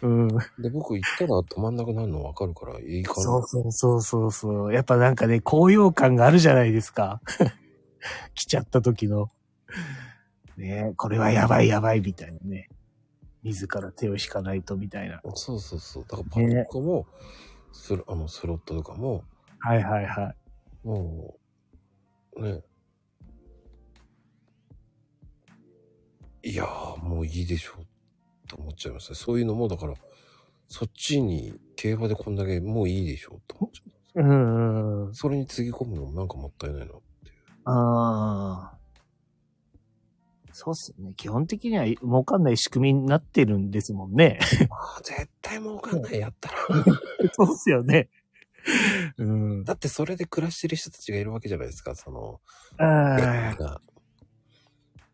うん。
で、僕行ったら止まんなくなるの分かるから、いいか
そ
な
う。そうそうそうそう。やっぱなんかね、高揚感があるじゃないですか。 来ちゃった時の。ねえこれはやばいやばいみたいなね。自ら手を引かないとみたいな。
そうそうそう。だからパチンコも、スロあのスロットとかも、
はいはいはい。
もう、ね。いやー、もういいでしょう、と思っちゃいますね。そういうのも、だから、そっちに、競馬でこんだけ、もういいでしょう、と思っちゃ
う
う。
んうん。
それにつぎ込むのもなんかもったいないな。
ああ。
そうっすね。基本的には儲かんない仕組みになってるんですもん ね。
あー絶対儲かんない、やったら。
そうっすよね。うん。
だってそれで暮らしてる人たちがいるわけじゃないですか、その、
あ
が。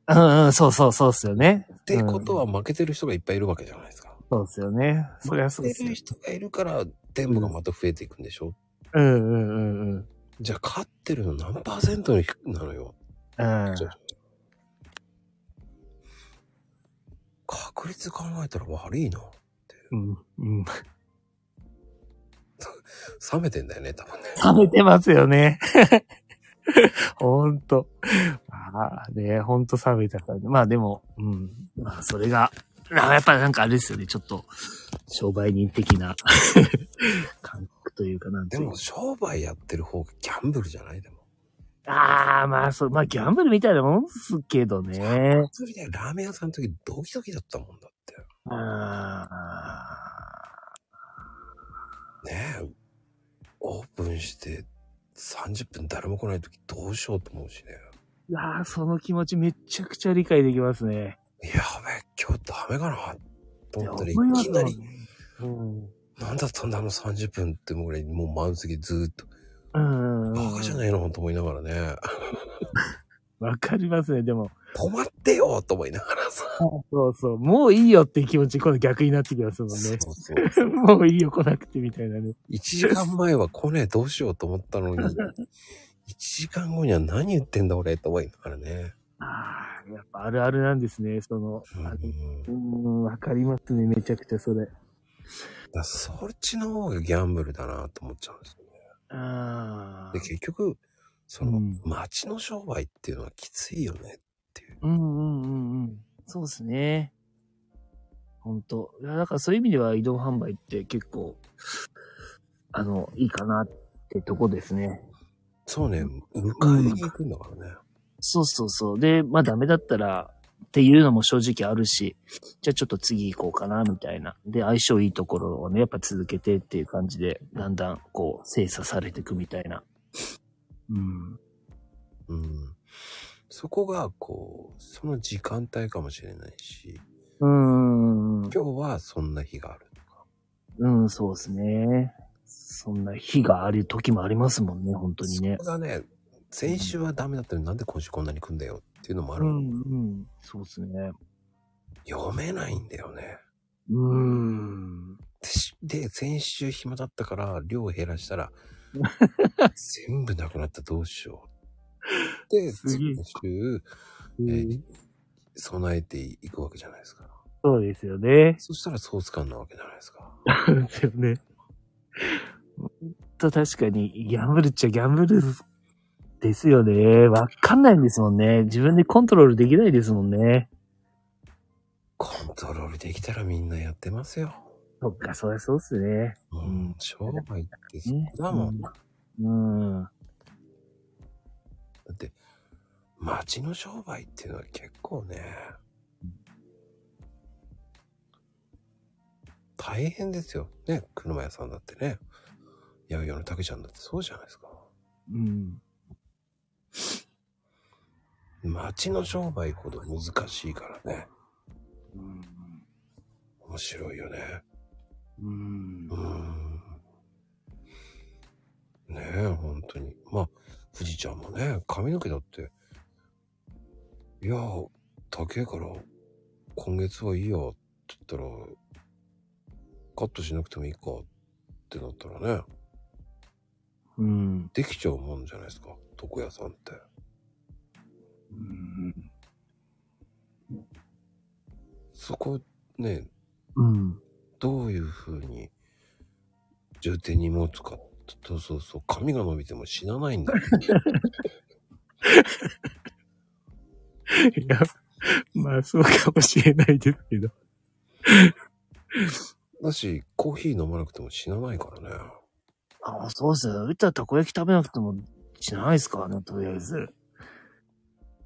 あ、うんうん、そうそうそうっすよね。
っていうことは負けてる人がいっぱいいるわけじゃないですか。
そうっすよね。そりゃそうっ
負け
す
てる
ね。
人がいるから、全部がまた増えていくんでしょ、
うんうんうんうん。
じゃあ、勝ってるの何パーセントなのよ。
うん。
確率考えたら悪いな。
うん。うん。
冷めてんだよね、多分ね。
冷めてますよね。 ほんと。まあね、ほんと冷めたから、まあでも、うん。まあそれが、なんかやっぱなんかあれですよね、ちょっと、商売人的な 感覚というかなんて
で
いうか
も、商売やってる方がギャンブルじゃないでも。
ああ、まあそう、まあギャンブルみたいなもんっすけどね。
それでラーメン屋さんの時ドキドキだったもんだって。
あ
ねえ。オープンして30分誰も来ない時どうしようと思うしね。
ーいやーその気持ちめちゃくちゃ理解できますね。
やべ、今日ダメかなと思ったら
いや思いま
い
す
き
よ
なり、
うん。
なんだったんだあの30分ってもうぐらいもう満席ずーっと。
うん。
バカじゃないのと思いながらね。
わかりますね、でも。
止まってよと思いながらさ。
そうそう。もういいよっていう気持ち、今度逆になってきますもん
そう
ね。
そう。
もういいよ、来なくてみたいなね。
1時間前は来ねえどうしようと思ったのに、1時間後には何言ってんだ俺と思いながらね。
ああ、やっぱあるあるなんですね、その。
うん、
あの
だ
うーん、わかりますね、めちゃくちゃそれ。
からそっちの方がギャンブルだなと思っちゃうんですよね。
あ
で、結局、そうの
ん、
街の商売っていうのはきついよね。
うんうんうんうん。そうですね。ほんと。いや、だからそういう意味では移動販売って結構、あの、いいかなってとこですね。
そうね、迎えに行くんだからね。
そうそうそう。で、まあダメだったら、っていうのも正直あるし、じゃあちょっと次行こうかな、みたいな。で、相性いいところをね、やっぱ続けてっていう感じで、だんだんこう、精査されていくみたいな。うん。
うん。そこが、こう、その時間帯かもしれないし、
うー
今
ん。
日はそんな日があるとか。
うん、そうですね。そんな日がある時もありますもんね、本当にね
そこ。がね、先週はダメだったのになんで今週こんなに来んだよっていうのもあ
う
る。
ん、うん、そうですね。
読めないんだよね。
うーん。
でしで、先週暇だったから、量を減らした ら、全部なくなったどうしよう。で、
すげえ
次の週、えー備えていくわけじゃないですか。
そうですよね。
そしたらソース感なわけじゃないですか。
そうですよね。ほんと確かに、ギャンブルっちゃギャンブルですよね。わかんないんですもんね。自分でコントロールできないですもんね。
コントロールできたらみんなやってますよ。
そっか、そりゃそうっすね。
うんん、商売ってそ
ね
こだもん。
うん。うん。
だって、街の商売っていうのは結構ね、大変ですよ。ね、車屋さんだってね、八百屋の竹ちゃんだってそうじゃないですか。
うん。
街の商売ほど難しいからね、
うん。
面白いよね。
うん
うーん。ねえ、本当に。まあ、富士ちゃんもね、髪の毛だって、いや、高えから、今月はいいや、って言ったら、カットしなくてもいいか、ってなったらね、
うん。
できちゃうもんじゃないですか、床屋さんって。そこ、ね、
うん。
どういうふうに、重点に持つかって。そうそうそう、髪が伸びても死なないんだ。
いや、まあそうかもしれないですけど。
だし、コーヒー飲まなくても死なないからね。
あ、そうですね。うたらたこ焼き食べなくてもしないですからね、とりあえず。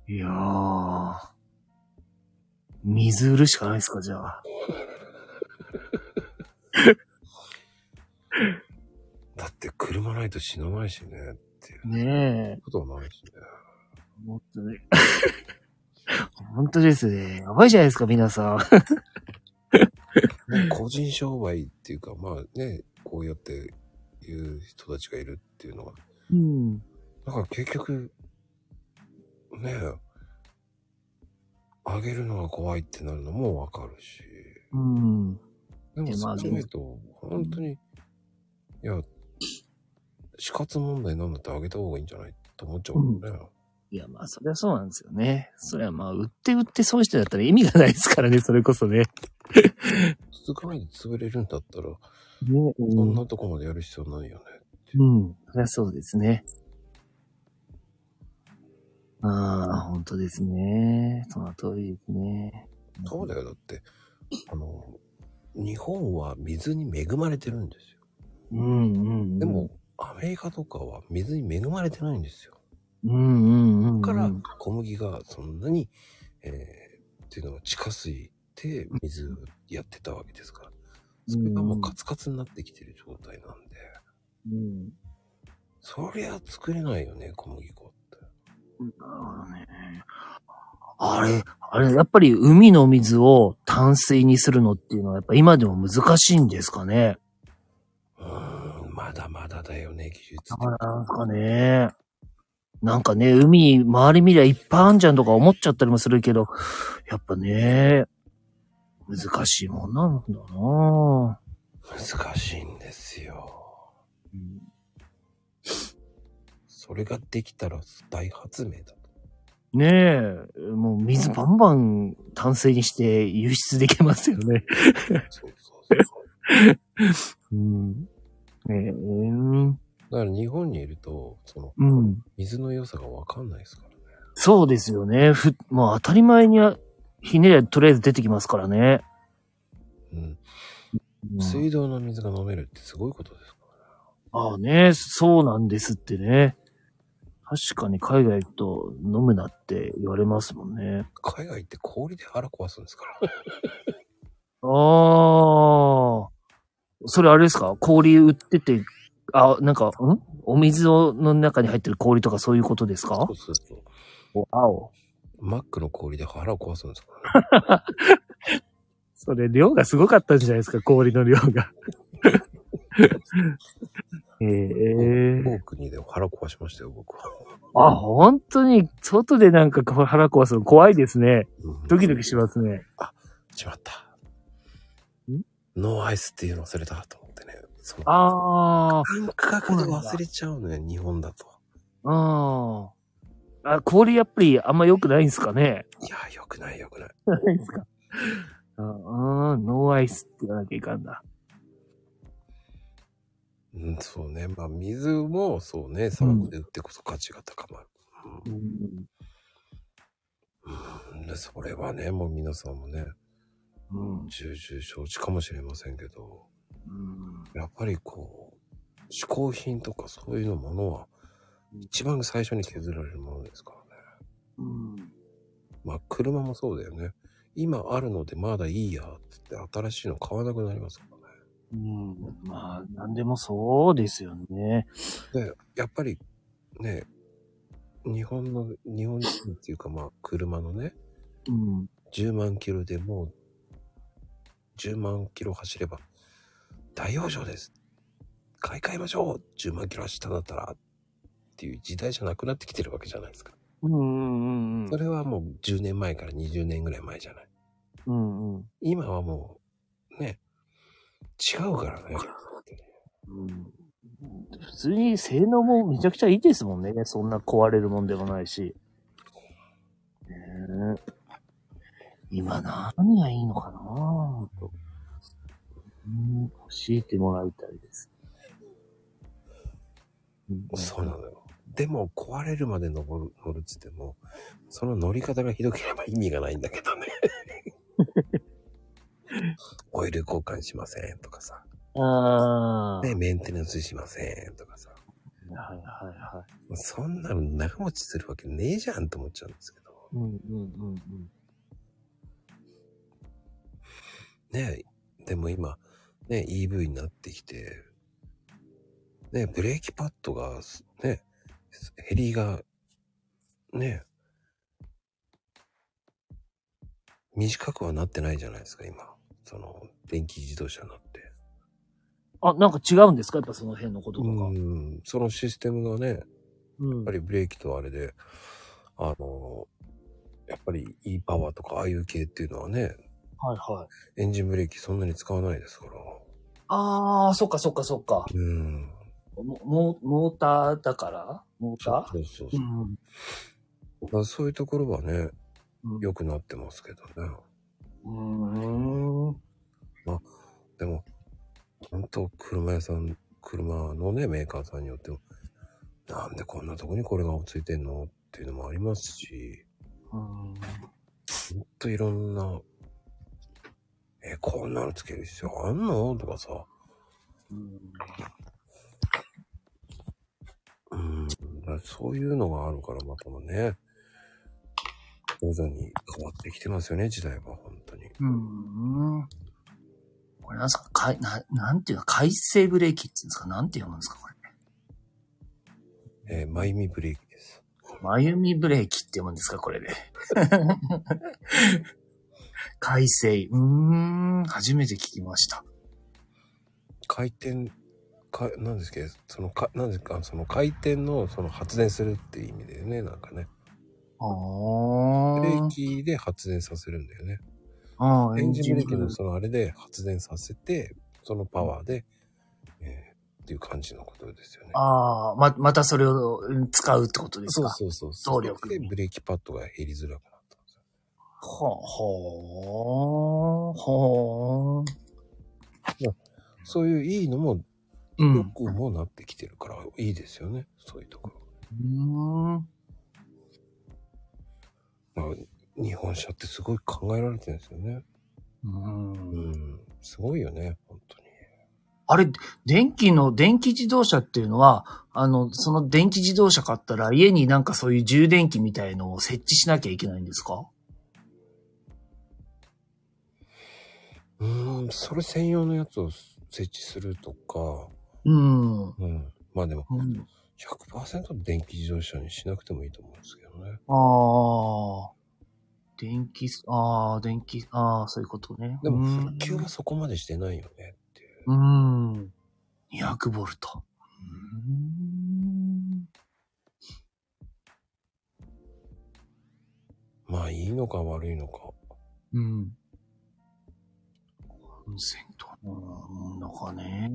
いやー。水売るしかないですか、じゃあ。
だって車ないと死なないしねっていう
ねえ。
ことはないしね。
もっとね。 本当ですね。やばいじゃないですか、皆さん。
まあ個人商売っていうか、まあね、こうやって言う人たちがいるっていうのは、
うん。
だから結局、ねえ、あげるのが怖いってなるのもわかるし、
うん。
でも
でまあ
そう考えると、本当に、いや、死活問題なんだってあげた方がいいんじゃないと思っちゃうからね。
いや、まあ、そりゃそうなんですよね。そりゃまあ、売って売って損してだったら意味がないですからね、それこそね。
続かないで潰れるんだったら、
ね、う
そん
ん。
なとこまでやる必要ないよね。
うん。そりゃそうですね。ああ、本当ですね。その通りですね。
そうだよ、だって、あの、日本は水に恵まれてるんですよ。
うんうん、うん。
でも、、アメリカとかは水に恵まれてないんですよ。
うんうんうん、うん。
だから、小麦がそんなに、えー、っていうのは地下水で水やってたわけですから。それがもうカツカツになってきてる状態なんで、
うん。
そりゃ作れないよね、小麦粉って。
なるほどね。あれ、あれ、やっぱり海の水を淡水にするのっていうのは、やっぱ今でも難しいんですかね。
うーん、まだまだだよね、技術
だ
っ
か
て。
らなんかね、なんかね、海、周り見りゃいっぱいあんじゃんとか思っちゃったりもするけど、やっぱね、難しいもんなんだなぁ。
難しいんですよ。それができたら大発明 だと。
ねえ、もう水バンバン淡水にして輸出できますよね。
そうそうそうそう。
うん。ねえ、うん。
だから日本にいると、その、
うん。
水の良さがわかんないですからね。
そうですよね。ふ、もう当たり前には、ひねりゃとりあえず出てきますからね。
うん。
うん
水道の水が飲めるってすごいことですからね。
ああね、そうなんですってね。確かに海外行くと飲むなって言われますもんね。
海外って氷で腹壊すんですから。
ああ。それあれですか氷売ってて、あ、なんか、んお水をの中に入ってる氷とかそういうことですか
そうそうそう。
青。
マックの氷で腹を壊すんですからね。
それ量がすごかったんじゃないですか氷の量 が。ええ
某国で腹壊しましたよ、僕は。
あ、本当に、外でなんかこう腹壊すの怖いですね。
うん
ドキドキしますね。
しまった
ん。
ノーアイスっていうの忘れたと思ってね。その
あ
感覚で忘れちゃうのよ、日本だと。
あ、うん。あ、氷やっぱりあんま良くないんですかね。
いやー、よくないよくない。
ないんです か。ああ、ノーアイスって言わなきゃいかんだ。
うん、そうね。まあ、水もそうね、砂漠で売ってこそ価値が高まる。
うん。
うん、でそれはね、もう皆さんもね、
うん。
重々承知かもしれませんけど、
うん
やっぱりこう、嗜好品とかそういうのものは、一番最初に削られるものですからね。
うん。
まあ、車もそうだよね。今あるのでまだいいや、つって新しいの買わなくなりますからね。
うん。まあ、なんでもそうですよね。
で、やっぱりね、日本の、日本人っていうかまあ、車のね、
うん。
10万キロでもう、10万キロ走れば、大養生です。買い替えましょう !10 万キロ走ったんだったら、っていう時代じゃなくなってきてるわけじゃないですか。
うんうんうんうん
そ。れはもう10年前から20年ぐらい前じゃない。
うんうん。
今はもう、ね、違うからね。
うん普通に性能もめちゃくちゃいいですもんね。そんな壊れるもんでもないし。ねえ今何がいいのかなぁと。うん教えてもらいたいです。うん
そうなのよ。でも、壊れるまで登る、乗るっつっても、その乗り方がひどければ意味がないんだけどね。オイル交換しませんとかさ。
ああ。
ね、メンテナンスしませんとかさ。
はいはいはい。
そんなの長持ちするわけねえじゃんと思っちゃうんですけど。
うんうんうんうん。
ねでも今、ね、EV になってきて、ね、ブレーキパッドが、すね、ヘリが、ね、短くはなってないじゃないですか、今。その、電気自動車になって。
あ、なんか違うんですかやっぱその辺のこと
う
とか。
ん、そのシステムがね、
うん
やっぱりブレーキとあれで、あの、やっぱり E パワーとかああいう系っていうのはね、
はいはい。
エンジンブレーキそんなに使わないですから。
ああ、そっかそっかそっか。
うん。
モモモーターだからモータ
そうそうそ
う
う。
ん。
まあ、そういうところはね、
うん
良くなってますけどね。
ーうーん。
でも、本当車屋さん、車のね、メーカーさんによっても、なんでこんなとこにこれがついてんのっていうのもありますし、
うん
ほんといろんな、え、こんなのつける必要あんのとかさ、
うん
うん、だからそういうのがあるからまたもね、徐々に変わってきてますよね、時代は本当に。
うん。これなんすかかいななんていうの回生ブレーキって言うんですかなんて読むんですかこれ。
えー、マイミブレーキです。
まゆみブレーキって読むんですかこれで。回生。うーん。初めて聞きました。
回転かなんですけどそのかなんですかその回転のその発電するっていう意味だよねなんかね
あ
ブレー
ー
キで発電させるんだよね
あー。
エンジンブレーキ
エン
の
ジ
そのあれで発電させてそのパワーで、えーっていう感じのことですよね
ああ、ま、またそれをうん使うってことです
そう
か
そうそうそう
動力
でブレーキパッドが減りづらくなったんですよ
ほうほう、ほう。
そういういいのも
う
良
ん。
くもなってきてるからいいですよねそういうとこ
うん。
ろ、まあ、日本車ってすごい考えられてるんですよね
うん
うんすごいよね本当に
あれ、電気の、電気自動車っていうのは、あの、その電気自動車買ったら家になんかそういう充電器みたいのを設置しなきゃいけないんですか
うーん、それ専用のやつを設置するとか、
うん。う
うん。まあでも、
ん、
100%電気自動車にしなくてもいいと思うんですけどね。
ああ。電気す、ああ、電気、ああ、そういうことね。
でも、
うん
普及はそこまでしてないよねっていう。
うん。200ボルト。うん
まあ、いいのか悪いのか。
うん。コンセント。うん、なんかね。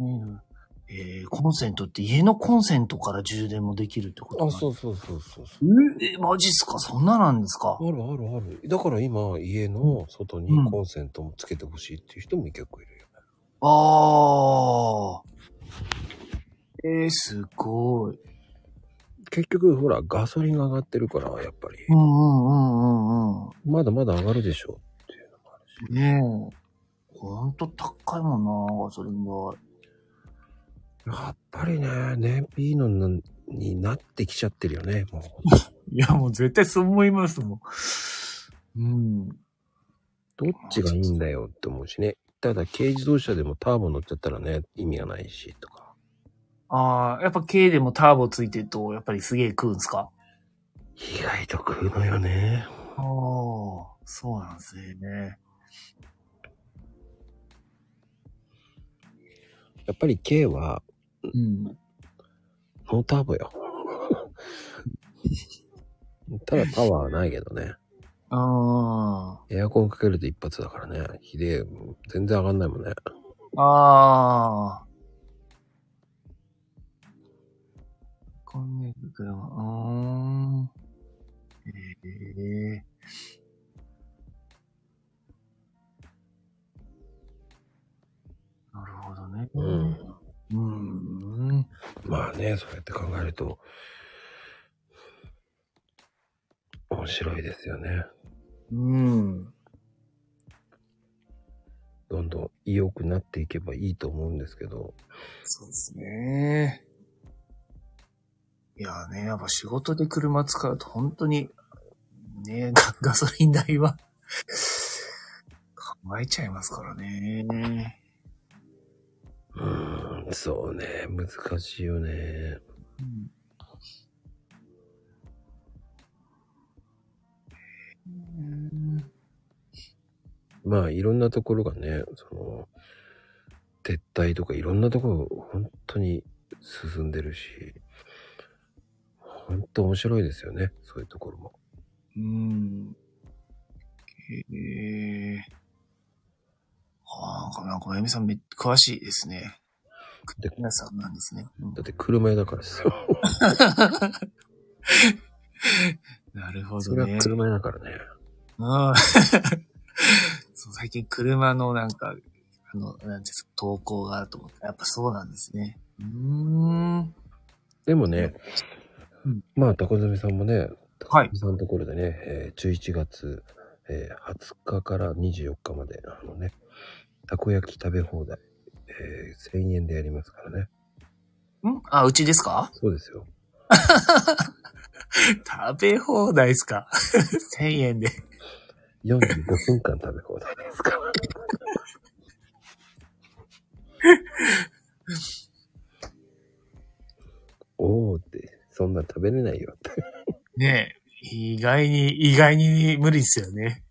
えー、コンセントって家のコンセントから充電もできるってこと
あ、
う。
そうそうそうそうそう。
ええマジっすかそんななんですか
あるあるある。だから今、家の外にコンセントもつけてほしいっていう人も結構いるよね。
ああ。えー、すごい。
結局、ほら、ガソリンが上がってるから、やっぱり
う、んうんうんうんうん。
まだまだ上がるでしょっていうのもあるし。
ねえ。ほんと高いもんな、ガソリン代。
やっぱりね、燃費いいのなになってきちゃってるよね、もう。
いや、もう絶対そう思いますもん。うん。
どっちがいいんだよって思うしね。ただ軽自動車でもターボ乗っちゃったらね、意味がないしとか。
ああ、やっぱ軽でもターボついてると、やっぱりすげえ食うんすか
意外と食うのよね。
ああ、そうなんですね。
やっぱり軽は
うん。
ノーターボ よ。ただパワーはないけどね。
あ
エアコンかけると一発だからね。ひでえ、全然上がんないもんね。
あ、ああ。こんねく車、うーん。ええなるほどね。
うん。
うん。うん。
まあね、そうやって考えると、面白いですよね。
うん。
どんどん良くなっていけばいいと思うんですけど、
そうですね。
ねえ。いやね、やっぱ仕事で車使うと本当に、ねえ、ガガソリン代は、考えちゃいますからね。
うーん、そうね、難しいよね。
うんうん
まあ、いろんなところがね、その、撤退とかいろんなところ、本当に進んでるし、本当面白いですよね、そういうところも。
うん。へえ。ああ、なんか、なんか、まゆみさんめ、詳しいですね。
で
皆さんなんですね。うん
だって車屋だからですよ。
なるほ
そ
ど
れ
ね
は。車屋だからね。
ああ そう最近車のなんか、あの、なんですか、投稿があると思ったやっぱそうなんですね。うーん。
でもね、
うん
まあ、タコズミさんもね、
はい。
さんのところでね、えー11月、えー20日から24日まで、あのね、たこ焼き食べ放題、えー1000円でやりますからね。
んあ、うちですか
そうですよ。
食べ放題です か ?1000 円で。
45分間食べ放題です から。おおって、そんなん食べれないよって。
ねえ。意外に、意外に無理ですよね。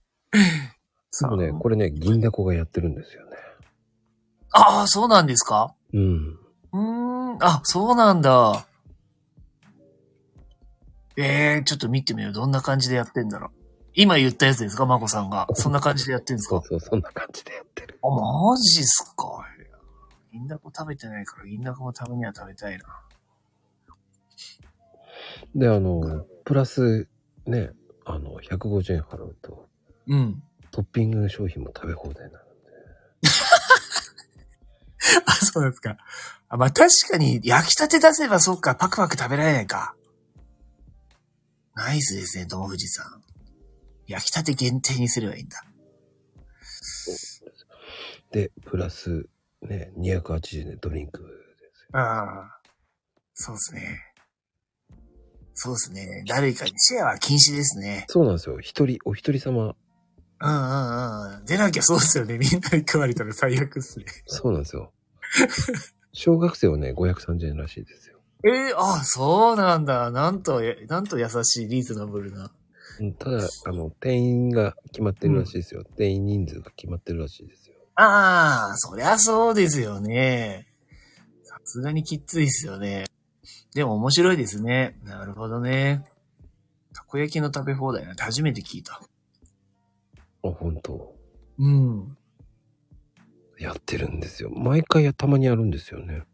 でもね、これね、銀だこがやってるんですよね。
ああ、そうなんですか
うん。
うーん、あ、そうなんだ。ええちょっと見てみよう。どんな感じでやってんだろう。今言ったやつですかマコさんが。そんな感じでやってんです
そう
か
そう、そんな感じでやってる。
あ、マジっすか。銀だこ食べてないから、銀だこも食べには食べたいな。
で、あの、プラス、ね、あの、150円払うと、
うん。
トッピング商品も食べ放題なの。
あ、 そうなんですか。あ、まあ、確かに、焼きたて出せばそっか、パクパク食べられないか。ナイスですね、友藤さん。焼きたて限定にすればいいんだ。
で、プラス、ね、280円でドリンクですよ。
ああ。そうですね。そうですね。誰かにシェアは禁止ですね。
そうなんですよ。一人、お一人様、
うんうんうん。出なきゃそうですよね。みんなに食われたら最悪っすね。
そうなんですよ。小学生はね、530円らしいですよ。
ええあ、そうなんだ。なんと、えなんと優しい、リーズナブルな。
うんただ、あの、店員が決まってるらしいですよ。店員人数が決まってるらしいですよ。
ああ、そりゃそうですよね。さすがにきついっすよね。でも面白いですね。なるほどね。たこ焼きの食べ放題なんて初めて聞いた。
あ、本当
うん。
やってるんですよ。毎回やたまにやるんですよね。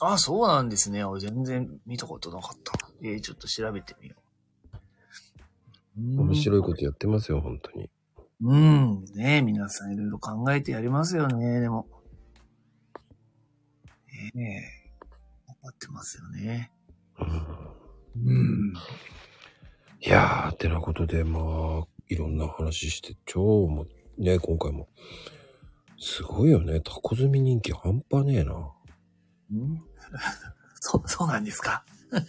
あ、そうなんですね。俺全然見たことなかった。えーちょっと調べてみよう。
面白
い。
いことやってますよ、本当に。
うん。ねえ皆さんいろいろ考えてやりますよね、でも。ねえ頑張ってますよね。
うん
うん。
いやー、てなことで、まあ、いろんな話して、超もう、ね、今回も。すごいよね。タコ積み人気半端ねえな。
そ、そうなんですか あ、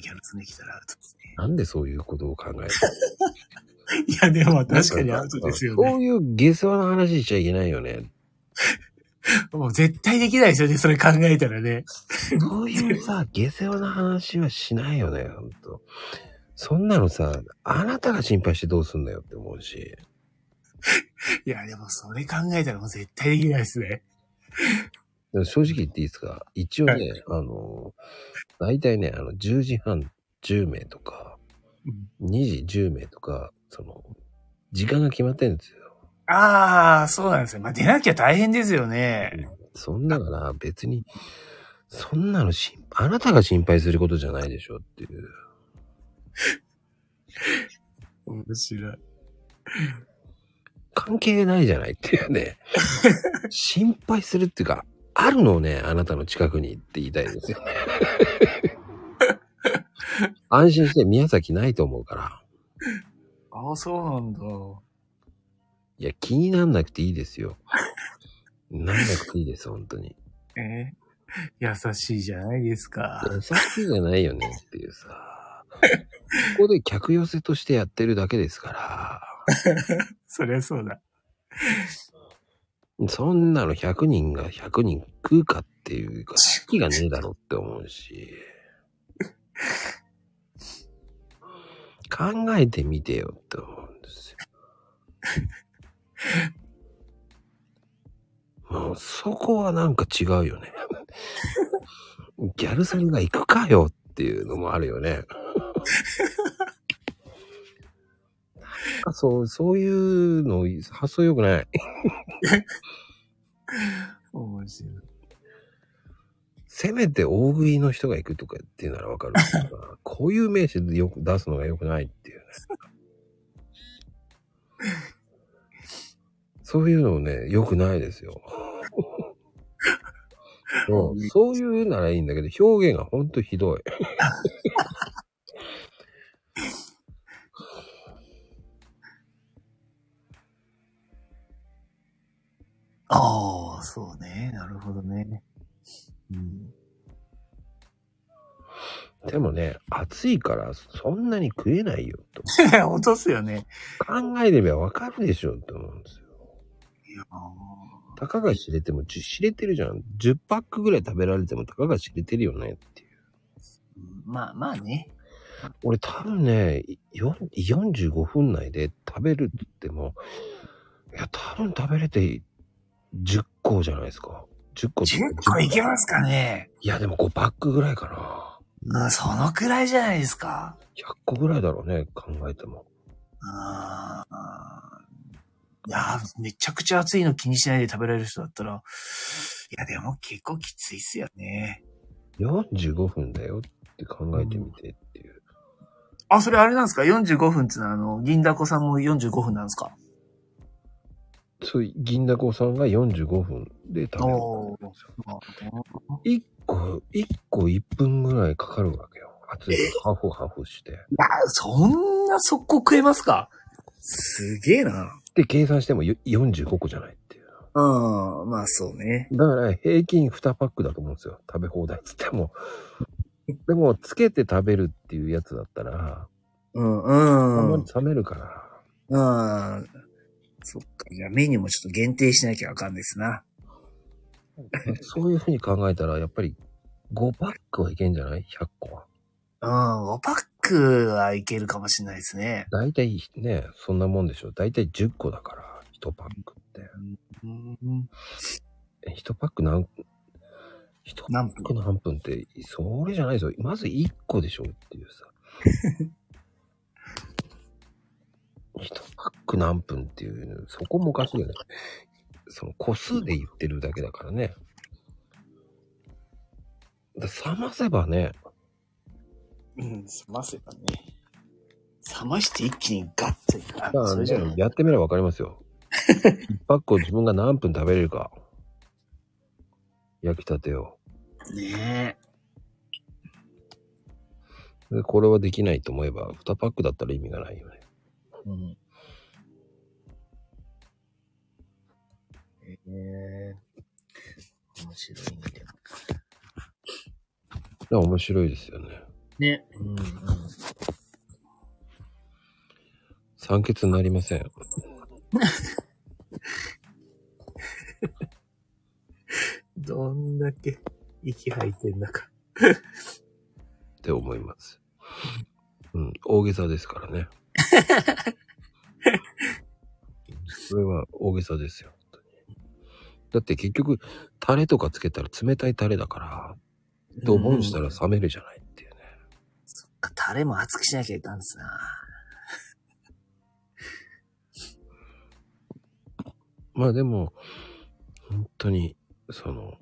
ギャルズね来たらアウトですね。
なんでそういうことを考える
いや、でも
の
確かにアウトですよ
そ
ね。
ういう下世話な話しちゃいけないよ ね。
もう絶対できないですよね、それ考えたらね。
そういうさ、下世話な話はしないよね、ほんと。そんなのさ、あなたが心配してどうすんだよって思うし。
いや、でもそれ考えたらもう絶対できないですね。
でも正直言っていいですか一応ね、
は
あの、大体ね、あの、10時半10名とか、2時10名とか、その、時間が決まってるんですよ。
ああ、そうなんですね。まあ、出なきゃ大変ですよね。
そんなから別に、そんなの心あなたが心配することじゃないでしょっていう。
面白い。
関係ないじゃないっていうね。心配するっていうか、あるのをね、あなたの近くにって言いたいですよね。安心して宮崎ないと思うから。
ああ、そうなんだ。
いや、気になんなくていいですよ。なんなくていいです、本当に。
えー 優しいじゃないですか。
優しいじゃないよねっていうさ。ここで客寄せとしてやってるだけですか
そりゃそうだ。
ら、そんなの100人が100人食うかっていうか、好きがねえだろって思うし。考えてみてよって思うんですよ。もうそこはなんか違うよね。ギャルソンが行くかよっていうのもあるよね。なんかそう、そういうの発想良くない。
面白い。
せめて大食いの人が行くとかっていうならわかるけどなこういう名詞でよく出すのが良くないっていうね。そういうのね、良くないですよ。そうそういうならいいんだけど、表現がほんとひどい。
ああ、そうね。なるほどね。うん。
でもね、暑いからそんなに食えないよと。
落とすよね。
考えてみればわかるでしょって思うんですよ。
いや
たかが知れても、じゅ知れてるじゃん。10パックぐらい食べられてもたかが知れてるよねっていう。
まあまあね。
俺多分ね、いよん45分内で食べるって言っても、いや、多分食べれて10個じゃないですか。10個
10個いけ
い
ますかね
や、でも5パックぐらいかな。
うん、そのくらいじゃないですか。
100個ぐらいだろうね、考えても。
ああ。いや、めちゃくちゃ暑いの気にしないで食べられる人だったら、いや、でも結構きついっすよね。
45分だよって考えてみてっていう。
あ、それあれなんですか ?45 分ってのは、あの、銀だこさんも45分なんですか
そういう銀だこさんが45分で食べる。
おー
1個、1個1分ぐらいかかるわけよ。熱いからハーフハーフして。
いや、そんな速攻食えますかすげえな。
で、計算してもよ45個じゃないっていう。
うん、まあそうね。
だから平均2パックだと思うんですよ。食べ放題っつっても。でも、つけて食べるっていうやつだったら、
うん、
あん
う
ま
ん
り。冷めるから。
うん。そっか。じゃあメニューもちょっと限定しなきゃあかんですな。
そういうふうに考えたら、やっぱり5パックはいけんじゃない ?100 個は。
うん、5パックはいけるかもしれないですね。
だいたいね、そんなもんでしょ。だいたい10個だから、1パックって。
うん。
え1パック何、1パ
何
ック
分
の半分って、それじゃないですよ。まず1個でしょっていう さ。1パック何分っていう、そこもおかしいよね。その個数で言ってるだけだからね。だ冷ませばね、
うん、冷ませばね。冷まして一気にガッといく
ま
あ
あ
それじゃない。
やってみればわかりますよ。1パックを自分が何分食べれるか。焼きたてを。
ね
でこれはできないと思えば、2パックだったら意味がないよね。
え。うん。ええ面白いね。でも
いや、面白いですよね。
ね。うん、うん。
酸欠になりません。
どんだけ息吐いてんだか。
って思います。うん、大げさですからね。それは大げさですよ。本当にだって結局、タレとかつけたら冷たいタレだから、ドボンしたら冷めるじゃないっていうね。
タレも熱くしなきゃいかんっすな。
まあでも、本当に、その、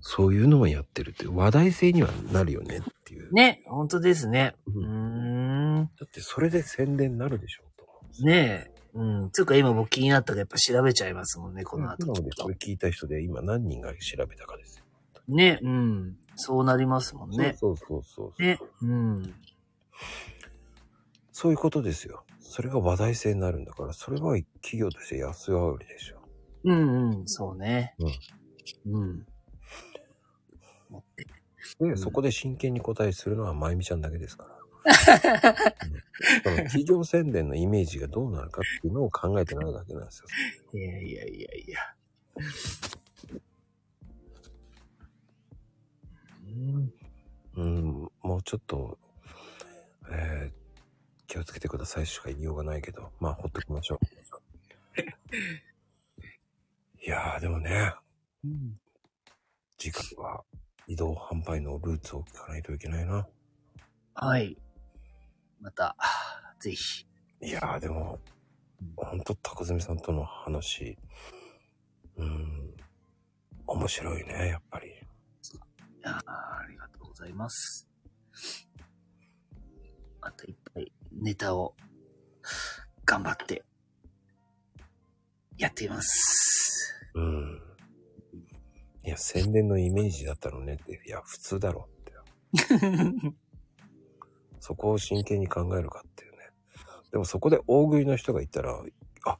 そういうのもやってるって、話題性にはなるよねっていう。
ね、本当ですね。
う
うんーん。
だってそれで宣伝になるでしょと思うんですよ
ねえ。うん。つうか今僕気になったからやっぱ調べちゃいますもんね、この
な
後
の
きっ
で、
と
これ聞いた人で今何人が調べたかですよ。
ね、うん。そうなりますもんね。
そうそうそうそう。
ね、うん。
そういうことですよ。それが話題性になるんだから、それは企業として安上がりでしょ。
うんうん、そうね。
うん。
で、
ん
そこで真剣に答えするのはまゆみちゃんだけです から。うん、その企業宣伝のイメージがどうなるかっていうのを考えてないだけなんですよ。
いやいやいやいや。うん
うん、もうちょっと、えー気をつけてくださいしか言いようがないけど、まあ、ほっときましょう。いやー、でもね、
うん
次回は移動販売のルーツを聞かないといけないな。
はい。また、ぜひ。
いやー、でも、ほんと、高住さんとの話、うん、面白いね、やっぱり。
いやーありがとうございます。またいっぱいネタを頑張ってやっています。
うん。いや、宣伝のイメージだったのねって、いや、普通だろって。そこを真剣に考えるかっていうね。でもそこで大食いの人がいたら、あ、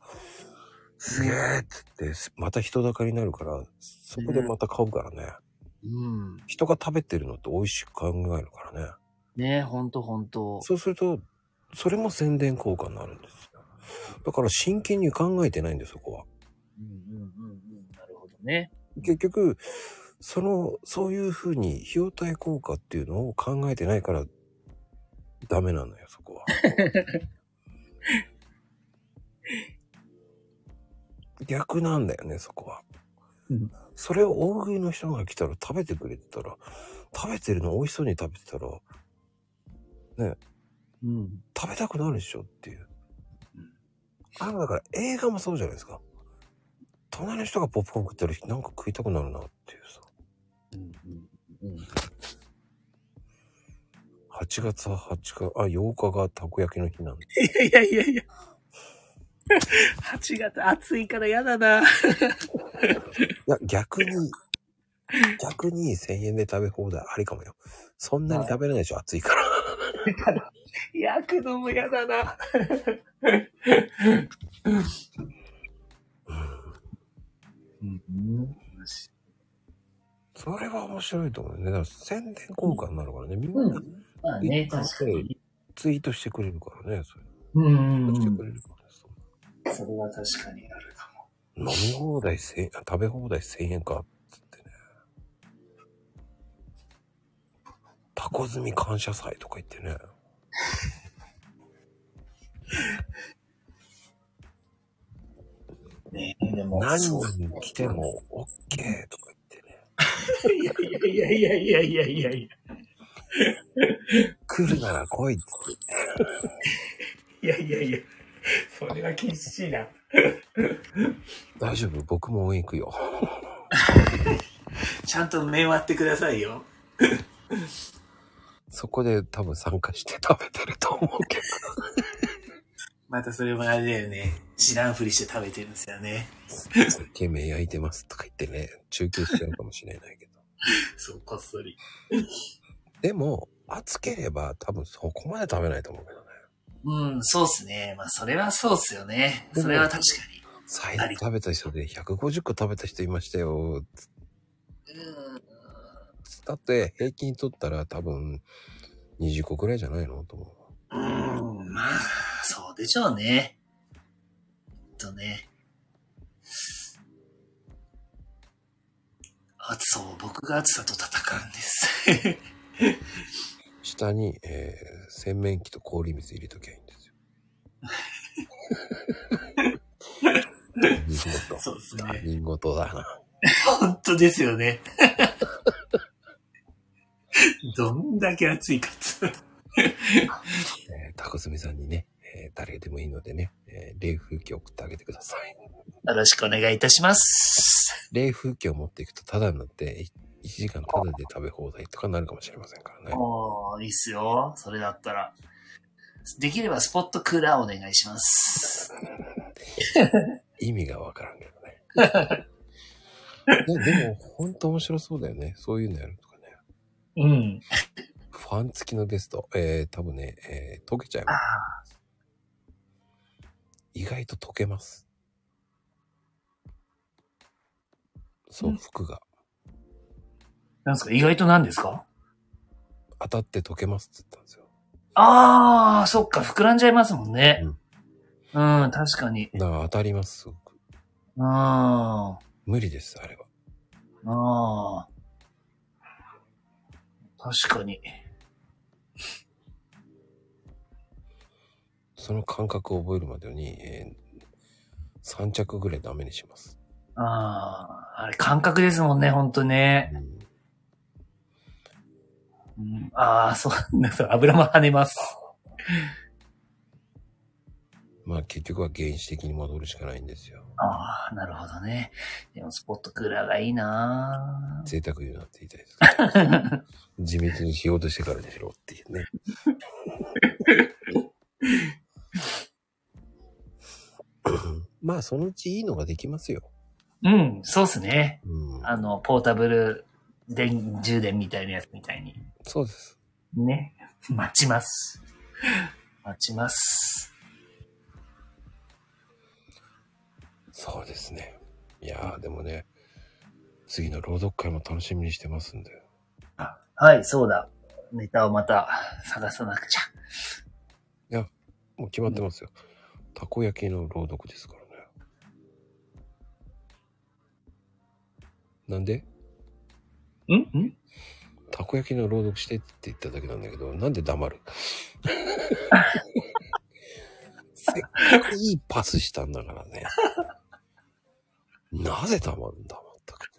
すげえっつって、また人だかりになるから、そこでまた買うからね。
うん。
人が食べてるのって美味しく考えるからね。
ねえ、ほんとほんと。
そうすると、それも宣伝効果になるんですよ。だから真剣に考えてないんだよ、そこは。
うんうんうんうん。なるほどね。
結局、その、そういうふうに費用対効果っていうのを考えてないから、ダメなのよ、そ こは。逆なんだよね、そこは
うん。
それを大食いの人が来たら食べてくれてたら、食べてるの美味しそうに食べてたら、
うん。
食べたくなるでしょっていう。あの、だから映画もそうじゃないですか。隣の人がポップコーン食ってる人なんか食いたくなるなっていうさ。
うんうんうん。
8月は8日、あ、8日がたこ焼きの日なんで。
いやいやい や。8月暑いから嫌だな。
いや、逆に、逆に1000円で食べ放題ありかもよ。そんなに食べれないでしょ、暑いから。
焼くのも嫌だな。うん。
それは面白いと思うね。だから宣伝効果になるからね。みん
う。
なん
まあね、
一貫
確
して
かに。
ツイートしてくれるからね。それ
うんうん
して
う
くれるからさ
うん。それは確かにあるかも。
飲み放題1000円、あ食べ放題1000円か、つってね。タコ積み感謝祭とか言ってね。
ねでも、
何
そう
人来ても OK とか言ってね。
ん。いやいやいやいやいやいやいや。
来るなら来いって。
いやいやいや。それは厳しいな。
大丈夫、僕も応援行くよ。
ちゃんと目割ってくださいよ。
そこで多分参加して食べてると思うけど。
またそれもあれだよね。知らんふりして食べてるんですよね。
一生懸命焼いてますとか言ってね、中継しちゃうかもしれないけど。
そう、こっそり。
でも、暑ければ多分そこまで食べないと思うけどね。
うん、そうっすね。まあ、それはそうっすよね。それは確かに。
最大食べた人で150個食べた人いましたよ。だって平均取ったら多分20個くらいじゃないのと思う。
うん、まあ、そうでしょうね。えっとね。あ、そう、僕が暑さと戦うんです。
下に、えー洗面器と氷水入れときゃいいんですよ。
そうです
他。人事だな。
本当ですよね。 どんだけ暑いかっつう。
えー、タコスミさんにね、えー誰でもいいのでね、えー冷風機送ってあげてください。
よろしくお願いいたします。
冷風機を持っていくとタダになって、1時間タダで食べ放題とかになるかもしれませんからね。
おー、いいっすよ。それだったら。できればスポットクーラーお願いします。
意味がわからんけ どね。ねでも、ほんと面白そうだよね。そういうのやるとかね。
うん。
ファン付きのベスト。えー、多分ね、えー溶けちゃい
あ
ま
あ、
意外と溶けます。そう、服が
なんですか意外と何ですか
当たって溶けますって言ったんですよ。
ああ、そっか、膨らんじゃいますもんね。うん、確かに。
だから当たります、すごく。
うん。あ
無理です、あれは。
あ。確かに。
その感覚を覚えるまでに、え3着ぐらいダメにします。
ああ、あれ感覚ですもんね、ほんとね。
うん
うん、ああ、そう、なんか油も跳ねます。
まあ結局は原始的に戻るしかないんですよ。
ああ、なるほどね。でもスポットクーラーがいいな
贅沢言うなって言いたい ですけど。地道にしようとしてからでしろっていう ね。まあそのうちいいのができますよ。
うん、そうっすね。
うん、
あの、ポータブル電充電みたいなやつみたいに。
そうです。
ね。待ちます。待ちます。
そうですね。いやーでもね、次の朗読会も楽しみにしてますんで。
はい、そうだ。ネタをまた探さなくちゃ。
もう決まってますよ。たこ焼きの朗読ですからね。なんで
んん
たこ焼きの朗読してって言っただけなんだけど、なんで黙 るせっかくいいパスしたんだからね。なぜ黙るんだ、まったく。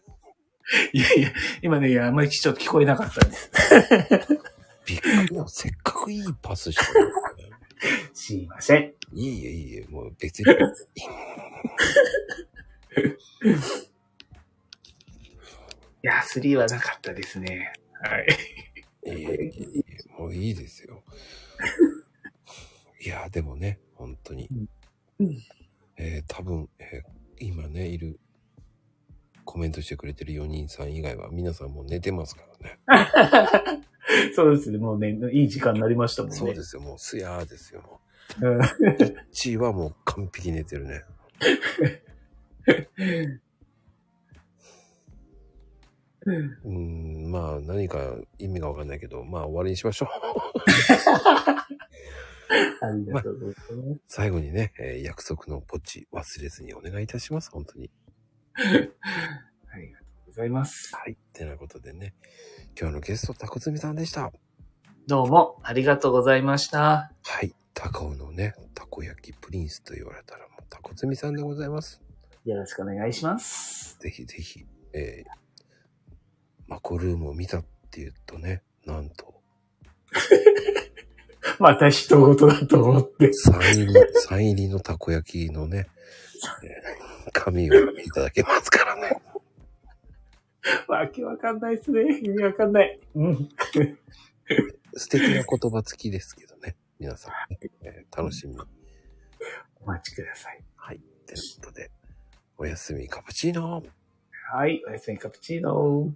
いやいや、今ね、あんまりちょっと聞こえなかったんです。
びっくりだ。せっかくいいパスしたんだからね。
すいません。
いいえ、いいえ、もう別 に。
いや、3はなかったですね。はい。
いえいえいえいえ、もういいですよ。いや、でもね、本当に
うんうん。
えー多分、えー今ね、いる、コメントしてくれてる4人さん以外は、皆さんもう寝てますからね。
そうですね。もうね、いい時間になりましたもんね。
そうですよ、もうすやーですよ。も
うん。
うチーはもう完璧寝てるね。 うーん、まあ何か意味がわかんないけど、まあ終わりにしましょう。
ありがとうございます。
最後にね、えー約束のポチ忘れずにお願いいたします、本当に。
ありがとうござい ます。
はい。てなことでね、今日のゲスト、タコツミさんでした。
どうもありがとうございました。
はい。高尾のね、たこ焼きプリンスと言われたら、もうタコツミさんでございます。
よろしくお願いします。
ぜひぜひ、えーマコルームを見たって言うとね、なんと、
また人事だと思って。
サイン入り、サイン入りのたこ焼きのね、えー紙をいただけますからね。
わけわかんないですね。意味わかんない。うん。
素敵な言葉付きですけどね。皆さんね、えー楽しみに。
お待ちください。
はい。ということで、おやすみカプチーノ
はい。おやすみカプチーノ。